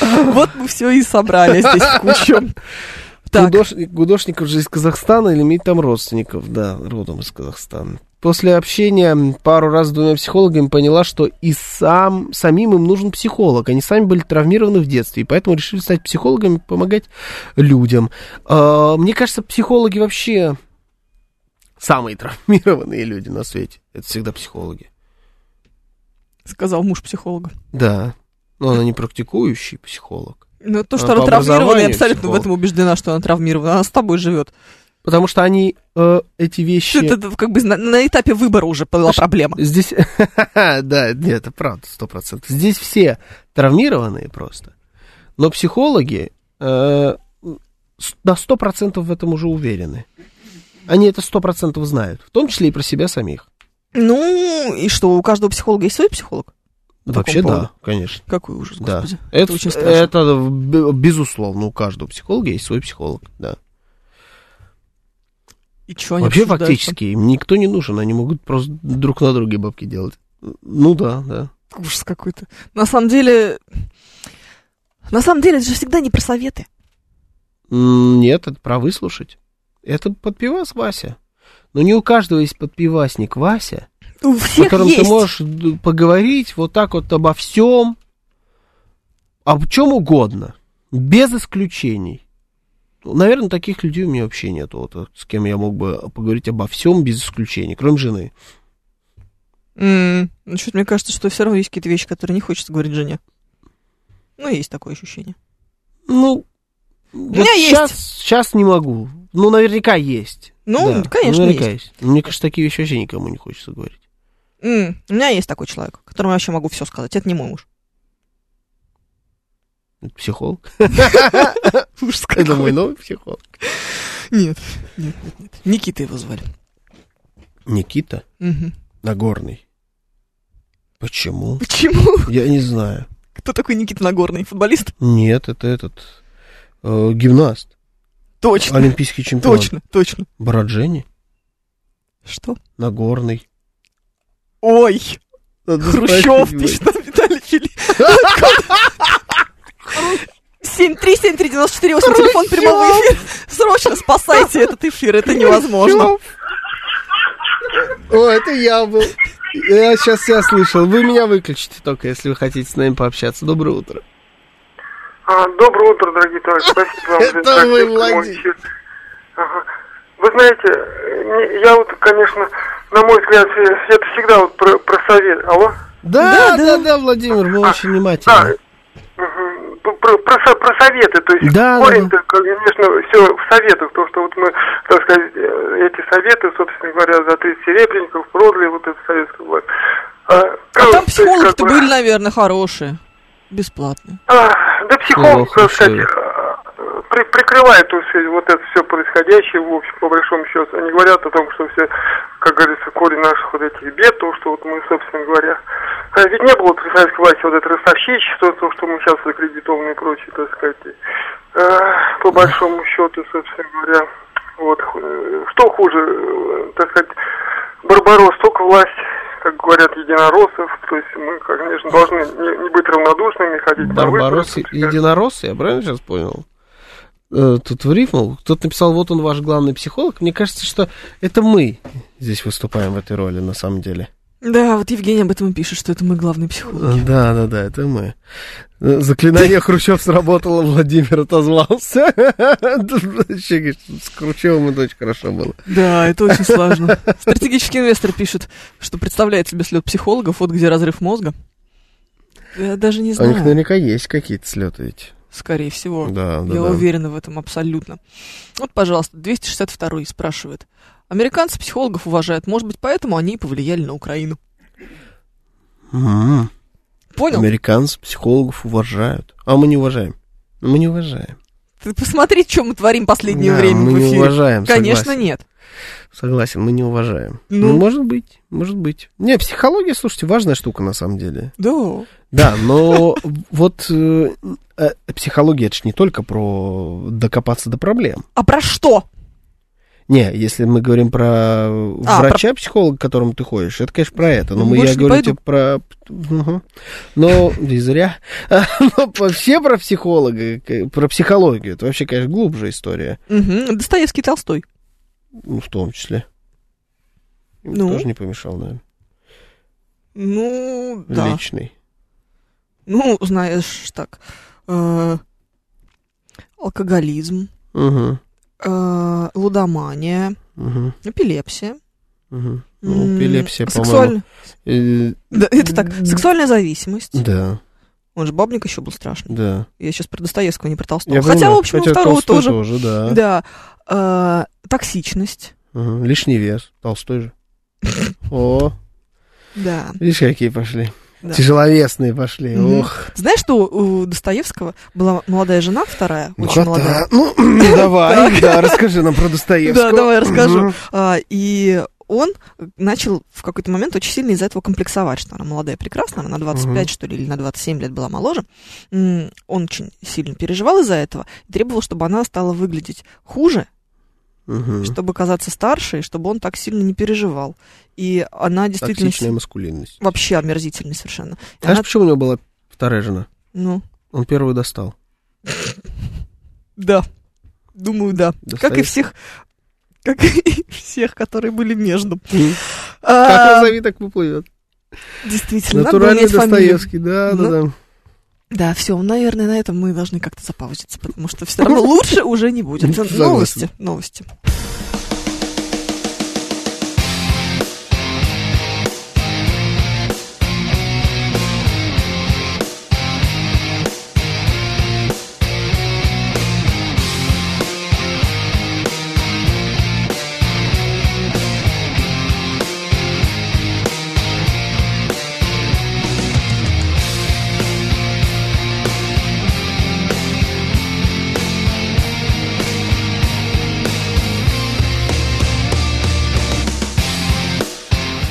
Speaker 2: Вот мы все и собрали здесь в кучу. Так,
Speaker 1: Гудош- Гудошников же из Казахстана или имеет там родственников, да, родом из Казахстана. После общения пару раз с двумя психологами поняла, что и сам, самим им нужен психолог. Они сами были травмированы в детстве, и поэтому решили стать психологами, помогать людям. А, Мне кажется, психологи вообще самые травмированные люди на свете. Это всегда психологи.
Speaker 2: сказал муж психолога.
Speaker 1: Да. Но она не практикующий психолог.
Speaker 2: Ну, то, что
Speaker 1: Она
Speaker 2: она
Speaker 1: по
Speaker 2: травмирована, я
Speaker 1: образованию
Speaker 2: абсолютно в
Speaker 1: психолог.
Speaker 2: этом убеждена, что она травмирована. Она с тобой живет.
Speaker 1: Потому что они э, эти вещи...
Speaker 2: Это это как бы на, на этапе выбора уже была
Speaker 1: Слушай,
Speaker 2: проблема.
Speaker 1: Здесь, да, нет, это правда, сто процентов. Здесь все травмированные просто. Но психологи э, с- на сто процентов в этом уже уверены. Они это сто процентов знают, в том числе и про себя самих.
Speaker 2: Ну, и что, у каждого психолога есть свой психолог? таком
Speaker 1: Вообще
Speaker 2: поводу.
Speaker 1: да, конечно.
Speaker 2: Какой ужас,
Speaker 1: Да.
Speaker 2: господи.
Speaker 1: Это,
Speaker 2: очень страшно.
Speaker 1: это б- безусловно, у каждого психолога есть свой психолог, да.
Speaker 2: И что они
Speaker 1: Вообще
Speaker 2: обсуждают
Speaker 1: фактически им никто не нужен, они могут просто друг на друге бабки делать. Ну да, да.
Speaker 2: там? Ужас какой-то. На самом деле... На самом деле, это же всегда не про советы.
Speaker 1: М, Нет, это про выслушать. Это подпивас Вася. Но не у каждого есть подпивасник Вася,
Speaker 2: У
Speaker 1: с
Speaker 2: всех
Speaker 1: которым
Speaker 2: есть.
Speaker 1: ты можешь д- поговорить вот так вот обо всем, об чем угодно, без исключений. Наверное, таких людей у меня вообще нет, вот, вот, с кем я мог бы поговорить обо всем без исключений, кроме жены.
Speaker 2: М, ну, чё-то мне кажется, что все равно есть какие-то вещи, которые не хочется говорить жене. Ну, есть такое ощущение.
Speaker 1: Ну,
Speaker 2: меня есть.
Speaker 1: сейчас, сейчас не могу. Ну, наверняка есть.
Speaker 2: Ну,
Speaker 1: Да,
Speaker 2: конечно,
Speaker 1: наверняка
Speaker 2: есть.
Speaker 1: есть. Мне кажется, такие вещи вообще никому не хочется говорить.
Speaker 2: М, у меня есть такой человек, которому я вообще могу все сказать. Это не мой муж.
Speaker 1: Это психолог.
Speaker 2: Ужас
Speaker 1: Это мой новый психолог.
Speaker 2: Нет, нет, нет, нет. Никита его звали.
Speaker 1: Никита
Speaker 2: Мгм.
Speaker 1: Нагорный. Почему?
Speaker 2: Почему?
Speaker 1: Я не знаю.
Speaker 2: Кто такой Никита Нагорный? Футболист?
Speaker 1: Нет, это этот э, гимнаст,
Speaker 2: Точно,
Speaker 1: олимпийский чемпион.
Speaker 2: точно, точно.
Speaker 1: Брат Жени
Speaker 2: Что?
Speaker 1: Нагорный.
Speaker 2: Ой, Ну,
Speaker 1: Надо
Speaker 2: Хрущев,
Speaker 1: спросить,
Speaker 2: пишет нам Виталий Фили. 7373948, телефон прямого эфира. Срочно спасайте этот эфир, это невозможно.
Speaker 1: блядь. О, это я был. Я сейчас себя слышал. Вы меня выключите только, если вы хотите с нами пообщаться. Доброе утро.
Speaker 7: А, доброе утро, дорогие товарищи. Спасибо вам
Speaker 1: Это
Speaker 7: за
Speaker 1: вы,
Speaker 7: интерактив к моему
Speaker 1: Владимир.
Speaker 7: эфиру. Ага. Вы знаете, э, не- я вот, конечно, на мой взгляд, э, это всегда вот про, про совет. Алло?
Speaker 1: Да, да, да, Владимир, вы очень
Speaker 7: Да.
Speaker 1: внимательны.
Speaker 7: Мгм. Про, про, со- про советы, то есть
Speaker 1: Да, да,
Speaker 7: корень-то, конечно, все в советах, то, что вот мы, так сказать, э, эти советы, собственно говоря, за 30 серебряников продали вот эту советскую власть.
Speaker 2: А
Speaker 7: А, то
Speaker 2: там
Speaker 7: есть, как
Speaker 2: психологи-то
Speaker 7: бы-
Speaker 2: были, наверное, хорошие. Бесплатные.
Speaker 7: А, Да психолог,
Speaker 1: Плохо
Speaker 7: так сказать,
Speaker 1: всё.
Speaker 7: э, при- прикрывает тут все- вот это все происходящее, в общем, по большому счету. Они говорят о том, что все, как говорится, корень наших вот этих бед, то, что вот мы, собственно говоря... А Ведь не было при советской власти вот это ростовщичество, то, что мы сейчас закредитованы и прочее, так сказать. Э, По большому счету, собственно говоря, вот. э, Что хуже, э, так сказать, Барбарос, только власть, как говорят, единороссов, то есть мы, конечно, должны не, не быть равнодушными, ходить на выборы,
Speaker 1: Барбарос и
Speaker 7: так сказать.
Speaker 1: единорос, я правильно сейчас понял? Э, Тут в рифму. Кто-то написал, вот он ваш главный психолог. Мне кажется, что это мы здесь выступаем в этой роли, на самом деле.
Speaker 2: Да, вот Евгений об этом и пишет, что это мы главный психолог.
Speaker 1: Э, Да, да, да, это мы. Э, Заклинание Хрущев сработало, Владимир отозвался. Вообще, С Хрущевым это очень хорошо было.
Speaker 2: Да, это очень сложно. Стратегический инвестор пишет, что представляет себе слет психологов, вот где разрыв мозга. Я даже не
Speaker 1: А У них
Speaker 2: знаю,
Speaker 1: наверняка есть какие-то слеты ведь.
Speaker 2: скорее всего.
Speaker 1: Да, да,
Speaker 2: Я
Speaker 1: да.
Speaker 2: уверена в этом абсолютно. Вот, пожалуйста, 262 спрашивает. Американцы психологов уважают, может быть, поэтому они и повлияли на Украину.
Speaker 1: М.
Speaker 2: Понял?
Speaker 1: Американцы психологов уважают. А мы не уважаем. Мы не уважаем.
Speaker 2: Ты посмотри, что мы творим последнее
Speaker 1: Да,
Speaker 2: время
Speaker 1: мы
Speaker 2: в
Speaker 1: не
Speaker 2: эфире.
Speaker 1: уважаем,
Speaker 2: Конечно,
Speaker 1: согласен.
Speaker 2: нет.
Speaker 1: Согласен, мы не уважаем.
Speaker 2: Ну.
Speaker 1: Ну, может быть, может быть. Не, психология, слушайте, важная штука на самом деле.
Speaker 2: Да.
Speaker 1: Да, но вот э, э, психология, это же не только про докопаться до проблем.
Speaker 2: А про что?
Speaker 1: Не, если мы говорим про
Speaker 2: А,
Speaker 1: врача-психолога, к которому ты ходишь, это, конечно, про это. Но
Speaker 2: Ну,
Speaker 1: мы,
Speaker 2: больше
Speaker 1: я
Speaker 2: не
Speaker 1: говорю
Speaker 2: пойду.
Speaker 1: тебе про... Мгм. Но, и зря. Но вообще про психолога, к- про психологию, это вообще, конечно, глубже история,
Speaker 2: Мгм. Достоевский и Толстой.
Speaker 1: ну, в том числе. Им
Speaker 2: Ну?
Speaker 1: Тоже не помешал, наверное,
Speaker 2: Ну, да.
Speaker 1: личный.
Speaker 2: Ну, знаешь, так. э, алкоголизм,
Speaker 1: Угу,
Speaker 2: э, лудомания,
Speaker 1: угу,
Speaker 2: эпилепсия.
Speaker 1: угу.
Speaker 2: м, а
Speaker 1: Ну, эпилепсия, по-моему.
Speaker 2: сексуаль- Да, это так,
Speaker 1: М.
Speaker 2: сексуальная зависимость.
Speaker 1: Э, Да,
Speaker 2: Он же бабник еще был страшный.
Speaker 1: да.
Speaker 2: Я сейчас про Достоевского, не про Толстого.
Speaker 1: Я
Speaker 2: А Хотя,
Speaker 1: понимаю.
Speaker 2: в общем,
Speaker 1: Хотя
Speaker 2: у второго
Speaker 1: Толстой
Speaker 2: тоже.
Speaker 1: да.
Speaker 2: Да. Э, токсичность.
Speaker 1: Мгм. Лишний вес. Толстой же. О,
Speaker 2: Да.
Speaker 1: видишь, какие пошли.
Speaker 2: Да.
Speaker 1: Тяжеловесные пошли.
Speaker 2: Мгм.
Speaker 1: Ох.
Speaker 2: Знаешь, что у Достоевского была молодая жена, вторая, очень
Speaker 1: кота.
Speaker 2: молодая.
Speaker 1: Ну, давай, да, расскажи нам про Достоевского.
Speaker 2: Да, давай расскажу.
Speaker 1: Мгм.
Speaker 2: А, И он начал в какой-то момент очень сильно из-за этого комплексовать, что она молодая и прекрасная, она на 25,
Speaker 1: Мгм.
Speaker 2: что ли, или на 27 лет была моложе. М, Он очень сильно переживал из-за этого и требовал, чтобы она стала выглядеть хуже,
Speaker 1: Мгм.
Speaker 2: чтобы казаться старше, и чтобы он так сильно не переживал. И она действительно...
Speaker 1: Токсичная маскулинность.
Speaker 2: Вообще омерзительный совершенно. И
Speaker 1: Знаешь,
Speaker 2: она-
Speaker 1: почему у него была вторая жена?
Speaker 2: Ну,
Speaker 1: Он первую достал.
Speaker 2: да. Думаю, да. Как
Speaker 1: Достоевский.
Speaker 2: и всех... Как и всех, которые были между.
Speaker 1: Как
Speaker 2: А,
Speaker 1: назови, так поплывет.
Speaker 2: Действительно, надо было
Speaker 1: Натуральный
Speaker 2: менять фамилию.
Speaker 1: Достоевский, да,
Speaker 2: Ну,
Speaker 1: да, да.
Speaker 2: Да, все, наверное, на этом мы должны как-то запаузиться, потому что все равно лучше уже не будет.
Speaker 1: А Согласен.
Speaker 2: Новости, новости.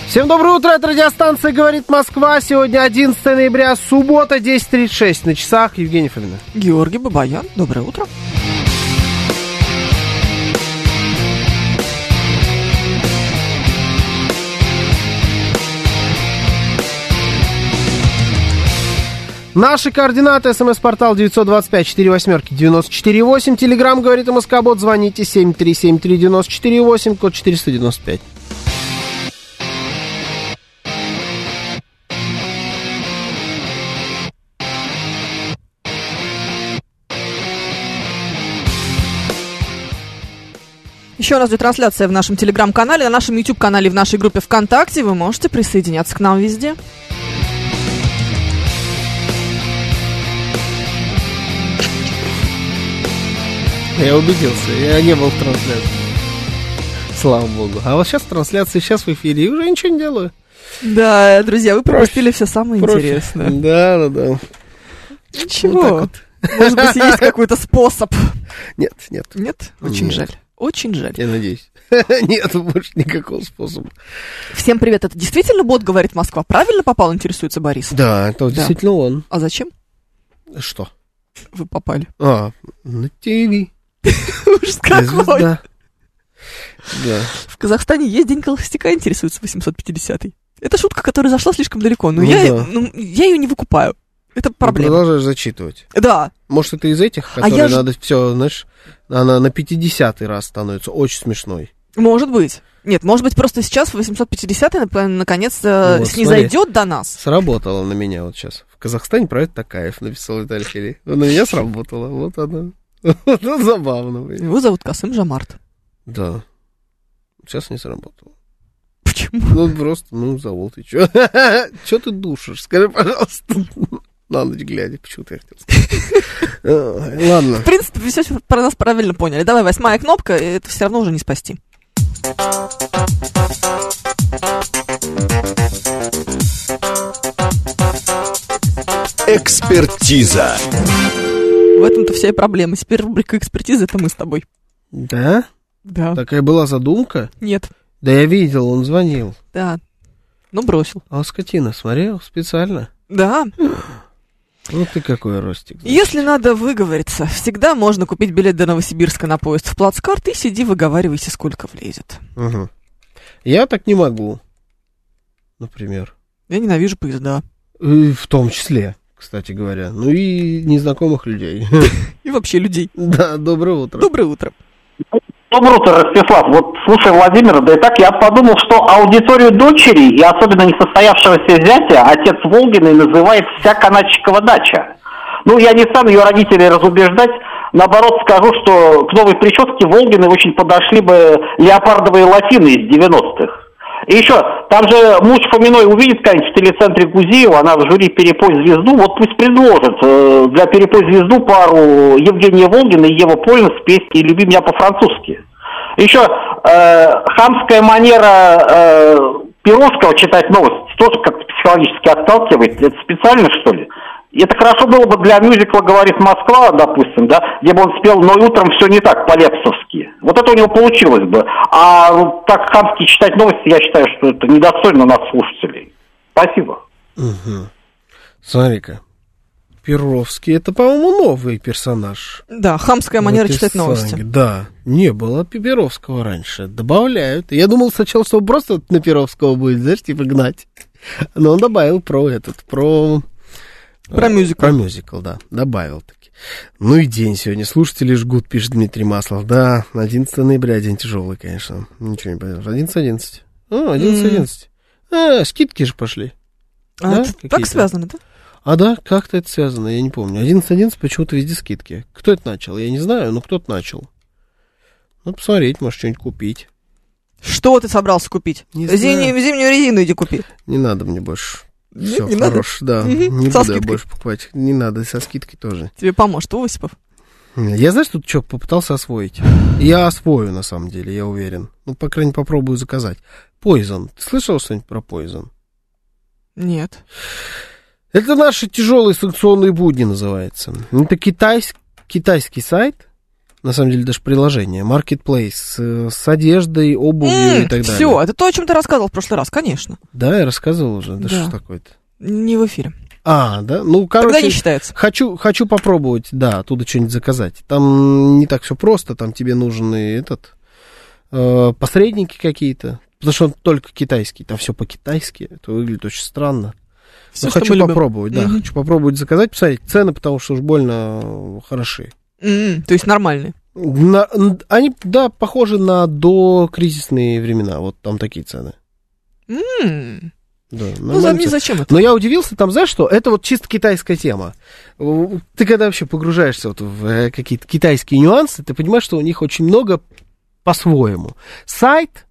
Speaker 1: Всем доброе утро, это радиостанция «Говорит Москва». Сегодня 11 ноября, суббота, 10.36 на часах. Евгений Фомина.
Speaker 2: Георгий Бабаян, доброе утро.
Speaker 1: Наши координаты. СМС-портал 925-48-94-8. Телеграмм «Говорит Москобот». Звоните 7373948, код 495.
Speaker 2: Еще раз идет трансляция в нашем телеграм-канале, на нашем YouTube-канале, в нашей группе ВКонтакте. Вы можете присоединяться к нам везде.
Speaker 1: Я убедился, я не был в трансляции. Слава богу. А вот сейчас трансляции, сейчас в эфире, и уже ничего не делаю.
Speaker 2: Да, друзья, вы
Speaker 1: Профи.
Speaker 2: пропустили все самое
Speaker 1: Профи.
Speaker 2: интересное.
Speaker 1: Да, да, да.
Speaker 2: Ничего.
Speaker 1: Вот так вот.
Speaker 2: Может быть, есть какой-то способ.
Speaker 1: Нет, нет.
Speaker 2: Нет? Очень
Speaker 1: Нет.
Speaker 2: жаль. Очень жаль.
Speaker 1: Я надеюсь. Нет больше никакого способа.
Speaker 2: Всем привет. Это действительно бот, говорит Москва. Правильно попал, интересуется Борис.
Speaker 1: Да, это вот
Speaker 2: Да.
Speaker 1: действительно он.
Speaker 2: А зачем
Speaker 1: Что?
Speaker 2: вы попали?
Speaker 1: А, на ТВ.
Speaker 2: Ужас какой.
Speaker 1: Звезда. Да.
Speaker 2: В Казахстане есть день холостяка, интересуется 850-й. Это шутка, которая зашла слишком далеко. Но
Speaker 1: Ну
Speaker 2: я,
Speaker 1: да.
Speaker 2: ну, я ее не выкупаю. Это проблема.
Speaker 1: Продолжаешь зачитывать.
Speaker 2: Да.
Speaker 1: Может, это из этих,
Speaker 2: А я
Speaker 1: которые
Speaker 2: ж-
Speaker 1: надо все, знаешь, она на 50-й раз становится очень смешной.
Speaker 2: Может быть. Нет, может быть, просто сейчас 850-й нап- наконец э,
Speaker 1: Вот,
Speaker 2: снизойдет до нас.
Speaker 1: Сработала на меня вот сейчас. В Казахстане правит Такаев, написал Виталий Филий. Ну, На меня сработала. Вот она. Вот она забавно. блин.
Speaker 2: Его зовут Касым Жамарт.
Speaker 1: Да. Сейчас не сработало.
Speaker 2: Почему?
Speaker 1: Ну, просто, ну, завол ты чё? Чё ты душишь? Скажи, пожалуйста. На ночь глядя, почему-то я хотел сказать. Э, Ладно.
Speaker 2: В принципе, вы все про нас правильно поняли. Давай, восьмая кнопка, и это все равно уже не спасти.
Speaker 8: Экспертиза.
Speaker 2: В этом-то вся и проблема. Теперь рубрика экспертизы это мы с тобой.
Speaker 1: Да?
Speaker 2: Да.
Speaker 1: Такая была задумка?
Speaker 2: Нет.
Speaker 1: Да я видел, он звонил.
Speaker 2: Да. Ну, бросил.
Speaker 1: А вот скотина смотрел специально.
Speaker 2: Да.
Speaker 1: Вот ты какой ростик. да.
Speaker 2: Если надо выговориться, всегда можно купить билет до Новосибирска на поезд в плацкарт и сиди выговаривайся, сколько влезет.
Speaker 1: Мгм. Я так не могу. Например.
Speaker 2: Я ненавижу поезда.
Speaker 1: И В том числе, кстати говоря. Ну и незнакомых людей.
Speaker 2: И вообще людей.
Speaker 1: Да, доброе утро.
Speaker 2: Доброе утро.
Speaker 6: Доброе утро, Ну, Ростислав. Вот слушай Владимира, да и так я подумал, что аудиторию дочери и особенно несостоявшегося зятя отец Волгиной называет вся Канадчикова дача. Ну, я не стану ее родителей разубеждать, наоборот скажу, что к новой прическе Волгины очень подошли бы леопардовые латины из 90-х. И еще, там же муж Фоминой увидит, конечно, в телецентре Гузеева, она в жюри «Перепой звезду», вот пусть предложит э, для «Перепой звезду» пару Евгения Волгина и Ева Польна с песней «Люби меня по-французски». Еще э, хамская манера э, Перовского читать новости тоже как-то психологически отталкивает. Это специально, что ли? Это хорошо было бы для мюзикла «Говорит Москва», допустим, да, где бы он спел «Но утром все не так» по-лепсовски. Вот это у него получилось бы. А вот так хамски читать новости, я считаю, что это недостойно нас, слушателей. Спасибо.
Speaker 1: Мгм. Смотри-ка. Перовский, это, по-моему, новый персонаж.
Speaker 2: Да, хамская манера
Speaker 1: Вот и
Speaker 2: читать
Speaker 1: Саня,
Speaker 2: новости.
Speaker 1: Да, не было Перовского раньше. Добавляют. Я думал сначала, что он просто на Перовского будет, знаешь, типа гнать. Но он добавил про этот, про...
Speaker 2: Про
Speaker 1: э,
Speaker 2: мюзикл.
Speaker 1: Про мюзикл, да, добавил таки. Ну и день сегодня. Слушатели жгут, пишет Дмитрий Маслов. Да, 11 ноября, день тяжелый, конечно. Ничего не поделаешь. 11-11. А, 11-11. А, скидки же пошли.
Speaker 2: А
Speaker 1: да,
Speaker 2: это так
Speaker 1: какие-то?
Speaker 2: связано, да?
Speaker 1: А да, как-то это связано, я не помню. 11.11 почему-то везде скидки. Кто это начал, я не знаю, но кто-то начал. Ну, посмотреть, может, что-нибудь купить.
Speaker 2: Что ты собрался купить?
Speaker 1: Не
Speaker 2: Зимнюю, зимнюю резину иди купи.
Speaker 1: Не надо мне больше.
Speaker 2: Не-
Speaker 1: Все,
Speaker 2: Ну, не надо?
Speaker 1: хорош, да.
Speaker 2: Мгм,
Speaker 1: Не буду
Speaker 2: со
Speaker 1: я
Speaker 2: скидкой.
Speaker 1: больше покупать. Не надо, и со скидкой тоже.
Speaker 2: Тебе поможет Осипов.
Speaker 1: Я, знаешь, тут что попытался освоить. Я освою, на самом деле, я уверен. Ну, по крайней мере, попробую заказать. Poison. Ты слышал что-нибудь про Poison?
Speaker 2: Нет.
Speaker 1: Это наши тяжелые санкционные будни называется. Это китайс- китайский сайт, на самом деле даже приложение, маркетплейс э, с одеждой, обувью и так далее.
Speaker 2: все, это то, о чем ты рассказывал в прошлый раз, конечно.
Speaker 1: Да, я рассказывал уже. Да,
Speaker 2: Да.
Speaker 1: что ж такое-то.
Speaker 2: Не в эфире.
Speaker 1: А, да? Ну, короче,
Speaker 2: Тогда не считается.
Speaker 1: хочу, хочу попробовать, да, оттуда что-нибудь заказать. Там не так все просто, там тебе нужен и этот, э, посредники какие-то. Потому что он только китайский, там все по-китайски, это выглядит очень странно.
Speaker 2: Всё,
Speaker 1: Ну,
Speaker 2: что
Speaker 1: хочу
Speaker 2: мы любим.
Speaker 1: попробовать, да.
Speaker 2: Мгм.
Speaker 1: Хочу попробовать заказать, посмотреть цены, потому что уж больно э, хороши.
Speaker 2: М, То есть нормальный.
Speaker 1: На- н- они, да, похожи на докризисные времена. Вот там такие цены.
Speaker 2: М,
Speaker 1: Да,
Speaker 2: Ну, за-
Speaker 1: нормальные
Speaker 2: не
Speaker 1: цены.
Speaker 2: зачем это?
Speaker 1: Но я удивился, там, знаешь что, это вот чисто китайская тема. У- Ты когда вообще погружаешься вот в э, какие-то китайские нюансы, ты понимаешь, что у них очень много по-своему. Сайт,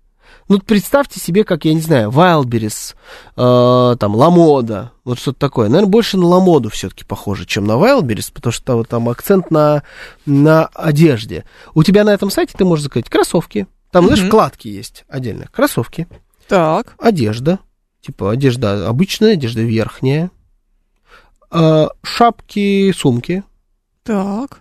Speaker 1: ну вот представьте себе, как, я не знаю, Wildberries, э, там, Ламода, вот что-то такое. Наверное, больше на Ламоду все-таки похоже, чем на Wildberries, потому что там, там акцент на, на одежде. У тебя на этом сайте ты можешь заказать кроссовки, там, знаешь,
Speaker 2: Мгм.
Speaker 1: вкладки есть отдельно, кроссовки,
Speaker 2: Так.
Speaker 1: одежда. Типа одежда обычная, одежда верхняя. А, шапки, сумки.
Speaker 2: Так.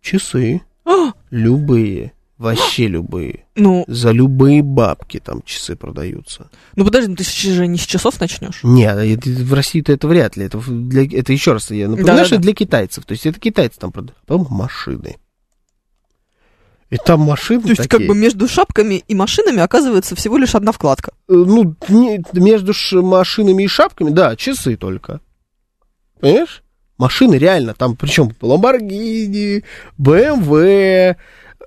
Speaker 1: Часы.
Speaker 2: А,
Speaker 1: Любые. Вообще любые.
Speaker 2: ну,
Speaker 1: За любые бабки там часы продаются.
Speaker 2: ну подожди, ну ты же не с часов начнешь.
Speaker 1: Нет, это- в России-то это вряд ли. Это, в- для, это еще раз, я напоминаю,
Speaker 2: Да-да-да.
Speaker 1: что это для китайцев. То есть это китайцы там продают. Потом машины. И там машины
Speaker 2: То есть, как
Speaker 1: такие.
Speaker 2: бы между шапками и машинами оказывается всего лишь одна вкладка.
Speaker 1: Э, ну, не- между ш- машинами и шапками, да, часы только. Понимаешь? Машины реально, там причем Ламборгини, БМВ,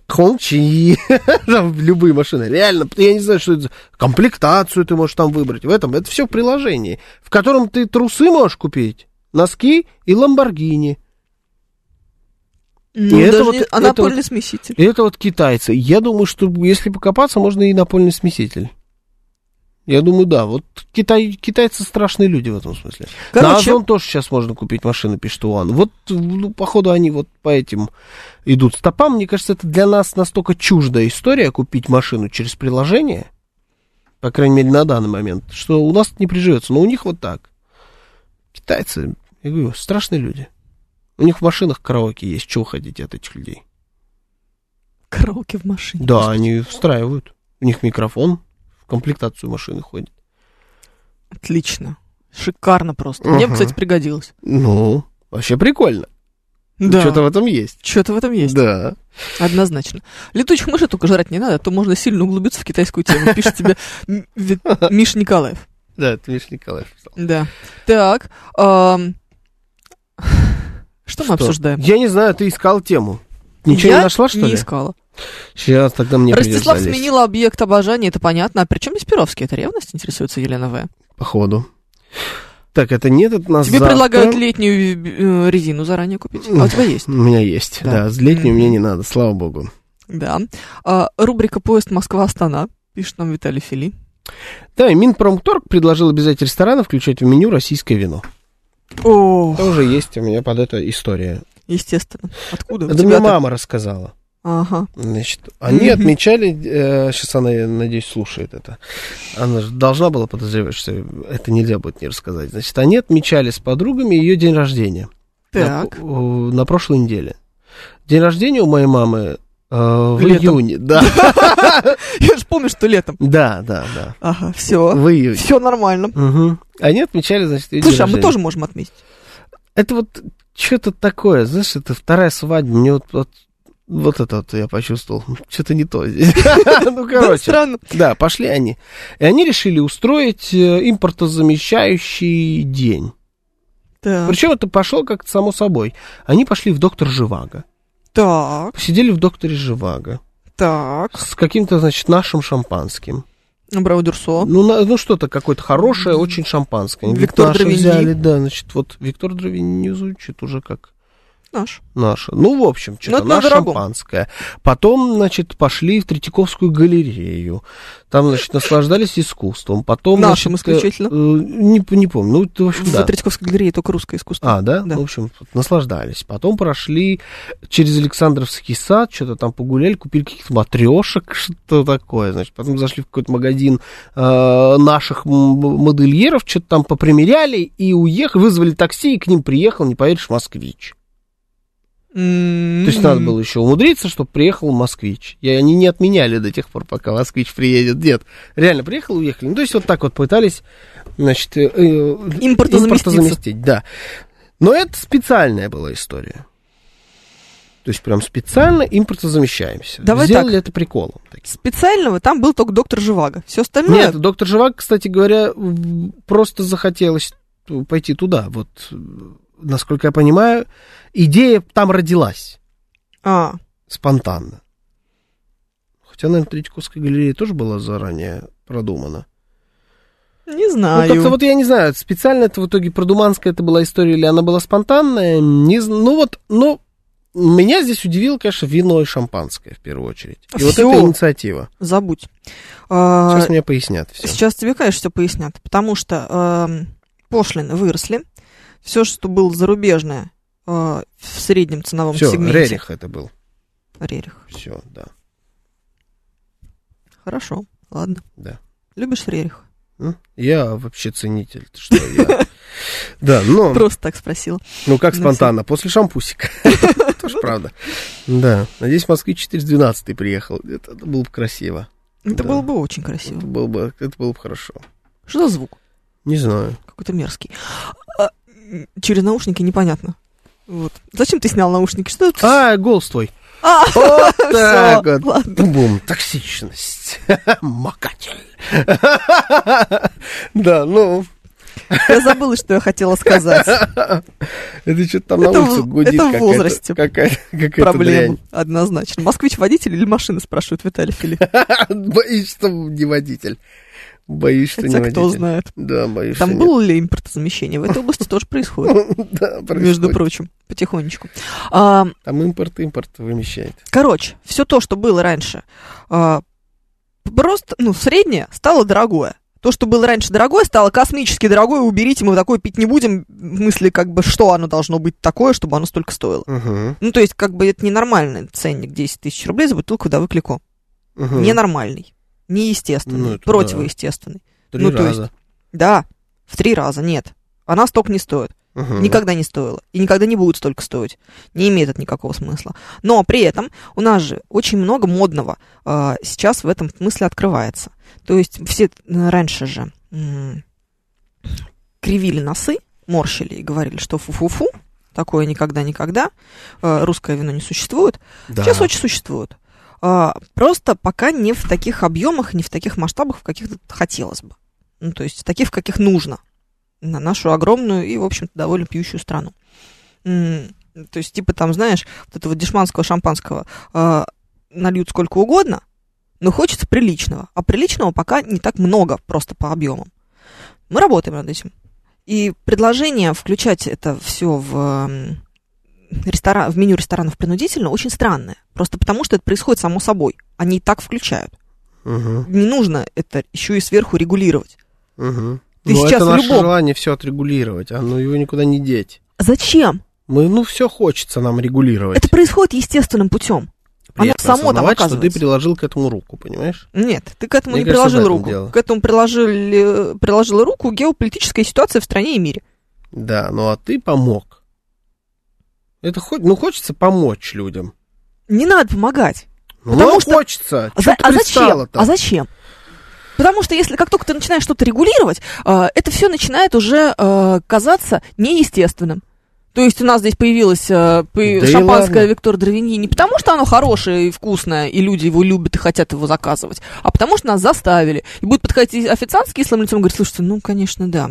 Speaker 1: Хончи, там любые машины. Реально, я не знаю, что это за комплектацию ты можешь там выбрать. В этом, это все в приложении, в котором ты трусы можешь купить, носки и Ламборгини.
Speaker 2: Ну,
Speaker 1: это
Speaker 2: даже
Speaker 1: вот-
Speaker 2: не-
Speaker 1: это
Speaker 2: а
Speaker 1: вот-
Speaker 2: напольный смеситель.
Speaker 1: И это вот китайцы. Я думаю, что если покопаться, можно и напольный смеситель. Я думаю, да. Вот китай, китайцы страшные люди в этом смысле. На
Speaker 2: Короче,
Speaker 1: Озон тоже сейчас можно купить машины, пишет Уан. Вот, ну, походу, они вот по этим идут стопам. Мне кажется, это для нас настолько чуждая история купить машину через приложение, по крайней мере, на данный момент, что у нас это не приживется. Но у них вот так. Китайцы, я говорю, страшные люди. У них в машинах караоке есть, чего уходить от этих людей.
Speaker 2: караоке в машине.
Speaker 1: Да, они встраивают. У них микрофон в комплектацию машины ходит.
Speaker 2: Отлично. Шикарно просто. Мне бы,
Speaker 1: Ага.
Speaker 2: кстати, пригодилось.
Speaker 1: Ну, вообще прикольно.
Speaker 2: Да.
Speaker 1: Что-то Ну, в этом есть.
Speaker 2: Что-то в этом есть.
Speaker 1: Да.
Speaker 2: Однозначно. Летучих мышей только жрать не надо, а то можно сильно углубиться в китайскую тему. Пишет тебе М- Ви- Миша Николаев.
Speaker 1: Да, это Миша Николаев писал.
Speaker 2: Да. Так. ам, Что мы обсуждаем?
Speaker 1: Я не знаю, ты искал тему. Ничего
Speaker 2: Я
Speaker 1: не нашла, что
Speaker 2: не
Speaker 1: ли?
Speaker 2: искала.
Speaker 1: Сейчас тогда мне
Speaker 2: Ростислав
Speaker 1: придётся залезть.
Speaker 2: сменила объект обожания, это понятно. А при чем здесь Перовский? Это ревность, интересуется Елена В.
Speaker 1: Походу. Так, это нет, это нас
Speaker 2: Тебе
Speaker 1: завтра.
Speaker 2: предлагают летнюю э, резину заранее купить. А у тебя есть.
Speaker 1: У меня есть,
Speaker 2: Да.
Speaker 1: да. С летней
Speaker 2: Мгм.
Speaker 1: мне не надо, слава богу.
Speaker 2: Да. А, Рубрика «Поезд Москва-Астана». Пишет нам Виталий Фили.
Speaker 1: Да, и Минпромторг предложил обязать рестораны включать в меню российское вино.
Speaker 2: О,
Speaker 1: Тоже есть у меня под это история.
Speaker 2: естественно. Откуда? у
Speaker 1: Это мне
Speaker 2: тебя-то?
Speaker 1: мама рассказала.
Speaker 2: Ага.
Speaker 1: Значит, они
Speaker 2: Мгм.
Speaker 1: отмечали, э, сейчас она, я надеюсь, слушает это. Она же должна была подозревать, что это нельзя будет не рассказать. Значит, они отмечали с подругами ее день рождения на,
Speaker 2: Так.
Speaker 1: п- о, на прошлой неделе. День рождения у моей мамы э, в
Speaker 2: Летом.
Speaker 1: июне. Да,
Speaker 2: Я же помню, что летом.
Speaker 1: да, да, да.
Speaker 2: Ага, все.
Speaker 1: В июне.
Speaker 2: Все нормально.
Speaker 1: Мгм. Они отмечали, значит, ее
Speaker 2: Слушай,
Speaker 1: день
Speaker 2: а мы
Speaker 1: рождения.
Speaker 2: тоже можем отметить.
Speaker 1: Это вот что-то такое, знаешь, это вторая свадьба, мне вот, вот, вот это вот я почувствовал. Что-то не то здесь. Ну,
Speaker 2: Да,
Speaker 1: короче.
Speaker 2: странно.
Speaker 1: Да, пошли они. И они решили устроить э, импортозамещающий день.
Speaker 2: Так.
Speaker 1: Причем это пошло как-то само собой. Они пошли в доктор Живаго.
Speaker 2: Так,
Speaker 1: Посидели в докторе Живаго.
Speaker 2: так.
Speaker 1: С каким-то, значит, нашим шампанским.
Speaker 2: Браво, Дюрсо.
Speaker 1: Ну, на- ну что-то какое-то хорошее, очень шампанское. Они говорят,
Speaker 2: Виктор
Speaker 1: «Наше
Speaker 2: Дровиньи».
Speaker 1: взяли, да, значит, вот Виктор Дровиньи не звучит уже как
Speaker 2: Наш.
Speaker 1: наше. Ну, в общем,
Speaker 2: Ну,
Speaker 1: что-то
Speaker 2: это на
Speaker 1: наше
Speaker 2: дорогом.
Speaker 1: шампанское. Потом, значит, пошли в Третьяковскую галерею. Там, значит, наслаждались искусством. Потом,
Speaker 2: Нашим
Speaker 1: значит, э,
Speaker 2: исключительно.
Speaker 1: э, не, п- не помню. Ну, это, в общем, да.
Speaker 2: В Третьяковской галерее только русское искусство.
Speaker 1: А, да?
Speaker 2: Да.
Speaker 1: В общем, наслаждались. Потом прошли через Александровский сад, что-то там погуляли, купили каких-то матрешек, что такое, значит. Потом зашли в какой-то магазин э, наших м- модельеров, что-то там попримеряли и уехали, вызвали такси, и к ним приехал, не поверишь, москвич.
Speaker 2: М-м.
Speaker 1: То есть надо было еще умудриться, чтобы приехал москвич. И они не отменяли до тех пор, пока москвич приедет. Нет, реально приехал, уехали. Ну, то есть вот так вот пытались, значит, э, э,
Speaker 2: Импортозаместиться.
Speaker 1: импортозаместить, да. Но это специальная была история. То есть прям специально импортозамещаемся.
Speaker 2: Давай
Speaker 1: Сделали это приколом. таким.
Speaker 2: Специального там был только доктор Живаго. Все остальное...
Speaker 1: Нет, доктор Живак, кстати говоря, в- просто захотелось ту- пойти туда. Вот, э, насколько я понимаю, идея там родилась.
Speaker 2: А,
Speaker 1: спонтанно. Хотя, наверное, Третьяковская галерея тоже была заранее продумана.
Speaker 2: не
Speaker 1: Ну,
Speaker 2: знаю.
Speaker 1: как-то вот я не знаю, специально это в итоге продуманская это была история или она была спонтанная, не зн- Ну вот, но меня здесь удивило, конечно, вино и шампанское в первую очередь. И вот
Speaker 2: Всё.
Speaker 1: эта инициатива.
Speaker 2: Забудь. А,
Speaker 1: Сейчас мне пояснят все.
Speaker 2: Сейчас тебе, конечно, все пояснят, потому что эм, пошлины выросли. Все, что было зарубежное э, в среднем ценовом
Speaker 1: Все,
Speaker 2: сегменте.
Speaker 1: Рерих это был.
Speaker 2: Рерих.
Speaker 1: Все, да.
Speaker 2: Хорошо, ладно.
Speaker 1: Да.
Speaker 2: Любишь Рерих?
Speaker 1: М? Я вообще ценитель. Ты что, я- Да, но...
Speaker 2: Просто так спросила.
Speaker 1: Ну, как
Speaker 2: Ну,
Speaker 1: спонтанно, после шампусика. Тоже правда. Да. Надеюсь, в Москве 412 приехал. Это это было бы красиво. Да.
Speaker 2: Это было бы очень
Speaker 1: Это
Speaker 2: красиво.
Speaker 1: было бы, это было бы хорошо.
Speaker 2: Что за звук?
Speaker 1: Не знаю.
Speaker 2: Какой-то мерзкий. А, м, через наушники непонятно. Вот. Зачем ты снял наушники? Что это?
Speaker 1: А, голос твой.
Speaker 2: А,
Speaker 1: Вот так
Speaker 2: всё,
Speaker 1: вот.
Speaker 2: ладно.
Speaker 1: Бум, токсичность. Макатель. Да, ну,
Speaker 2: Я забыла, что я хотела сказать.
Speaker 1: это что-то там на
Speaker 2: Это
Speaker 1: улице
Speaker 2: в-
Speaker 1: гудит.
Speaker 2: это в
Speaker 1: какая-то-
Speaker 2: возрасте.
Speaker 1: Какая-то какая-то
Speaker 2: Проблема.
Speaker 1: дрянь.
Speaker 2: Однозначно. Москвич водитель или машина, спрашивает Виталий Филипп.
Speaker 1: Боюсь, что не водитель. Боюсь, что не
Speaker 2: Хотя кто
Speaker 1: водитель.
Speaker 2: знает.
Speaker 1: Да, боюсь, что
Speaker 2: Там
Speaker 1: нет.
Speaker 2: было ли импортозамещение? В этой области тоже происходит.
Speaker 1: Да,
Speaker 2: Между
Speaker 1: Ну, происходит.
Speaker 2: прочим, потихонечку. А,
Speaker 1: Там импорт-импорт вымещает.
Speaker 2: Короче, все то, что было раньше, а, просто, ну, среднее стало дорогое. То, что было раньше дорогое, стало космически дорогое, уберите, мы такое пить не будем. В мысли, как бы, что оно должно быть такое, чтобы оно столько стоило.
Speaker 1: Угу.
Speaker 2: Ну, то есть, как бы, это ненормальный ценник 10 тысяч рублей за бутылку вдовы Клико. Ненормальный,
Speaker 1: Ну,
Speaker 2: неестественный,
Speaker 1: это да.
Speaker 2: противоестественный.
Speaker 1: Три
Speaker 2: ну, то
Speaker 1: раза.
Speaker 2: Да, в три раза, нет. Она столько не стоит.
Speaker 1: Мгм.
Speaker 2: Никогда не стоило. И никогда не будет столько стоить. Не имеет это никакого смысла. Но при этом у нас же очень много модного а, сейчас в этом смысле открывается. То есть все э, раньше же м, кривили носы, морщили и говорили, что фу-фу-фу, такое никогда-никогда, э, русское вино не существует.
Speaker 1: Да.
Speaker 2: Сейчас очень существуют. А, Просто пока не в таких объемах, не в таких масштабах, в каких хотелось бы. Ну, то есть таких, в каких нужно на нашу огромную и, в общем-то, довольно пьющую страну. М, То есть, типа там, знаешь, вот этого дешманского шампанского а, нальют сколько угодно, но хочется приличного. А приличного пока не так много просто по объемам. Мы работаем над этим. И предложение включать это все в м, ресторан, в меню ресторанов принудительно очень странное. Просто потому, что это происходит само собой. Они и так включают.
Speaker 1: Мгм.
Speaker 2: Не нужно это еще и сверху регулировать.
Speaker 1: Мгм.
Speaker 2: Ты
Speaker 1: Но
Speaker 2: сейчас
Speaker 1: это
Speaker 2: в
Speaker 1: наше
Speaker 2: любом-
Speaker 1: желание все отрегулировать, а ну его никуда не деть.
Speaker 2: Зачем?
Speaker 1: Мы, ну, все хочется нам регулировать.
Speaker 2: Это происходит естественным путем.
Speaker 1: Приятно
Speaker 2: оно само там
Speaker 1: осознавать, что ты
Speaker 2: оказывается.
Speaker 1: приложил к этому руку, понимаешь?
Speaker 2: Нет, ты к этому
Speaker 1: Мне
Speaker 2: не
Speaker 1: кажется, в
Speaker 2: приложил
Speaker 1: этом
Speaker 2: руку.
Speaker 1: дело.
Speaker 2: К этому приложили, приложила руку геополитическая ситуация в стране и мире.
Speaker 1: Да, ну а ты помог. Это хоть, ну хочется помочь людям.
Speaker 2: Не надо помогать.
Speaker 1: Ну,
Speaker 2: Потому
Speaker 1: ну,
Speaker 2: что-
Speaker 1: хочется.
Speaker 2: А
Speaker 1: Чё
Speaker 2: за-
Speaker 1: ты
Speaker 2: а зачем?
Speaker 1: пристала-то?
Speaker 2: А зачем? Потому что если как только ты начинаешь что-то регулировать, а, это все начинает уже а, казаться неестественным. То есть у нас здесь появилось а, по-
Speaker 1: Да и
Speaker 2: шампанское
Speaker 1: ладно.
Speaker 2: Виктор Дровиньи не потому, что оно хорошее и вкусное, и люди его любят и хотят его заказывать, а потому что нас заставили. И будет подходить официант с кислым лицом и говорит, слушайте, ну, конечно, да.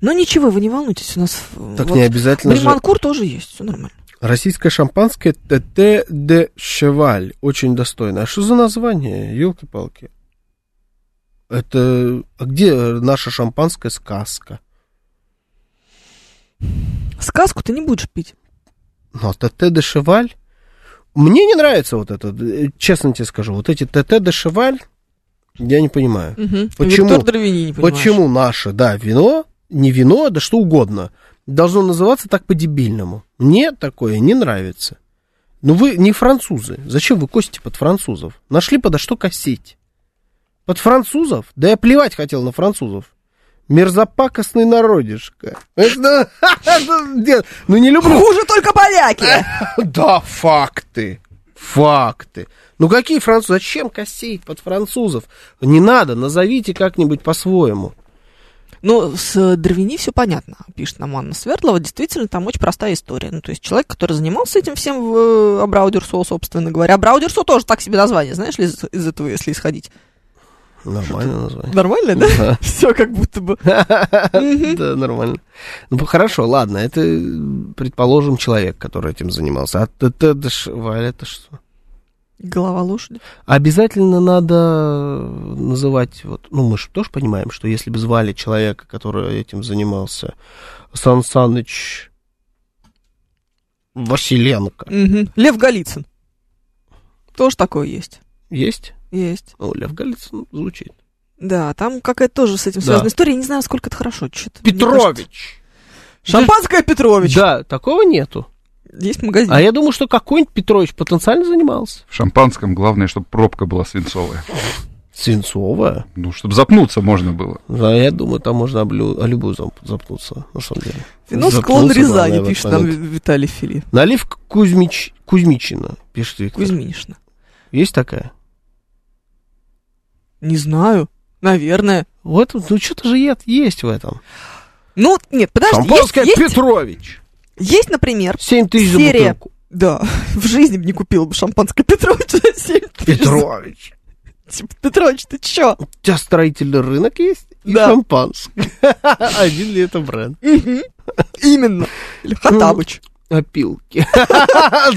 Speaker 2: Но ничего, вы не волнуйтесь, у нас э,
Speaker 1: Так
Speaker 2: вот
Speaker 1: не обязательно же.
Speaker 2: Бриманкур тоже есть, все нормально.
Speaker 1: Российское шампанское ТТ де Шеваль. Очень достойно. А что за название? Елки-палки. Это... А где э, наша шампанская сказка?
Speaker 2: Сказку ты не будешь пить.
Speaker 1: Ну, а ТТ де Шеваль? Мне не нравится вот это. э, Честно тебе скажу. Вот эти ТТ де Шеваль, я не понимаю. Почему?
Speaker 2: Виктор Дровиньи не понимаешь.
Speaker 1: Почему наше, да, вино, не вино, а да что угодно, должно называться так по-дебильному? Мне такое не нравится. Ну вы не французы. Зачем вы косите под французов? Нашли подо что косить. Под французов? Да я плевать хотел на французов. Мерзопакостный народишко. Это- Нет, Ну не люблю.
Speaker 2: Хуже только поляки!
Speaker 1: Да, факты. Факты. Ну какие французы? Зачем косить под французов? Не надо, назовите как-нибудь по-своему.
Speaker 2: Ну, с э, Дровини все понятно, пишет нам Анна Свердлова. Действительно, там очень простая история. Ну, то есть человек, который занимался этим всем в э, Абраудерсо, собственно говоря. Абраудерсо тоже так себе название, знаешь ли, из, из этого, если исходить.
Speaker 1: Нормально название.
Speaker 2: Нормально, да? Все как будто бы.
Speaker 1: Да, нормально. Ну, по- хорошо, ладно, это, предположим, человек, который этим занимался. А т- т- д- ш- Валя, это что?
Speaker 2: Голова лошади.
Speaker 1: Обязательно надо называть, вот, ну, мы же тоже понимаем, что если бы звали человека, который этим занимался, Сан Саныч Василенко.
Speaker 2: Мгм. Лев Голицын. Тоже такое есть.
Speaker 1: Есть?
Speaker 2: Есть.
Speaker 1: Ну, Лев Голицын звучит.
Speaker 2: Да, там какая-то тоже с этим
Speaker 1: Да.
Speaker 2: связана история. Я не знаю, сколько это хорошо. Чё-то, мне кажется-
Speaker 1: Петрович!
Speaker 2: Шампанское Петрович.
Speaker 1: Да, такого нету.
Speaker 2: Есть магазин.
Speaker 1: А я думаю, что какой-нибудь Петрович потенциально занимался.
Speaker 3: В шампанском главное, чтобы пробка была свинцовая.
Speaker 1: Свинцовая?
Speaker 3: Ну, чтобы запнуться можно было.
Speaker 1: Да, я думаю, там можно о блю- о любую зап- запнуться, на самом деле.
Speaker 2: Вино склон
Speaker 1: Запнулся, главное, в
Speaker 2: Рязани,
Speaker 1: этот
Speaker 2: пишет нам
Speaker 1: момент.
Speaker 2: Ви- Виталий Фили.
Speaker 1: Наливка Кузьмич... Кузьмичина, пишет Виктор.
Speaker 2: Кузьминишна.
Speaker 1: Есть такая?
Speaker 2: Не знаю. Наверное.
Speaker 1: Вот, ну что-то же е- есть в этом.
Speaker 2: Ну, нет, подожди. Есть,
Speaker 1: Шампанское
Speaker 2: есть,
Speaker 1: Петрович.
Speaker 2: есть, например,
Speaker 1: 7 тысяч за
Speaker 2: серия.
Speaker 1: бутылку.
Speaker 2: Да, в жизни бы не купила бы шампанское Петровича. за 7 тысяч.
Speaker 1: Петрович.
Speaker 2: Типа, Петрович, ты чё?
Speaker 1: У тебя строительный рынок есть и
Speaker 2: Да.
Speaker 1: шампанское. Один ли это бренд?
Speaker 2: Мгм. Именно. Или Хатабыч.
Speaker 1: Опилки.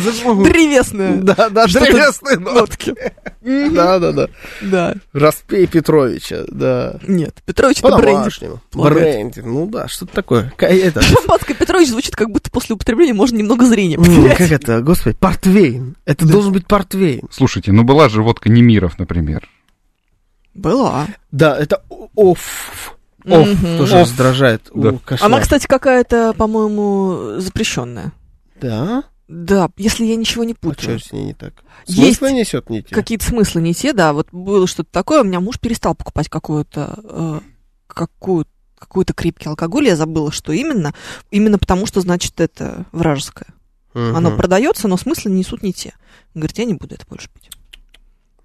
Speaker 2: Древесная.
Speaker 1: Да, да,
Speaker 2: Что-то
Speaker 1: древесные
Speaker 2: Нотки. Мгм.
Speaker 1: Да, да, да.
Speaker 2: Да.
Speaker 1: Распей Петровича, да.
Speaker 2: Нет, Петрович это брендинг.
Speaker 1: По-домашнему.
Speaker 2: Полагает.
Speaker 1: Брендинг, ну да, что-то такое. Ка- Это,
Speaker 2: Шампанское Петрович звучит, как будто после употребления можно немного зрения
Speaker 1: М,
Speaker 2: потерять.
Speaker 1: как это, господи, портвейн. Это должен быть портвейн.
Speaker 3: Слушайте, ну была же водка Немиров, например.
Speaker 2: Была.
Speaker 1: Да, это о- оф. Оф
Speaker 2: Мгм. А
Speaker 1: тоже раздражает.
Speaker 3: Да.
Speaker 1: О, кошмар.
Speaker 2: Она, кстати, какая-то, по-моему, запрещенная.
Speaker 1: Да?
Speaker 2: Да, если я ничего не
Speaker 1: А
Speaker 2: путаю.
Speaker 1: что с ней не так?
Speaker 2: Есть.
Speaker 1: Смысл несет не те?
Speaker 2: Какие-то смыслы не те, да. Вот было что-то такое. У меня муж перестал покупать какую-то э, какую какой-то крепкий алкоголь, я забыла, что именно, именно потому, что, значит, это вражеское.
Speaker 1: Мгм.
Speaker 2: Оно продается, но смыслы несут не те. Он говорит, я не буду это больше пить.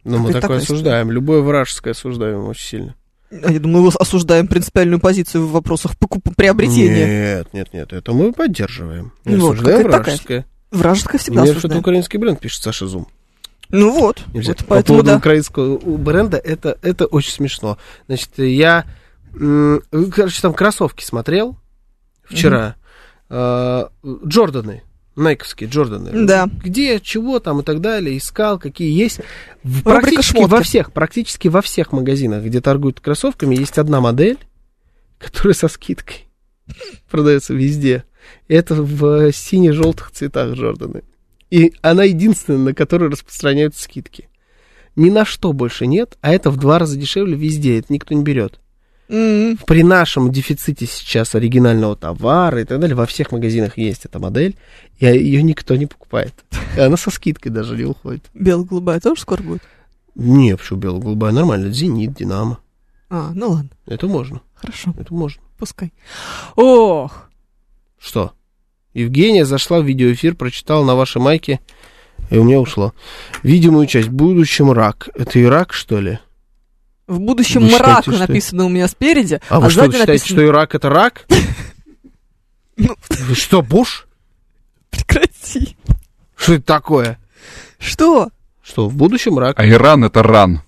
Speaker 1: Ну, мы
Speaker 2: это
Speaker 1: такое
Speaker 2: такая
Speaker 1: осуждаем. Любое вражеское осуждаем очень сильно.
Speaker 2: А я думаю, мы осуждаем принципиальную позицию в вопросах покупа приобретения.
Speaker 1: Нет, нет, нет, это мы поддерживаем. Не
Speaker 2: Ну вот,
Speaker 1: осуждаем
Speaker 2: какая-то такая.
Speaker 1: вражеское.
Speaker 2: Вражеское всегда
Speaker 1: Мне что-то
Speaker 2: осуждаем.
Speaker 1: украинский бренд, пишет Саша Зум.
Speaker 2: Ну вот,
Speaker 1: Нельзя.
Speaker 2: вот
Speaker 1: По
Speaker 2: поэтому
Speaker 1: поводу
Speaker 2: да.
Speaker 1: украинского у- бренда это, это очень смешно. Значит, я, м, э, короче, там кроссовки смотрел вчера. Э, Джорданы, найковские Джорданы.
Speaker 2: Да.
Speaker 1: Где, чего там и так далее, искал, какие есть. В-
Speaker 2: Рубрика
Speaker 1: практически
Speaker 2: «Шмотки».
Speaker 1: во всех, практически во всех магазинах, где торгуют кроссовками, есть одна модель, которая со скидкой продается везде. Это в сине-желтых цветах Джорданы. И она единственная, на которой распространяются скидки. Ни на что больше нет, а это в два раза дешевле везде, это никто не берет.
Speaker 2: М.
Speaker 1: При нашем дефиците сейчас оригинального товара и так далее, во всех магазинах есть эта модель, и ее никто не покупает. И она со скидкой даже не уходит.
Speaker 2: Бело-голубая тоже скоро будет?
Speaker 1: Не, почему бело-голубая? Нормально, Зенит, Динамо.
Speaker 2: А, ну ладно,
Speaker 1: Это можно,
Speaker 2: хорошо,
Speaker 1: это можно.
Speaker 2: пускай. Ох,
Speaker 1: Что? Евгения зашла в видеоэфир, прочитала на вашей майке, и у меня ушло. Видимую часть. В будущем рак. Это Ирак, что ли?
Speaker 2: в будущем
Speaker 1: Вы считаете,
Speaker 2: мрак
Speaker 1: что-
Speaker 2: написано у меня спереди,
Speaker 1: А
Speaker 2: а,
Speaker 1: вы что,
Speaker 2: сзади
Speaker 1: считаете,
Speaker 2: написано
Speaker 1: что Ирак это рак?
Speaker 2: Ну.
Speaker 1: Вы что, Буш?
Speaker 2: «Прекрати».
Speaker 1: Что это такое?
Speaker 2: Что?
Speaker 1: Что, в будущем рак?
Speaker 3: А Иран это ран.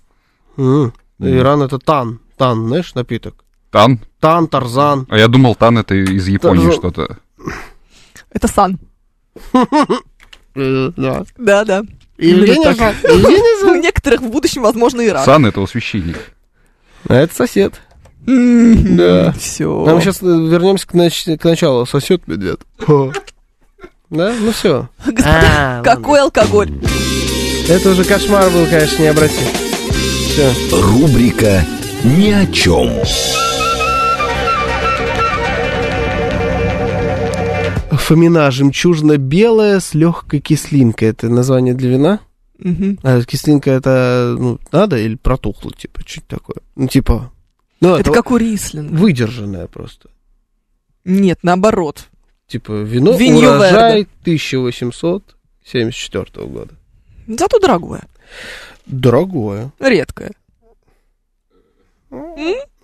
Speaker 1: М. Э, Иран это тан. Тан, знаешь, напиток.
Speaker 3: Тан?
Speaker 1: Тан, тарзан.
Speaker 3: А я думал, тан это из Японии
Speaker 1: Тарзан.
Speaker 3: что-то.
Speaker 2: Это сан.
Speaker 1: Э, Да.
Speaker 2: Да-да.
Speaker 1: Евгения
Speaker 2: так.
Speaker 1: Зан. Евгения
Speaker 2: У
Speaker 1: Зан.
Speaker 2: некоторых в будущем, возможно, и рак.
Speaker 3: Сан это у священника.
Speaker 1: А это сосед. Да.
Speaker 2: Все.
Speaker 1: А мы сейчас вернемся к, нач- к началу. Сосет медведь. Ха. Да? Ну все.
Speaker 2: Господа,
Speaker 1: А,
Speaker 2: какой алкоголь?
Speaker 1: Это уже кошмар был, конечно, не обратим. Все.
Speaker 8: Рубрика «Ни о чем».
Speaker 1: Фомина жемчужно-белая с легкой кислинкой. Это название для вина?
Speaker 2: Мгм.
Speaker 1: А кислинка это ну, надо или протухло, типа, чуть такое. Ну, типа. Ну, это,
Speaker 2: Это как у Рислинга.
Speaker 1: выдержанное просто.
Speaker 2: Нет, наоборот.
Speaker 1: Типа вино
Speaker 2: Винью
Speaker 1: урожай 1874 года.
Speaker 2: Зато дорогое,
Speaker 1: Дорогое.
Speaker 2: редкое.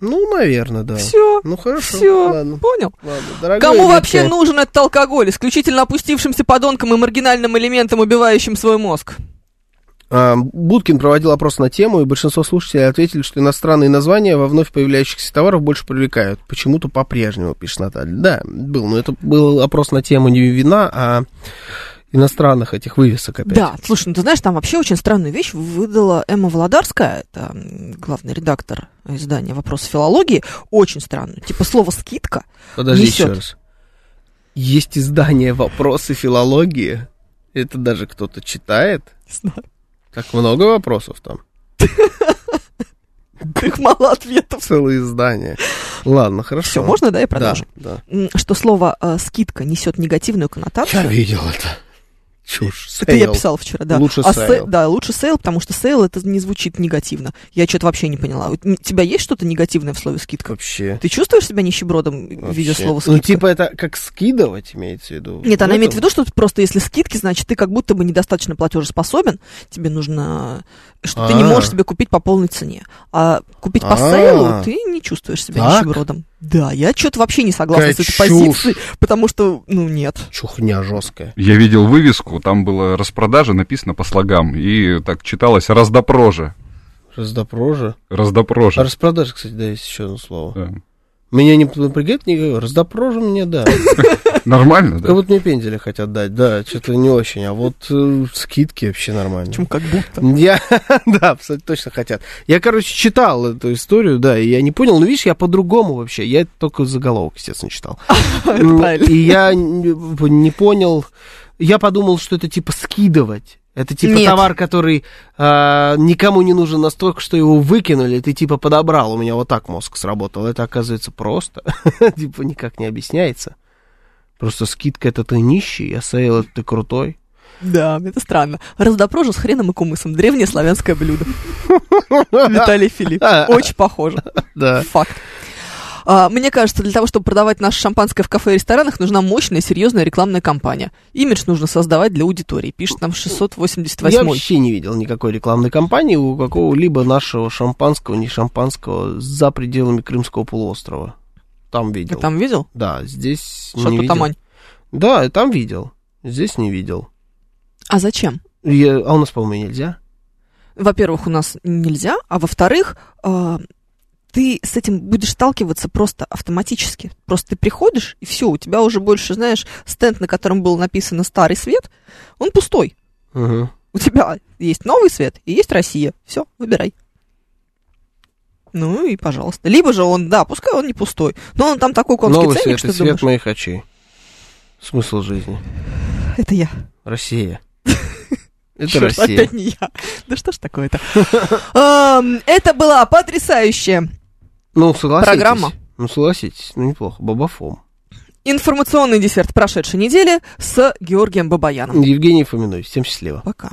Speaker 1: Ну, наверное, да.
Speaker 2: Все,
Speaker 1: Ну хорошо.
Speaker 2: Всё.
Speaker 1: Ладно,
Speaker 2: понял.
Speaker 1: ладно. Дорогое
Speaker 2: Кому
Speaker 1: редкое.
Speaker 2: вообще ну- нужен этот алкоголь? Исключительно опустившимся подонкам и маргинальным элементам, убивающим свой мозг.
Speaker 1: А, Будкин проводил опрос на тему, и большинство слушателей ответили, что иностранные названия во вновь появляющихся товаров больше привлекают. Почему-то по-прежнему, пишет Наталья. Да, был, но это был опрос на тему не вина, а иностранных этих вывесок опять.
Speaker 2: Да, слушай, ну ты знаешь, там вообще очень странную вещь выдала Эмма Володарская, это м, главный редактор издания «Вопросы филологии», очень странную. Типа слово «скидка».
Speaker 1: Подожди
Speaker 2: несет.
Speaker 1: еще раз. Есть издание «Вопросы филологии». Это даже кто-то читает.
Speaker 2: Не знаю,
Speaker 1: Так много вопросов там.
Speaker 2: как мало ответов.
Speaker 1: Целое издание. Ладно, хорошо.
Speaker 2: Все, можно, да, я
Speaker 1: Да,
Speaker 2: продолжу?
Speaker 1: да.
Speaker 2: М, Что слово э, «скидка» несет негативную коннотацию.
Speaker 1: видел это. Чушь.
Speaker 2: Это я
Speaker 1: Сейл.
Speaker 2: писала вчера, да.
Speaker 1: Лучше
Speaker 2: а
Speaker 1: сейл.
Speaker 2: се- Да, лучше сейл, потому что сейл это не звучит негативно. Я что-то вообще не поняла. У тебя есть что-то негативное в слове скидка?
Speaker 1: Вообще.
Speaker 2: Ты чувствуешь себя нищебродом, видя
Speaker 1: Вообще.
Speaker 2: слово скидка?
Speaker 1: Ну, типа, это как скидывать имеется в виду?
Speaker 2: Нет, она
Speaker 1: Ну,
Speaker 2: имеет
Speaker 1: это-
Speaker 2: в виду, что ты просто если скидки, значит, ты как будто бы недостаточно платежеспособен, тебе нужно, что ты не
Speaker 1: А.
Speaker 2: можешь себе купить по полной цене. А купить по
Speaker 1: А.
Speaker 2: сейлу ты не чувствуешь себя
Speaker 1: Так?
Speaker 2: нищебродом. Да, я что-то вообще не согласна с
Speaker 1: Какая
Speaker 2: этой
Speaker 1: чушь.
Speaker 2: позицией, потому что, ну, нет.
Speaker 1: Чухня жесткая.
Speaker 3: Я видел вывеску, там было распродажа, написано по слогам, и так читалось «раздопрожа».
Speaker 1: Раздопрожа. А
Speaker 3: «Раздопрожа».
Speaker 1: распродажа, кстати, да, есть еще одно слово.
Speaker 3: Да.
Speaker 1: Меня не напрягает никакого. Раздопрожа мне, да.
Speaker 3: Нормально,
Speaker 1: Как
Speaker 3: да?
Speaker 1: будто мне пендели хотят дать. Да, что-то не очень. А вот э, скидки вообще нормально.
Speaker 2: Почему как будто?
Speaker 1: Я, да, абсолютно точно хотят. Я, короче, читал эту историю, да, и я не понял, но видишь, я по-другому вообще. Я только заголовок, естественно, читал. М,
Speaker 2: правильно.
Speaker 1: И я не не понял, я подумал, что это типа скидывать. Это типа
Speaker 2: Нет.
Speaker 1: товар, который а, никому не нужен настолько, что его выкинули, ты типа подобрал. У меня вот так мозг сработал. Это оказывается просто. типа никак не объясняется. Просто скидка это ты нищий, а сейл это ты крутой.
Speaker 2: Да, это странно. Раздопрожа с хреном и кумысом. Древнее славянское блюдо. Виталий Филипп. Очень похоже.
Speaker 1: Да.
Speaker 2: Факт. А, Мне кажется, для того, чтобы продавать наше шампанское в кафе и ресторанах, нужна мощная, серьезная рекламная кампания. Имидж нужно создавать для аудитории, пишет нам 688
Speaker 1: Я вообще не видел никакой рекламной кампании у какого-либо нашего шампанского, не шампанского, за пределами Крымского полуострова. Там
Speaker 2: Ты
Speaker 1: видел.
Speaker 2: там видел?
Speaker 1: Да, здесь не
Speaker 2: Шату
Speaker 1: видел.
Speaker 2: Тамань.
Speaker 1: Да, и там видел. Здесь не видел.
Speaker 2: А зачем?
Speaker 1: И, э, а у нас, по-моему, нельзя.
Speaker 2: Во-первых, у нас нельзя, а во-вторых, а, ты с этим будешь сталкиваться просто автоматически. Просто ты приходишь, и все, у тебя уже больше, знаешь, стенд, на котором было написано «Старый свет», он пустой.
Speaker 1: Мгм.
Speaker 2: У тебя есть новый свет и есть Россия. Все, выбирай. Ну и пожалуйста. Либо же он, да, пускай он не пустой, но он там такой конский
Speaker 1: Новый свет и
Speaker 2: ценник, что ты
Speaker 1: свет
Speaker 2: думаешь,
Speaker 1: моих очей. Смысл жизни.
Speaker 2: это я.
Speaker 1: Россия. Это
Speaker 2: Чёрт,
Speaker 1: Россия.
Speaker 2: опять не я. Да что ж такое-то? Эм, Это была потрясающая
Speaker 1: Ну, согласитесь.
Speaker 2: Программа.
Speaker 1: Ну, согласитесь. Ну, неплохо. Бабафом.
Speaker 2: информационный десерт прошедшей недели с Георгием Бабаяном.
Speaker 1: Евгений Фоминой. Всем счастливо.
Speaker 2: Пока.